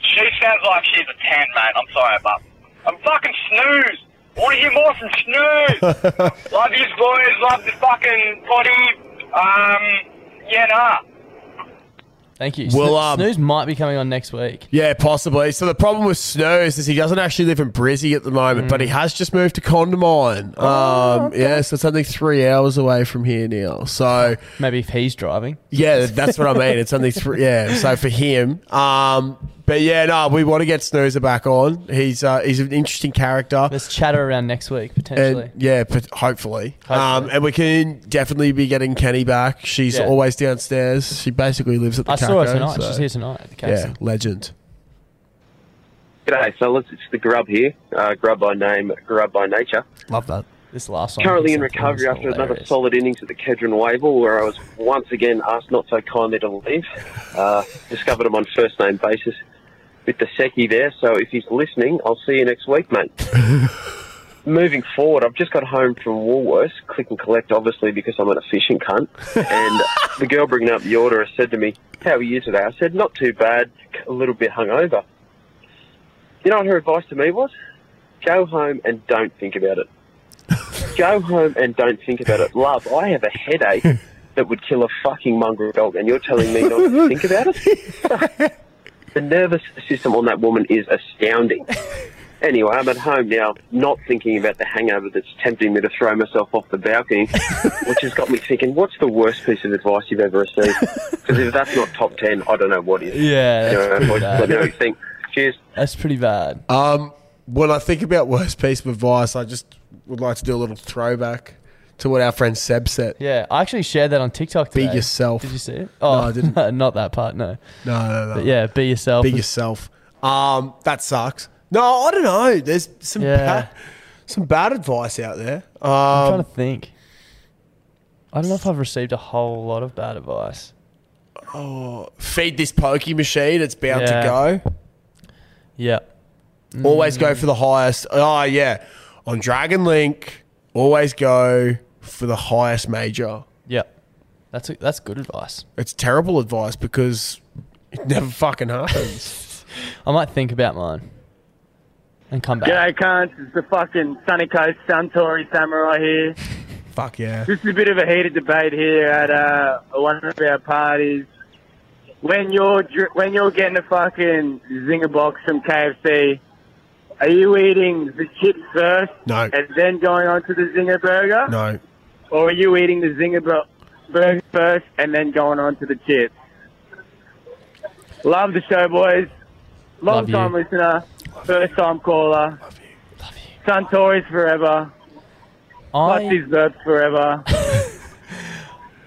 [SPEAKER 13] She sounds like she's a ten, mate. I'm sorry, but I'm fucking Snooze. I want to hear more from Snooze. love these boys, love the fucking potty. Um, yeah, nah.
[SPEAKER 1] *laughs* Thank you.
[SPEAKER 2] Well,
[SPEAKER 1] Well,
[SPEAKER 2] um,
[SPEAKER 1] Snooze might be coming on next week.
[SPEAKER 2] Yeah, possibly. So the problem with Snooze is he doesn't actually live in Brizzy at the moment, but he
[SPEAKER 1] Mm.
[SPEAKER 2] has just moved to Condamine.
[SPEAKER 1] Oh,
[SPEAKER 2] um, Yeah, so it's only three hours away from here now. So
[SPEAKER 1] *laughs* maybe if he's driving.
[SPEAKER 2] Yeah, that's what I mean. It's only three. Yeah, so for him, um, But yeah, no, we want to get Snoozer back on. He's uh, he's an interesting character. There's chatter around next week
[SPEAKER 1] potentially.
[SPEAKER 2] And, yeah, but hopefully. Um, and we can definitely be getting Kenny back. She's
[SPEAKER 1] Yeah.
[SPEAKER 2] always downstairs. She basically lives at the.
[SPEAKER 1] I saw her
[SPEAKER 2] Caco,
[SPEAKER 1] tonight.
[SPEAKER 2] so-
[SPEAKER 1] She's here tonight at the
[SPEAKER 2] yeah,
[SPEAKER 1] KFC.
[SPEAKER 2] legend.
[SPEAKER 3] G'day, fellas. It's the Grub here. Uh, grub by name, Grub by nature.
[SPEAKER 2] Love that.
[SPEAKER 1] This last one.
[SPEAKER 3] Currently in
[SPEAKER 1] is
[SPEAKER 3] recovery after another
[SPEAKER 1] hilarious.
[SPEAKER 3] solid innings at the Kedron Wavell, where I was once again asked not so kindly to leave. Uh, discovered him on first name basis with the Seki there. So if he's listening, I'll see you next week, mate. Moving forward, I've just got home from Woolworths, click and collect, obviously, because I'm an efficient cunt. And the girl bringing up the order has said to me, How are you today? I said, Not too bad, a little bit hungover. You know what her advice to me was? Go home and don't think about it. Go home and don't think about it. Love, I have a headache that would kill a fucking mongrel dog, and you're telling me not to think about it? the nervous system on that woman is
[SPEAKER 1] *laughs*
[SPEAKER 3] astounding. Anyway, I'm at home now, not thinking about the hangover that's tempting me to throw myself off
[SPEAKER 1] *laughs*
[SPEAKER 3] the balcony, which has got me thinking, what's the worst piece of advice you've ever received? Because if that's not top 10, I don't know what is.
[SPEAKER 1] Yeah, that's
[SPEAKER 3] You know,
[SPEAKER 1] pretty
[SPEAKER 3] boys,
[SPEAKER 1] bad.
[SPEAKER 3] let me know what you think. Cheers.
[SPEAKER 1] That's pretty bad.
[SPEAKER 2] Um, when I think about worst piece of advice, I just would like to do a little throwback to what our friend Seb said.
[SPEAKER 1] Yeah, I actually shared that on TikTok
[SPEAKER 2] Be
[SPEAKER 1] today.
[SPEAKER 2] yourself.
[SPEAKER 1] Did you see it?
[SPEAKER 2] No, I
[SPEAKER 1] didn't. *laughs* not that part. No.
[SPEAKER 2] No, no, no.
[SPEAKER 1] But yeah, be yourself.
[SPEAKER 2] Be yourself. Um, that sucks. No, I don't know. There's some
[SPEAKER 1] Yeah.
[SPEAKER 2] bad, *laughs* some bad advice out there. Um,
[SPEAKER 1] I'm trying to think. I don't know if I've received a whole lot of bad advice.
[SPEAKER 2] Oh, feed this pokey machine. It's bound
[SPEAKER 1] Yeah.
[SPEAKER 2] to go.
[SPEAKER 1] Yeah. Mm.
[SPEAKER 2] Always go for the highest. Oh yeah, on Dragon Link, always go for the highest major.
[SPEAKER 1] Yeah. That's a, that's good advice.
[SPEAKER 2] It's terrible advice because it never fucking happens.
[SPEAKER 1] *laughs* I might think about mine and come back.
[SPEAKER 4] G'day, cunts. It's the fucking Sunny Coast Suntory Samurai
[SPEAKER 1] *laughs*
[SPEAKER 4] here.
[SPEAKER 2] Fuck yeah.
[SPEAKER 4] This is a bit of a heated debate here at uh, one of our parties. When you're dr- when you're getting a fucking zinger box from KFC, are you eating the chips first
[SPEAKER 2] No.
[SPEAKER 4] and then going on to the zinger burger,
[SPEAKER 2] No.
[SPEAKER 4] or are you eating the zinger bur- burger first and then going on to the chips? Love the show, boys. Long
[SPEAKER 1] Love you.
[SPEAKER 4] time listener, first time caller. Love you. Suntory's forever.
[SPEAKER 1] I-
[SPEAKER 4] Plus his burps forever.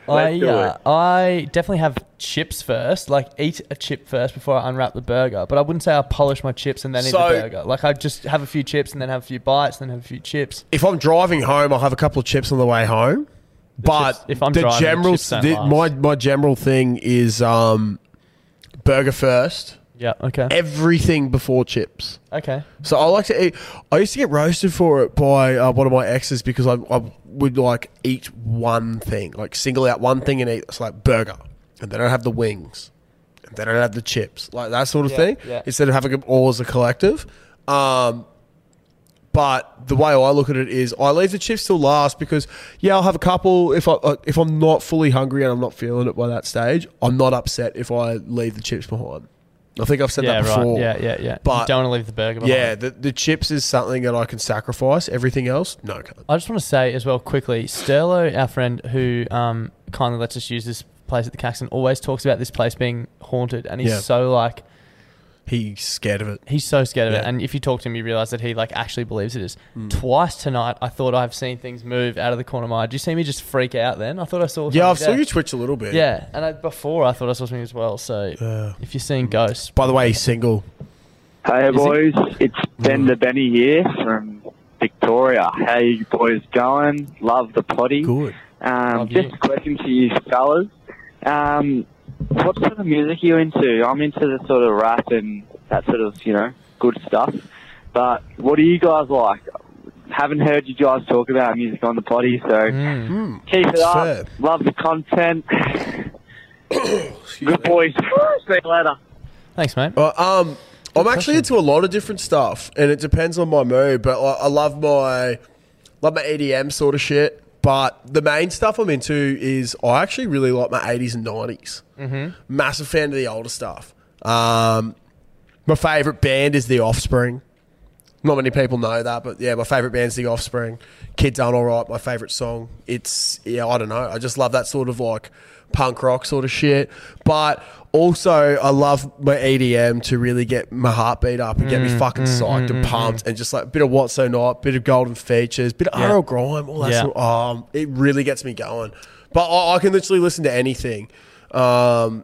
[SPEAKER 1] I,
[SPEAKER 4] Let's do
[SPEAKER 1] uh, I definitely have chips first, like eat a chip first before I unwrap the burger. But I wouldn't say I polish my chips and then
[SPEAKER 2] So-
[SPEAKER 1] eat the burger. Like I just have a few chips and then have a few bites, then have a few chips.
[SPEAKER 2] If I'm driving home, I'll have a couple of chips on the way home. but
[SPEAKER 1] chips- if I'm
[SPEAKER 2] the
[SPEAKER 1] driving, the
[SPEAKER 2] general,
[SPEAKER 1] chips don't
[SPEAKER 2] the-
[SPEAKER 1] last.
[SPEAKER 2] my my general thing is um, burger first.
[SPEAKER 1] Yeah. Okay.
[SPEAKER 2] Everything before chips.
[SPEAKER 1] Okay.
[SPEAKER 2] So I like to eat. I used to get roasted for it by uh, one of my exes because I, I would like eat one thing, like single out one thing and eat. It's like burger, and then I'd have the wings, and then I'd have the chips, like that sort of
[SPEAKER 1] Yeah,
[SPEAKER 2] thing.
[SPEAKER 1] yeah.
[SPEAKER 2] Instead of having them all as a collective. Um, but the way I look at it is, I leave the chips till last because yeah, I'll have a couple if I uh, if I'm not fully hungry and I'm not feeling it by that stage. I'm not upset if I leave the chips behind. I think I've said
[SPEAKER 1] Yeah,
[SPEAKER 2] that
[SPEAKER 1] right.
[SPEAKER 2] before.
[SPEAKER 1] Yeah, yeah, yeah. You
[SPEAKER 2] But
[SPEAKER 1] don't wanna leave the burger behind.
[SPEAKER 2] Yeah, the, the chips is something that I can sacrifice. Everything else, no. I can't.
[SPEAKER 1] I just want to say as well quickly, Sterlo, our friend who um, kindly lets us use this place at the Caxton, always talks about this place being haunted, and he's
[SPEAKER 2] Yeah.
[SPEAKER 1] so like.
[SPEAKER 2] He's scared of it.
[SPEAKER 1] He's so scared of it,
[SPEAKER 2] Yeah. Hmm.
[SPEAKER 1] and if you talk to him, you realize that he like actually believes it is. Twice tonight, I thought I've seen things move out of the corner of my eye. Did you see me just freak out? Then I thought I saw.
[SPEAKER 2] Yeah, I've
[SPEAKER 1] something
[SPEAKER 2] saw
[SPEAKER 1] there.
[SPEAKER 2] you twitch a little bit. Uh,
[SPEAKER 1] Yeah, and I, before I thought I saw something as well. So if you're seeing ghosts,
[SPEAKER 2] by the way, he's single.
[SPEAKER 4] Hey
[SPEAKER 1] Is
[SPEAKER 4] boys, it's Ben the Benny here from Victoria. How you boys going? Love the potty.
[SPEAKER 2] Good.
[SPEAKER 4] Um, just a question to you fellas. Um, what sort of music are you into? I'm into the sort of rap and that sort of, you know, good stuff. But what do you guys like? Haven't heard you guys talk about music on the potty, so keep it
[SPEAKER 2] It's
[SPEAKER 4] up.
[SPEAKER 2] fair.
[SPEAKER 4] Love the content. good boys. *laughs* See you later.
[SPEAKER 1] Thanks, mate.
[SPEAKER 2] Well, um, I'm actually into a lot of different stuff, and it depends on my mood. But I, I love my love my EDM sort of shit. But the main stuff I'm into is I actually really like my 80s and 90s.
[SPEAKER 1] Mhm.
[SPEAKER 2] Massive fan of the older stuff. Um, my favorite band is The Offspring. Not many people know that, but yeah, my favorite band's The Offspring. Kids Aren't All Right, my favorite song. It's, yeah, I don't know. I just love that sort of like punk rock sort of shit. But also, I love my EDM to really get my heartbeat up and get me
[SPEAKER 1] Mm,
[SPEAKER 2] fucking
[SPEAKER 1] mm,
[SPEAKER 2] psyched
[SPEAKER 1] mm,
[SPEAKER 2] and
[SPEAKER 1] mm,
[SPEAKER 2] pumped and just like a bit of What's So Not, bit of Golden Features, bit of
[SPEAKER 1] Yeah.
[SPEAKER 2] RL Grime, all that
[SPEAKER 1] Yeah.
[SPEAKER 2] sort um, it really gets me going. But I, I can literally listen to anything. Um,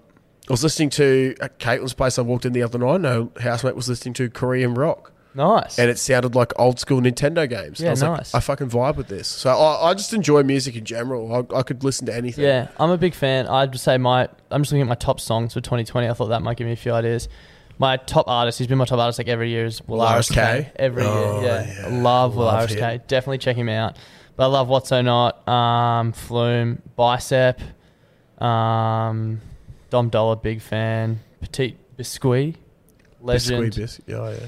[SPEAKER 2] I was listening to at Caitlin's place I walked in the other night. No housemate was listening to Korean rock.
[SPEAKER 1] Nice.
[SPEAKER 2] And it sounded like old school Nintendo games. And
[SPEAKER 1] Yeah,
[SPEAKER 2] I was like,
[SPEAKER 1] nice.
[SPEAKER 2] I fucking vibe with this. So I, I just enjoy music in general. I, I could listen to anything.
[SPEAKER 1] Yeah, I'm a big fan. I'd just say my I'm just looking at my top songs for 2020. I thought that might give me a few ideas. My top artist, who's been my top artist like every year, is Will Lars
[SPEAKER 2] Lars K.
[SPEAKER 1] K. Every
[SPEAKER 2] Oh,
[SPEAKER 1] year, yeah. I Love Will
[SPEAKER 2] Love
[SPEAKER 1] Lars
[SPEAKER 2] him.
[SPEAKER 1] K. Definitely check him out. But I love What's So Not, um, Flume, Bicep, um, Dom Dollar, big fan, Petite Biscuit, legend.
[SPEAKER 2] Biscuit, Bis- yeah, yeah.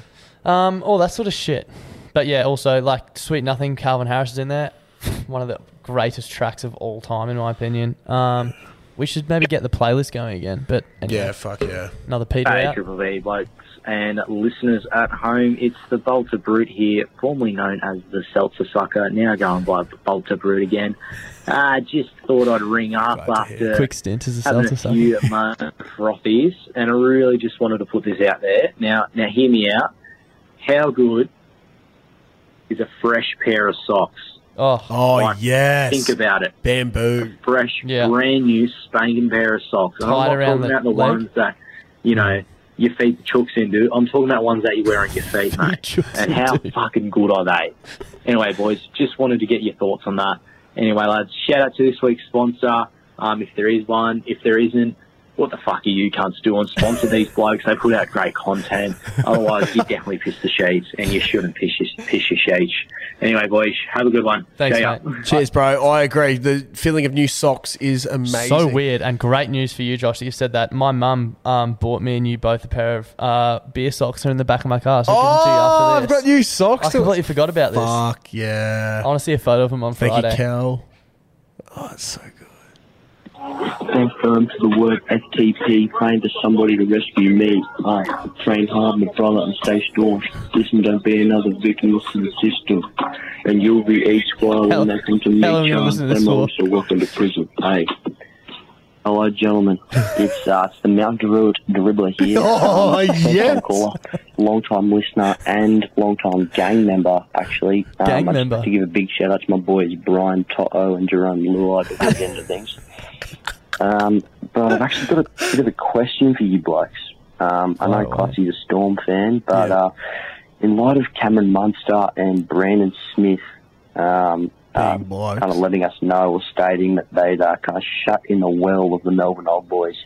[SPEAKER 1] Um, all that sort of shit. But yeah, also like Sweet Nothing, Calvin Harris is in there. *laughs* One of the greatest tracks of all time, in my opinion. Um, we should maybe get the playlist going again. But anyway,
[SPEAKER 2] Yeah, fuck yeah.
[SPEAKER 1] another Peter
[SPEAKER 5] Hey,
[SPEAKER 1] out.
[SPEAKER 5] Triple V blokes and listeners at home, it's the Bolter Brute here, formerly known as the Seltzer Sucker, now going by Bolter Brute again. I just thought I'd ring up after
[SPEAKER 1] Quick stint as a
[SPEAKER 5] having
[SPEAKER 1] Seltzer
[SPEAKER 5] a
[SPEAKER 1] Sucker.
[SPEAKER 5] few moments frothies, and I really just wanted to put this out there. Now, now hear me out. How good is a fresh pair of socks?
[SPEAKER 1] Oh,
[SPEAKER 2] oh yes.
[SPEAKER 5] Think about it.
[SPEAKER 2] Bamboo.
[SPEAKER 5] Fresh, brand new spanking pair of socks. And
[SPEAKER 1] Tied
[SPEAKER 5] I'm not
[SPEAKER 1] around
[SPEAKER 5] talking
[SPEAKER 1] the
[SPEAKER 5] about the
[SPEAKER 1] leg.
[SPEAKER 5] ones that, you know, your feet chooks into. I'm talking about ones that you wear on
[SPEAKER 1] *laughs*
[SPEAKER 5] your feet, mate. and how fucking good are they? Anyway, boys, just wanted to get your thoughts on that. Anyway, lads, shout out to this week's sponsor. Um, if there is one, if there isn't, what the fuck are you cunts doing?
[SPEAKER 1] *laughs*
[SPEAKER 5] Sponsor these blokes. They put out great content. Otherwise, you definitely piss the sheets, and you shouldn't piss your, piss your sheets. Anyway, boys, have a good one. See ya.
[SPEAKER 2] Cheers, bro. I agree. The feeling of new socks is amazing.
[SPEAKER 1] So weird and great news for you, Josh. That you said that. My mum um, bought me and you both a pair of uh, beer socks. They're in the back of my car. So oh,
[SPEAKER 2] Oh,
[SPEAKER 1] I'll
[SPEAKER 2] I've
[SPEAKER 1] give them to you after this.
[SPEAKER 2] got new socks.
[SPEAKER 1] I completely forgot about this.
[SPEAKER 2] Fuck yeah.
[SPEAKER 1] I want to see a photo of them on
[SPEAKER 2] Thank
[SPEAKER 1] Friday.
[SPEAKER 2] you, Kel. Oh, it's so good.
[SPEAKER 7] Thank God for the word FTP, praying for somebody to rescue me. I, train hard, my brother, and stay strong. Listen, don't be another victim of the system. And you'll be a squire when they come to me,
[SPEAKER 1] hell, I'm gonna
[SPEAKER 7] Charles.
[SPEAKER 1] listen to this
[SPEAKER 7] Them
[SPEAKER 1] for.
[SPEAKER 7] also welcome to prison. Aye.
[SPEAKER 1] *laughs*
[SPEAKER 7] Hello, gentlemen. It's, uh, it's the Mount Druid Dribbler here.
[SPEAKER 2] Oh,
[SPEAKER 7] Um, first-time
[SPEAKER 2] yes.
[SPEAKER 7] Caller, long-time listener and long-time gang member, actually. Um,
[SPEAKER 1] Gang
[SPEAKER 7] I just
[SPEAKER 1] member.
[SPEAKER 7] have to give a big shout-out to my boys Brian Toto and Jerome Luai at the weekend of things. Um, but I've actually got a bit of a question for you blokes. Um, I know Classy's a Storm fan, but uh, in light of Cameron Munster and Brandon Smith um, uh, kind of letting us know or stating that they'd uh, kind of shut in the well of the Melbourne Old Boys,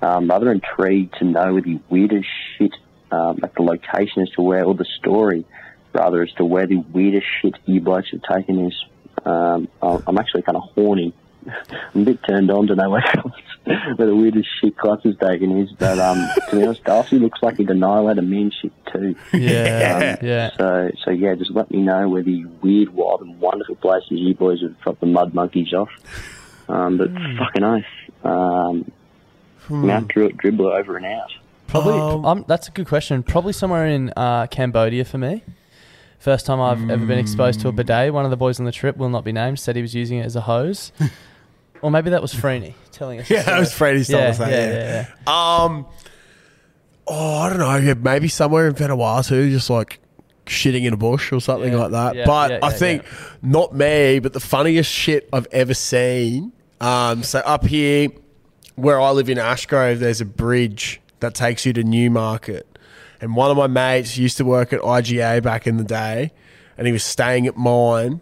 [SPEAKER 7] um, rather intrigued to know with the weirdest shit um, at the location as to where, or the story rather, as to where the weirdest shit you blokes have taken is. Um, I'm I'm actually kind of horny. *laughs* I'm a bit turned on to know where, where the *laughs* weirdest shit class is taken is, but um, to be honest, Darcy looks like a denial of men shit too.
[SPEAKER 1] *laughs*
[SPEAKER 7] *laughs*
[SPEAKER 1] Yeah, um, yeah.
[SPEAKER 7] So, so yeah, just let me know where the weird, wild, and wonderful places you boys have dropped the mud monkeys off. Um, but fucking oath, um, Mount Druitt dribbler over and out.
[SPEAKER 1] Probably, um, that's a good question. Probably somewhere in uh, Cambodia for me. First time I've ever been exposed to
[SPEAKER 2] Hmm.
[SPEAKER 1] a bidet. One of the boys on the trip will not be named said he was using it as a
[SPEAKER 2] *laughs*
[SPEAKER 1] hose, or maybe that was Freeney telling us.
[SPEAKER 2] Yeah, that was Freddie's telling us that.
[SPEAKER 1] yeah.
[SPEAKER 2] Yeah, Um, oh, I don't know. Yeah, maybe somewhere in Vanuatu, just like shitting in a bush or something like that.
[SPEAKER 1] yeah,
[SPEAKER 2] but
[SPEAKER 1] yeah,
[SPEAKER 2] I
[SPEAKER 1] yeah,
[SPEAKER 2] think not me, but the funniest shit I've ever seen. Um, so up here, where I live in Ashgrove, there's a bridge that takes you to Newmarket, and one of my mates used to work at IGA back in the day, and he was staying at mine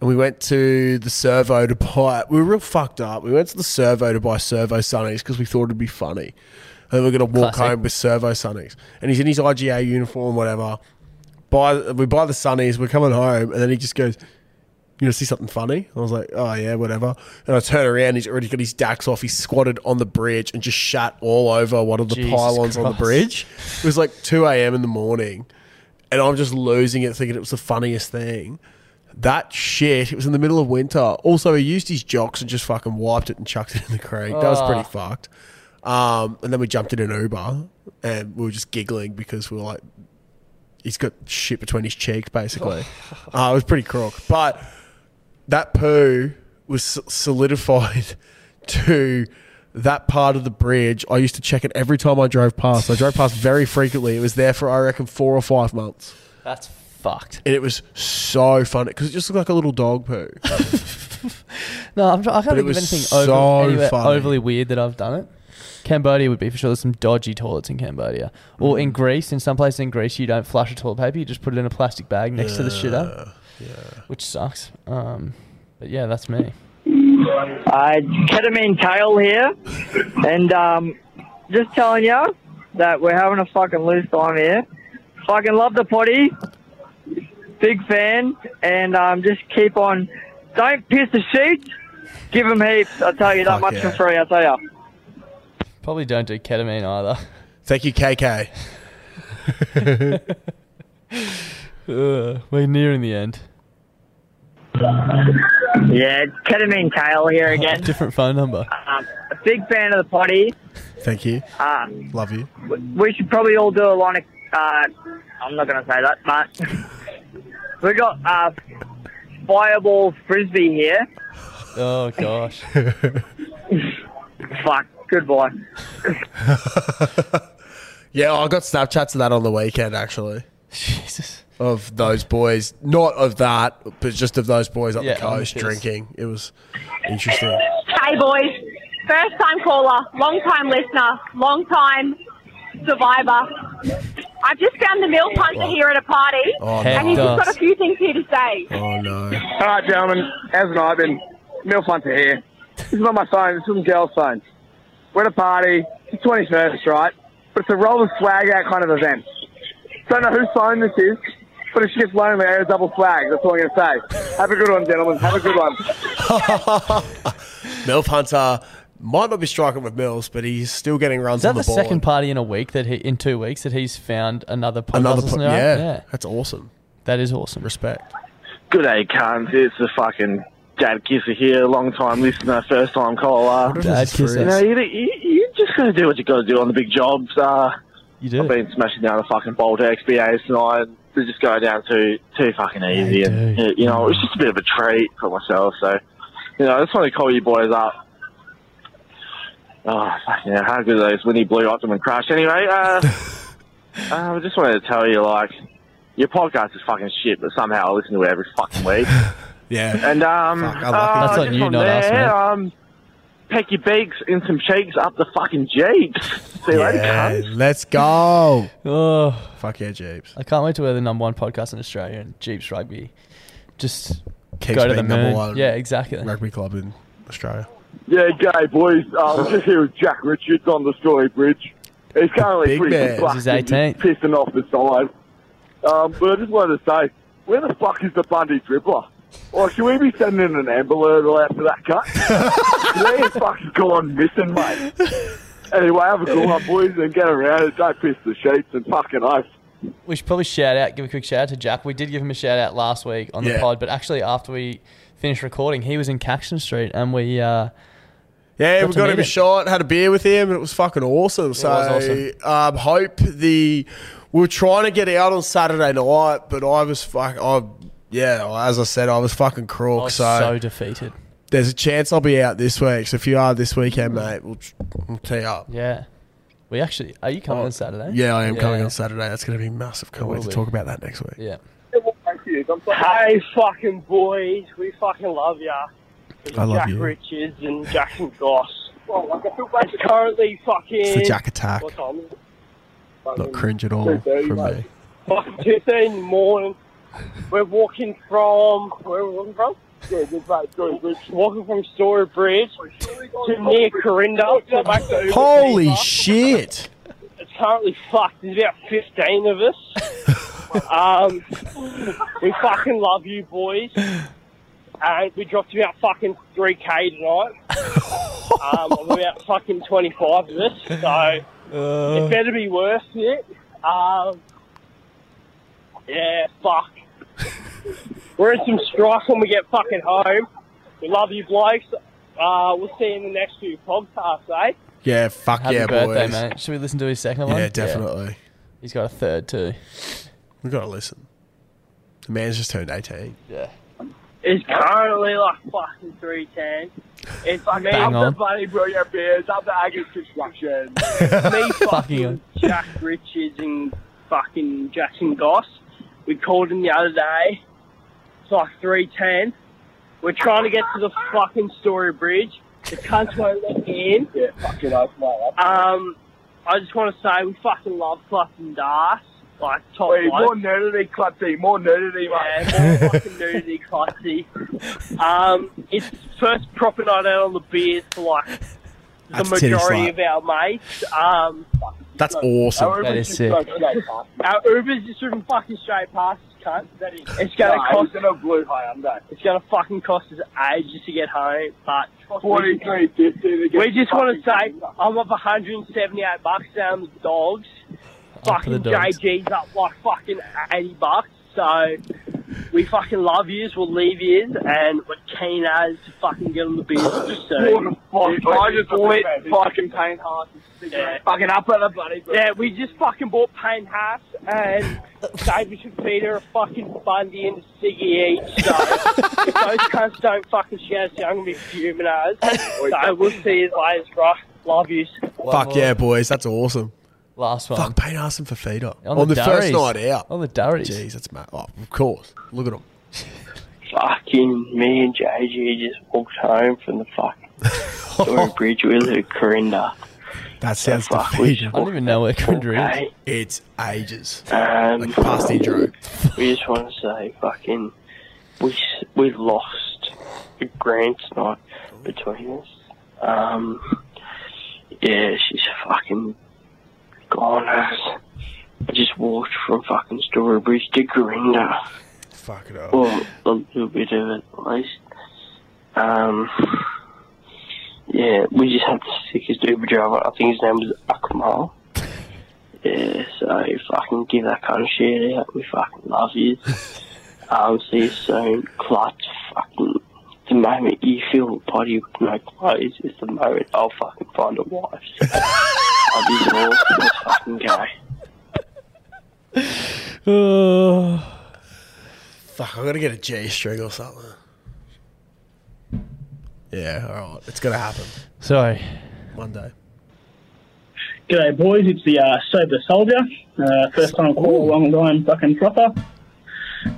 [SPEAKER 2] and we went to the servo to buy. We were real fucked up. We went to the servo to buy servo sunnies because we thought it'd be funny. And we we're gonna walk
[SPEAKER 1] Classic.
[SPEAKER 2] home with servo sunnies, and he's in his IGA uniform, whatever. Buy we buy the sunnies. We're coming home, and then he just goes. You gonna see something funny? I was like, oh yeah, whatever. And I turn around, he's already got his dax off. He's squatted on the bridge and just shat all over one of the
[SPEAKER 1] Jesus
[SPEAKER 2] pylons on the
[SPEAKER 1] Christ.
[SPEAKER 2] bridge. It was like 2 a.m. in the morning, and I'm just losing it, thinking it was the funniest thing. That shit, it was in the middle of winter. Also, he used his jocks and just fucking wiped it and chucked it in the creek. That was
[SPEAKER 1] Ah.
[SPEAKER 2] pretty fucked. Um, and then we jumped in an Uber and we were just giggling because we were like, he's got shit between his cheeks,
[SPEAKER 1] *laughs*
[SPEAKER 2] basically. uh, it was pretty crook. But that poo was so- solidified *laughs* to that part of the bridge. I used to check it every time I drove past. I drove past very frequently. It was there for, I reckon, four or five months.
[SPEAKER 1] That's fucked.
[SPEAKER 2] And it was so funny because it just looked like a little
[SPEAKER 1] *laughs*
[SPEAKER 2] dog poo.
[SPEAKER 1] No, I'm try- I can't
[SPEAKER 2] But it
[SPEAKER 1] think of
[SPEAKER 2] was
[SPEAKER 1] anything
[SPEAKER 2] so
[SPEAKER 1] over- anywhere
[SPEAKER 2] funny.
[SPEAKER 1] overly weird that I've done it. Cambodia would be for sure. There's some dodgy toilets in Cambodia. Or
[SPEAKER 2] Hmm.
[SPEAKER 1] in Greece, in some places in Greece, you don't flush a toilet paper. You just put it in a plastic bag next to the shitter, which sucks. Um, but yeah, that's me.
[SPEAKER 13] Uh, ketamine tail here, and um, just telling you that we're having a fucking loose time here. Fucking love the potty, big fan, and um, just keep on. Don't piss the sheets. Give them heaps. I tell you that
[SPEAKER 1] Fuck
[SPEAKER 13] much
[SPEAKER 1] yeah.
[SPEAKER 13] for free. I tell you.
[SPEAKER 1] Probably don't do ketamine either.
[SPEAKER 2] Thank you, KK.
[SPEAKER 1] Uh, *laughs* we're nearing the end.
[SPEAKER 13] Yeah, ketamine tail here again.
[SPEAKER 1] *laughs* Different phone number.
[SPEAKER 13] Um, a big fan of the potty.
[SPEAKER 2] Thank you.
[SPEAKER 13] Uh,
[SPEAKER 2] Love you.
[SPEAKER 13] we should probably all do a line of. Uh, I'm not going to say that, but *laughs* we got uh, fireball frisbee here. *laughs*
[SPEAKER 1] Oh gosh.
[SPEAKER 13] Fuck. Goodbye.
[SPEAKER 2] *laughs* Yeah, I got Snapchats of that on the weekend actually.
[SPEAKER 1] Jesus.
[SPEAKER 2] Of those boys, not of that, but just of those boys up
[SPEAKER 1] Yeah,
[SPEAKER 2] the
[SPEAKER 1] on the
[SPEAKER 2] coast
[SPEAKER 1] piss.
[SPEAKER 2] drinking. It was interesting. *laughs*
[SPEAKER 12] Hey boys, first time caller, long time listener, long time survivor. I've just found the meal punter here at a party,
[SPEAKER 2] Oh,
[SPEAKER 12] and he's
[SPEAKER 2] nice.
[SPEAKER 12] just got a few things here to say.
[SPEAKER 2] Oh no.
[SPEAKER 18] All right, gentlemen. How's it not been? Milf Hunter here. This is not my phone. This is from girl's phone. We're at a party. It's the 21st, right? But it's a roll the swag out kind of event. Don't know whose phone this is, but if she gets lonely, there's double swag. That's all I'm going to say. Have a good one, gentlemen. Have a good one.
[SPEAKER 2] Milf Hunter might not be striking with Mills, but he's still getting runs
[SPEAKER 1] Is that
[SPEAKER 2] on the,
[SPEAKER 1] the
[SPEAKER 2] ball.
[SPEAKER 1] second party in a week that he in two weeks that he's found another podcast?
[SPEAKER 2] Another po-
[SPEAKER 1] listener?
[SPEAKER 2] yeah, that's awesome.
[SPEAKER 1] That is awesome. Respect.
[SPEAKER 10] Good day, cunts. It's the fucking Dad Kisser here, long time listener, first time caller.
[SPEAKER 1] if Dad it's Kisser.
[SPEAKER 10] You know, you, you, you just got to do what you got to do on the big jobs. Uh,
[SPEAKER 1] you do.
[SPEAKER 10] I've been smashing down the fucking Bolt XBAs tonight. They just go down too too fucking easy, and you- you know it was just a bit of a treat for myself. So, you know, I just want to call you boys up. Oh, fucking hell, how good are those Winnie Blue Optimum Crash? Anyway, uh,
[SPEAKER 1] *laughs*
[SPEAKER 10] uh, I just wanted to tell you, like, your podcast is fucking shit, but somehow I listen to it every fucking week.
[SPEAKER 2] *laughs* yeah.
[SPEAKER 10] And um,
[SPEAKER 2] I
[SPEAKER 1] Oh,
[SPEAKER 2] like it.
[SPEAKER 10] uh,
[SPEAKER 2] That's on
[SPEAKER 10] just
[SPEAKER 2] you,
[SPEAKER 10] from
[SPEAKER 2] not us,
[SPEAKER 10] there,
[SPEAKER 2] mate.
[SPEAKER 10] Um, pack your bags and some shakes up the fucking jeeps. *laughs* See you later,
[SPEAKER 2] Yeah,
[SPEAKER 10] cunt.
[SPEAKER 2] let's go.
[SPEAKER 1] *laughs* oh.
[SPEAKER 2] Fuck yeah, Jeeps.
[SPEAKER 1] I can't wait to wear the number one podcast in Australia and Jeeps Rugby. Just
[SPEAKER 2] Keeps
[SPEAKER 1] go to the
[SPEAKER 2] being number
[SPEAKER 1] moon.
[SPEAKER 2] one
[SPEAKER 1] Yeah, exactly.
[SPEAKER 2] Rugby club in Australia.
[SPEAKER 19] Yeah, g'day, boys. Um, just here with Jack Richards on the Story Bridge. He's currently
[SPEAKER 1] Big
[SPEAKER 19] pretty
[SPEAKER 1] man.
[SPEAKER 19] fucked
[SPEAKER 1] This is
[SPEAKER 19] and just
[SPEAKER 1] 18.
[SPEAKER 19] pissing off the side. Um, but I just wanted to say, where the fuck is the Bundy dribbler? Or should we be sending an Amber Alert out for that
[SPEAKER 1] *laughs*
[SPEAKER 19] cut? Where the fuck's gone missing, mate? Anyway, have a good one, boys, and get around it. Don't piss the sheets and fucking ice.
[SPEAKER 1] We should probably shout out, give a quick shout out to Jack. We did give him a shout out last week on the
[SPEAKER 2] Yeah.
[SPEAKER 1] pod, but actually after we finished recording, he was in Caxton Street and we. Uh,
[SPEAKER 2] Yeah,
[SPEAKER 1] Got
[SPEAKER 2] we
[SPEAKER 1] to
[SPEAKER 2] got
[SPEAKER 1] meet
[SPEAKER 2] him a
[SPEAKER 1] him.
[SPEAKER 2] shot, had a beer with him, and it was fucking awesome. so,
[SPEAKER 1] was
[SPEAKER 2] um, hope the we were trying to get out on Saturday night, but I was fuck, I yeah, as I said, I was fucking crook.
[SPEAKER 1] I was
[SPEAKER 2] so,
[SPEAKER 1] so defeated.
[SPEAKER 2] there's a chance I'll be out this week. So if you are this weekend, mate, we'll, tr- we'll tee up.
[SPEAKER 1] Mm. Yeah. We actually. Are you coming on Saturday?
[SPEAKER 2] Oh, Yeah, I am coming
[SPEAKER 1] Yeah.
[SPEAKER 2] on Saturday. That's going to be massive. Can't wait
[SPEAKER 1] will
[SPEAKER 2] to
[SPEAKER 1] be.
[SPEAKER 2] talk about that next week.
[SPEAKER 1] Yeah.
[SPEAKER 20] Hey, fucking boys, we fucking love ya. It's
[SPEAKER 2] I love
[SPEAKER 20] Jack
[SPEAKER 2] you.
[SPEAKER 20] Richards and Jack and Goss. It's currently fucking.
[SPEAKER 2] It's the Jack attack.
[SPEAKER 20] What time is it?
[SPEAKER 2] Not cringe at all from me.
[SPEAKER 20] Fucking 15 in the morning. We're walking from. Where are we walking from? Story Bridge. Walking from Story Bridge to near Corinda to back to Uber
[SPEAKER 2] Holy shit!
[SPEAKER 20] it's currently fucked. There's about 15 of us. um, we fucking love you, boys. And we dropped about fucking 3K tonight. um, of about fucking 25 of us. So it better be worth it. Um, yeah, fuck. We're in some strife when we get fucking home. We love you, blokes. Uh, we'll see you in the next few podcasts, eh?
[SPEAKER 2] Yeah, fuck
[SPEAKER 1] Happy
[SPEAKER 2] yeah,
[SPEAKER 1] birthday,
[SPEAKER 2] boys.
[SPEAKER 1] mate. Should we listen to his second one?
[SPEAKER 2] Yeah, definitely.
[SPEAKER 1] He's got a third too.
[SPEAKER 2] We gotta listen. The man's just turned eighteen. Yeah.
[SPEAKER 20] It's
[SPEAKER 21] currently like fucking 310. It's like me,
[SPEAKER 2] Bang
[SPEAKER 21] I'm the
[SPEAKER 2] on.
[SPEAKER 21] bloody Bruno Beers, I'm the Agus
[SPEAKER 2] *laughs*
[SPEAKER 21] Construction.
[SPEAKER 20] me,
[SPEAKER 1] Fucking on.
[SPEAKER 20] Jack Richards, and fucking Jackson Goss. We called him the other day. It's like three ten. We're trying to get to the fucking Story Bridge. The cunts won't let me in. Yeah, fucking Um, I just want to say we fucking love fucking Das. Like top
[SPEAKER 21] Wait,
[SPEAKER 20] bloke.
[SPEAKER 21] more nudity, Clutzy, more nudity, mate.
[SPEAKER 20] Yeah, more fucking nudity, classy. Um, it's first proper night out on the beers for like the
[SPEAKER 2] That's titty
[SPEAKER 20] majority of
[SPEAKER 2] slap.
[SPEAKER 20] our mates. Um,
[SPEAKER 2] That's awesome.
[SPEAKER 20] Our
[SPEAKER 2] That
[SPEAKER 20] Uber's just
[SPEAKER 2] is sick.
[SPEAKER 20] drove straight past. Our Uber's just driven fucking straight past us, cunt. That is, it's gonna
[SPEAKER 21] Nah,
[SPEAKER 20] cost.
[SPEAKER 21] he's in a blue Hyundai.
[SPEAKER 20] It's gonna fucking cost us ages to get home, but
[SPEAKER 21] Forty-three fifty to get
[SPEAKER 20] We just want to say
[SPEAKER 21] fucking-
[SPEAKER 20] I'm up 178 bucks down the dogs.
[SPEAKER 1] Up for the
[SPEAKER 20] Fucking
[SPEAKER 1] dogs.
[SPEAKER 20] JG's up like fucking 80 bucks. So we fucking love yous. We'll leave yous, and we're keen as to fucking get on the beers *laughs* soon.
[SPEAKER 21] What the fuck? I just lit fucking paint
[SPEAKER 20] hearts. Yeah.
[SPEAKER 21] Fucking up at the bloody bridge.
[SPEAKER 20] Yeah, we just fucking bought paint halves *laughs* and David and Peter a fucking Bundy and a Ciggy each. So if those cunts don't fucking shout us, out, I'm gonna be fuming as. So we'll see you later, bro. Love yous.
[SPEAKER 2] Fuck yeah, boys. That's awesome.
[SPEAKER 1] Last one.
[SPEAKER 2] Fuck, Payne asked him for feeder.
[SPEAKER 1] On
[SPEAKER 2] On,
[SPEAKER 1] the
[SPEAKER 2] the, first
[SPEAKER 1] durries.
[SPEAKER 2] night out.
[SPEAKER 1] On the durries.
[SPEAKER 2] Jeez, that's mad. Oh, of course. Look at him.
[SPEAKER 20] Fucking me and JG just walked home from the fucking Story Bridge with a Corinda.
[SPEAKER 2] That sounds defeating. I don't even know where Condry is. It's ages.
[SPEAKER 20] Um,
[SPEAKER 2] like past intro.
[SPEAKER 20] *laughs* We just want to say, fucking, we s- we lost a grand night between us. Um, yeah, she's fucking gone ass. I just walked from fucking Story Bridge to Grinda.
[SPEAKER 2] Fuck it *sighs* up.
[SPEAKER 20] Well, a little bit of it, at least. Um, yeah, we just had the sickest Uber driver. I think his name was Akmal. Yeah, so fucking give that kind of shit out. We fucking love you. um, see you soon. Clutch, fucking. The moment you feel a body with no clothes is the moment I'll fucking find a wife. So, I'll be yours. Let's fucking go.
[SPEAKER 2] Fuck, I'm gonna get a G string or something. Yeah, alright. It's gonna happen.
[SPEAKER 1] Sorry.
[SPEAKER 2] One day.
[SPEAKER 22] G'day, boys. It's the uh, Save the Soldier. Uh, first time call, long time fucking proper.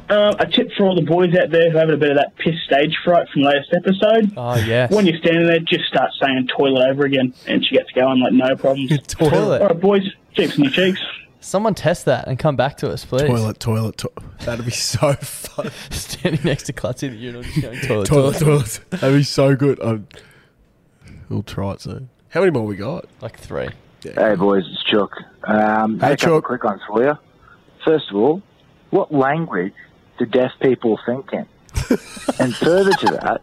[SPEAKER 22] Um, a tip for all the boys out there who have a bit of that piss stage fright from last episode.
[SPEAKER 1] Oh, yes.
[SPEAKER 22] When you're standing there, just start saying toilet over again, and she gets going like no problems.
[SPEAKER 1] *laughs* Toilet.
[SPEAKER 22] All right, boys, cheeks in your cheeks.
[SPEAKER 1] Someone test that and come back to us, please.
[SPEAKER 2] Toilet, toilet, toilet. That'd be so *laughs* fun.
[SPEAKER 1] Standing next to Klutz in the urinal, just going toilet,
[SPEAKER 2] toilet, toilet. That'd be so good. Um, we'll try it soon. How many more we got?
[SPEAKER 1] Like three.
[SPEAKER 9] Hey boys, it's Chuck. Um, hey Chuck, quick ones for you. First of all, what language do deaf people think *laughs* in? and further to that,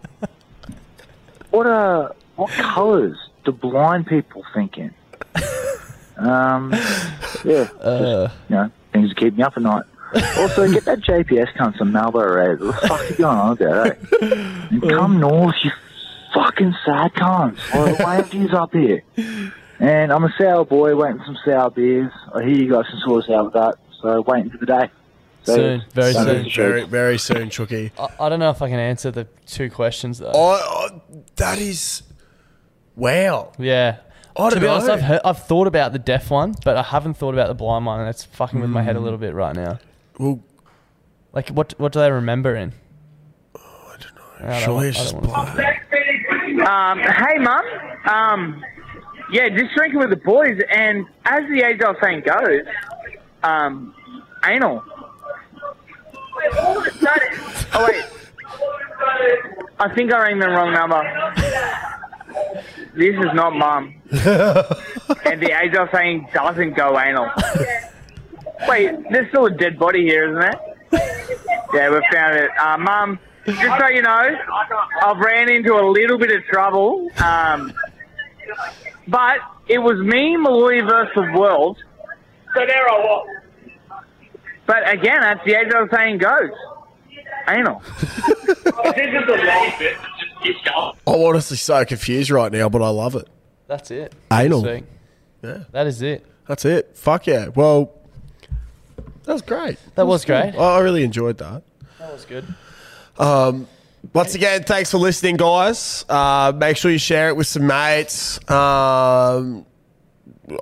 [SPEAKER 9] what uh, what colours do blind people think in? Um, yeah, just, you know, things to keep me up at night. Also, get that JPS cunt some Malbo Raiders. What the fuck is going on there? eh? *laughs* And come north, you fucking sad cunts. Well, the land is up here. And I'm a sour boy waiting for some sour beers. I hear you guys can sort us out with that. So waiting for the day. So-
[SPEAKER 1] Soon, very
[SPEAKER 9] so-
[SPEAKER 1] soon.
[SPEAKER 2] Very, very soon, Chucky.
[SPEAKER 1] I, I don't know if I can answer the two questions, though.
[SPEAKER 2] I, I, that is. Wow.
[SPEAKER 1] Yeah.
[SPEAKER 2] I
[SPEAKER 1] to
[SPEAKER 2] don't
[SPEAKER 1] be honest,
[SPEAKER 2] know.
[SPEAKER 1] I've, heard, I've thought about the deaf one, but I haven't thought about the blind one, and it's fucking with my head a
[SPEAKER 2] Mm.
[SPEAKER 1] little bit right now.
[SPEAKER 2] Well,
[SPEAKER 1] like what what do they remember in?
[SPEAKER 2] Oh,
[SPEAKER 1] I don't know.
[SPEAKER 2] Surely it's just
[SPEAKER 13] Um, hey, mum. Um, yeah, just drinking with the boys, and as the age old saying goes, um, anal. Oh wait, I think I rang the wrong number. This is not mum, and the age old saying doesn't go anal. Wait, there's still a dead body here, isn't there? Yeah, we found it. Uh, Mum, just so you know, I've ran into a little bit of trouble. Um, but it was me, Malloy versus the world.
[SPEAKER 20] So there I was.
[SPEAKER 13] But again, that's the age I was saying goes. Anal.
[SPEAKER 20] this is the long bit.
[SPEAKER 2] I'm honestly so confused right now, but I love it.
[SPEAKER 1] That's it.
[SPEAKER 2] Anal.
[SPEAKER 1] Sweet.
[SPEAKER 2] Yeah.
[SPEAKER 1] That is it.
[SPEAKER 2] That's it. Fuck yeah. Well, That was great.
[SPEAKER 1] That was great.
[SPEAKER 2] I I really enjoyed that.
[SPEAKER 1] That was good.
[SPEAKER 2] Um, once again, thanks for listening, guys. Uh, make sure you share it with some mates. Um,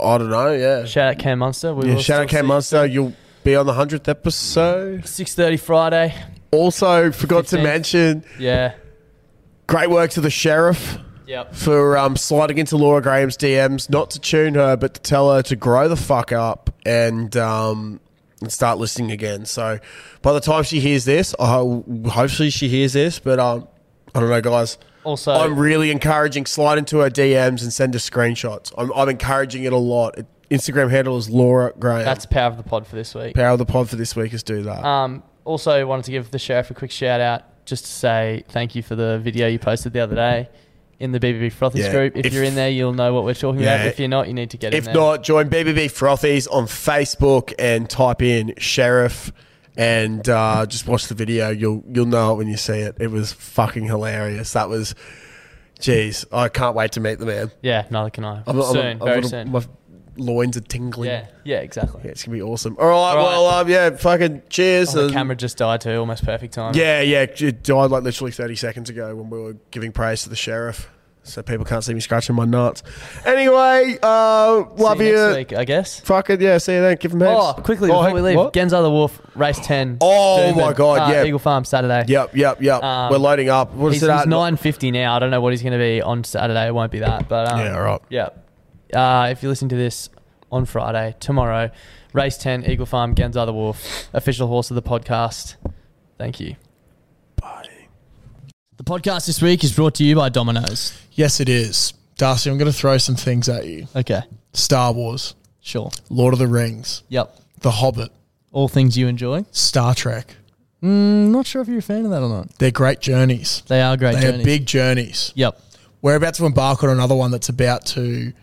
[SPEAKER 2] I don't know. Yeah.
[SPEAKER 1] Shout out Cam Munster. We
[SPEAKER 2] yeah,
[SPEAKER 1] will
[SPEAKER 2] shout
[SPEAKER 1] still
[SPEAKER 2] out
[SPEAKER 1] see you
[SPEAKER 2] Cam Munster. You'll be on the hundredth episode.
[SPEAKER 1] Six thirty Friday.
[SPEAKER 2] Also, forgot to mention.
[SPEAKER 1] Yeah.
[SPEAKER 2] Great work to the sheriff.
[SPEAKER 1] Yep.
[SPEAKER 2] For um, sliding into Laura Graham's DMs, not to tune her, but to tell her to grow the fuck up and um, and start listening again. So, by the time she hears this, I, hopefully she hears this. But um, I don't know, guys.
[SPEAKER 1] Also,
[SPEAKER 2] I'm really encouraging slide into her DMs and send her screenshots. I'm, I'm encouraging it a lot. Instagram handle is Laura Graham.
[SPEAKER 1] That's power of the pod for this week.
[SPEAKER 2] Power of the pod for this week is do that.
[SPEAKER 1] Um, also, wanted to give the sheriff a quick shout out just to say thank you for the video you posted the other day in the BBB Frothies
[SPEAKER 2] Yeah,
[SPEAKER 1] group. If,
[SPEAKER 2] if-
[SPEAKER 1] you're in there, you'll know what we're talking
[SPEAKER 2] Yeah.
[SPEAKER 1] about. If you're not, you need to get in
[SPEAKER 2] If
[SPEAKER 1] there.
[SPEAKER 2] not, join BBB Frothies on Facebook and type in Sheriff and uh, just watch the video. You'll you'll know it when you see it. It was fucking hilarious. That was, jeez, I can't wait to meet the man.
[SPEAKER 1] yeah, neither can I. soon, very
[SPEAKER 2] little-
[SPEAKER 1] soon.
[SPEAKER 2] My loins are tingling.
[SPEAKER 1] Yeah, yeah, exactly.
[SPEAKER 2] it's gonna be awesome. All right, well, um, yeah, fucking cheers.
[SPEAKER 1] Oh, the
[SPEAKER 2] and-
[SPEAKER 1] camera just died too, almost perfect time.
[SPEAKER 2] Yeah, yeah. It died like literally 30 seconds ago when we were giving praise to the sheriff. So people can't see me scratching my nuts. Anyway, uh, love
[SPEAKER 1] you next
[SPEAKER 2] you.
[SPEAKER 1] week, I guess.
[SPEAKER 2] Fucking yeah, see you then. Give them heaps.
[SPEAKER 1] Oh, quickly before we leave,
[SPEAKER 2] what?
[SPEAKER 1] Genzo the Wolf, race ten.
[SPEAKER 2] Oh my God,
[SPEAKER 1] uh,
[SPEAKER 2] yeah.
[SPEAKER 1] Eagle Farm Saturday. Um,
[SPEAKER 2] Yep, yep, yep. We're loading up. What is
[SPEAKER 1] he's,
[SPEAKER 2] it
[SPEAKER 1] He's
[SPEAKER 2] at?
[SPEAKER 1] nine fifty now. I don't know what he's going to be on Saturday. It won't be that, but um,
[SPEAKER 2] Yeah, all right.
[SPEAKER 1] Yeah. Uh, if you listen to this on Friday, tomorrow, race ten, Eagle Farm, Genzo the Wolf, official horse of the podcast. Thank you. Bye. The podcast this week is brought to you by Domino's.
[SPEAKER 23] Yes, it is. Darcy, I'm going to throw some things at you.
[SPEAKER 1] Okay.
[SPEAKER 23] Star Wars.
[SPEAKER 1] Sure.
[SPEAKER 23] Lord of the Rings.
[SPEAKER 1] Yep.
[SPEAKER 23] The Hobbit.
[SPEAKER 1] All things you enjoy.
[SPEAKER 23] Star Trek.
[SPEAKER 1] Mm, not sure if you're a fan of that or not.
[SPEAKER 23] They're great journeys.
[SPEAKER 1] They are great
[SPEAKER 23] They
[SPEAKER 1] journeys.
[SPEAKER 23] are big journeys.
[SPEAKER 1] Yep.
[SPEAKER 23] We're about to embark on another one that's about to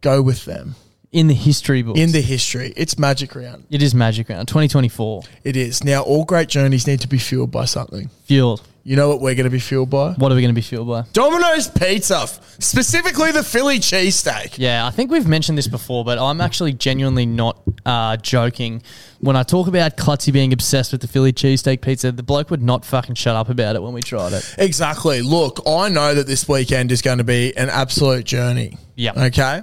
[SPEAKER 23] go with them.
[SPEAKER 1] In the history books.
[SPEAKER 23] In the history. It's Magic Round.
[SPEAKER 1] It is Magic Round 2024.
[SPEAKER 23] It is. Now, all great journeys need to be fueled by something.
[SPEAKER 1] Fueled.
[SPEAKER 23] You know what we're going to be fueled by?
[SPEAKER 1] What are we going to be fueled by?
[SPEAKER 23] Domino's Pizza, f- specifically the Philly cheesesteak.
[SPEAKER 1] Yeah, I think we've mentioned this before, but I'm actually genuinely not uh, joking. When I talk about Klutzy being obsessed with the Philly cheesesteak pizza, the bloke would not fucking shut up about it when we tried it.
[SPEAKER 23] Exactly. Look, I know that this weekend is going to be an absolute journey.
[SPEAKER 1] Yeah.
[SPEAKER 23] Okay.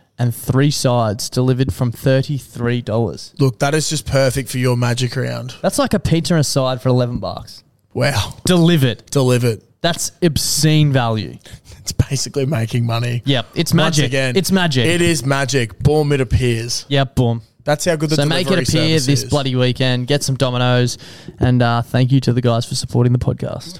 [SPEAKER 1] and three sides delivered from thirty-three dollars.
[SPEAKER 23] Look, that is just perfect for your Magic Round.
[SPEAKER 1] That's like a pizza and a side for eleven bucks.
[SPEAKER 23] Wow.
[SPEAKER 1] Delivered.
[SPEAKER 23] Delivered.
[SPEAKER 1] That's obscene value.
[SPEAKER 23] It's basically making money.
[SPEAKER 1] Yep, it's
[SPEAKER 23] Once
[SPEAKER 1] magic.
[SPEAKER 23] again,
[SPEAKER 1] It's magic.
[SPEAKER 23] It is magic. Boom, it appears.
[SPEAKER 1] Yep, boom.
[SPEAKER 23] That's how good the
[SPEAKER 1] so make it
[SPEAKER 23] delivery
[SPEAKER 1] appear
[SPEAKER 23] service
[SPEAKER 1] this
[SPEAKER 23] is.
[SPEAKER 1] bloody weekend. Get some dominoes, and uh, thank you to the guys for supporting the podcast.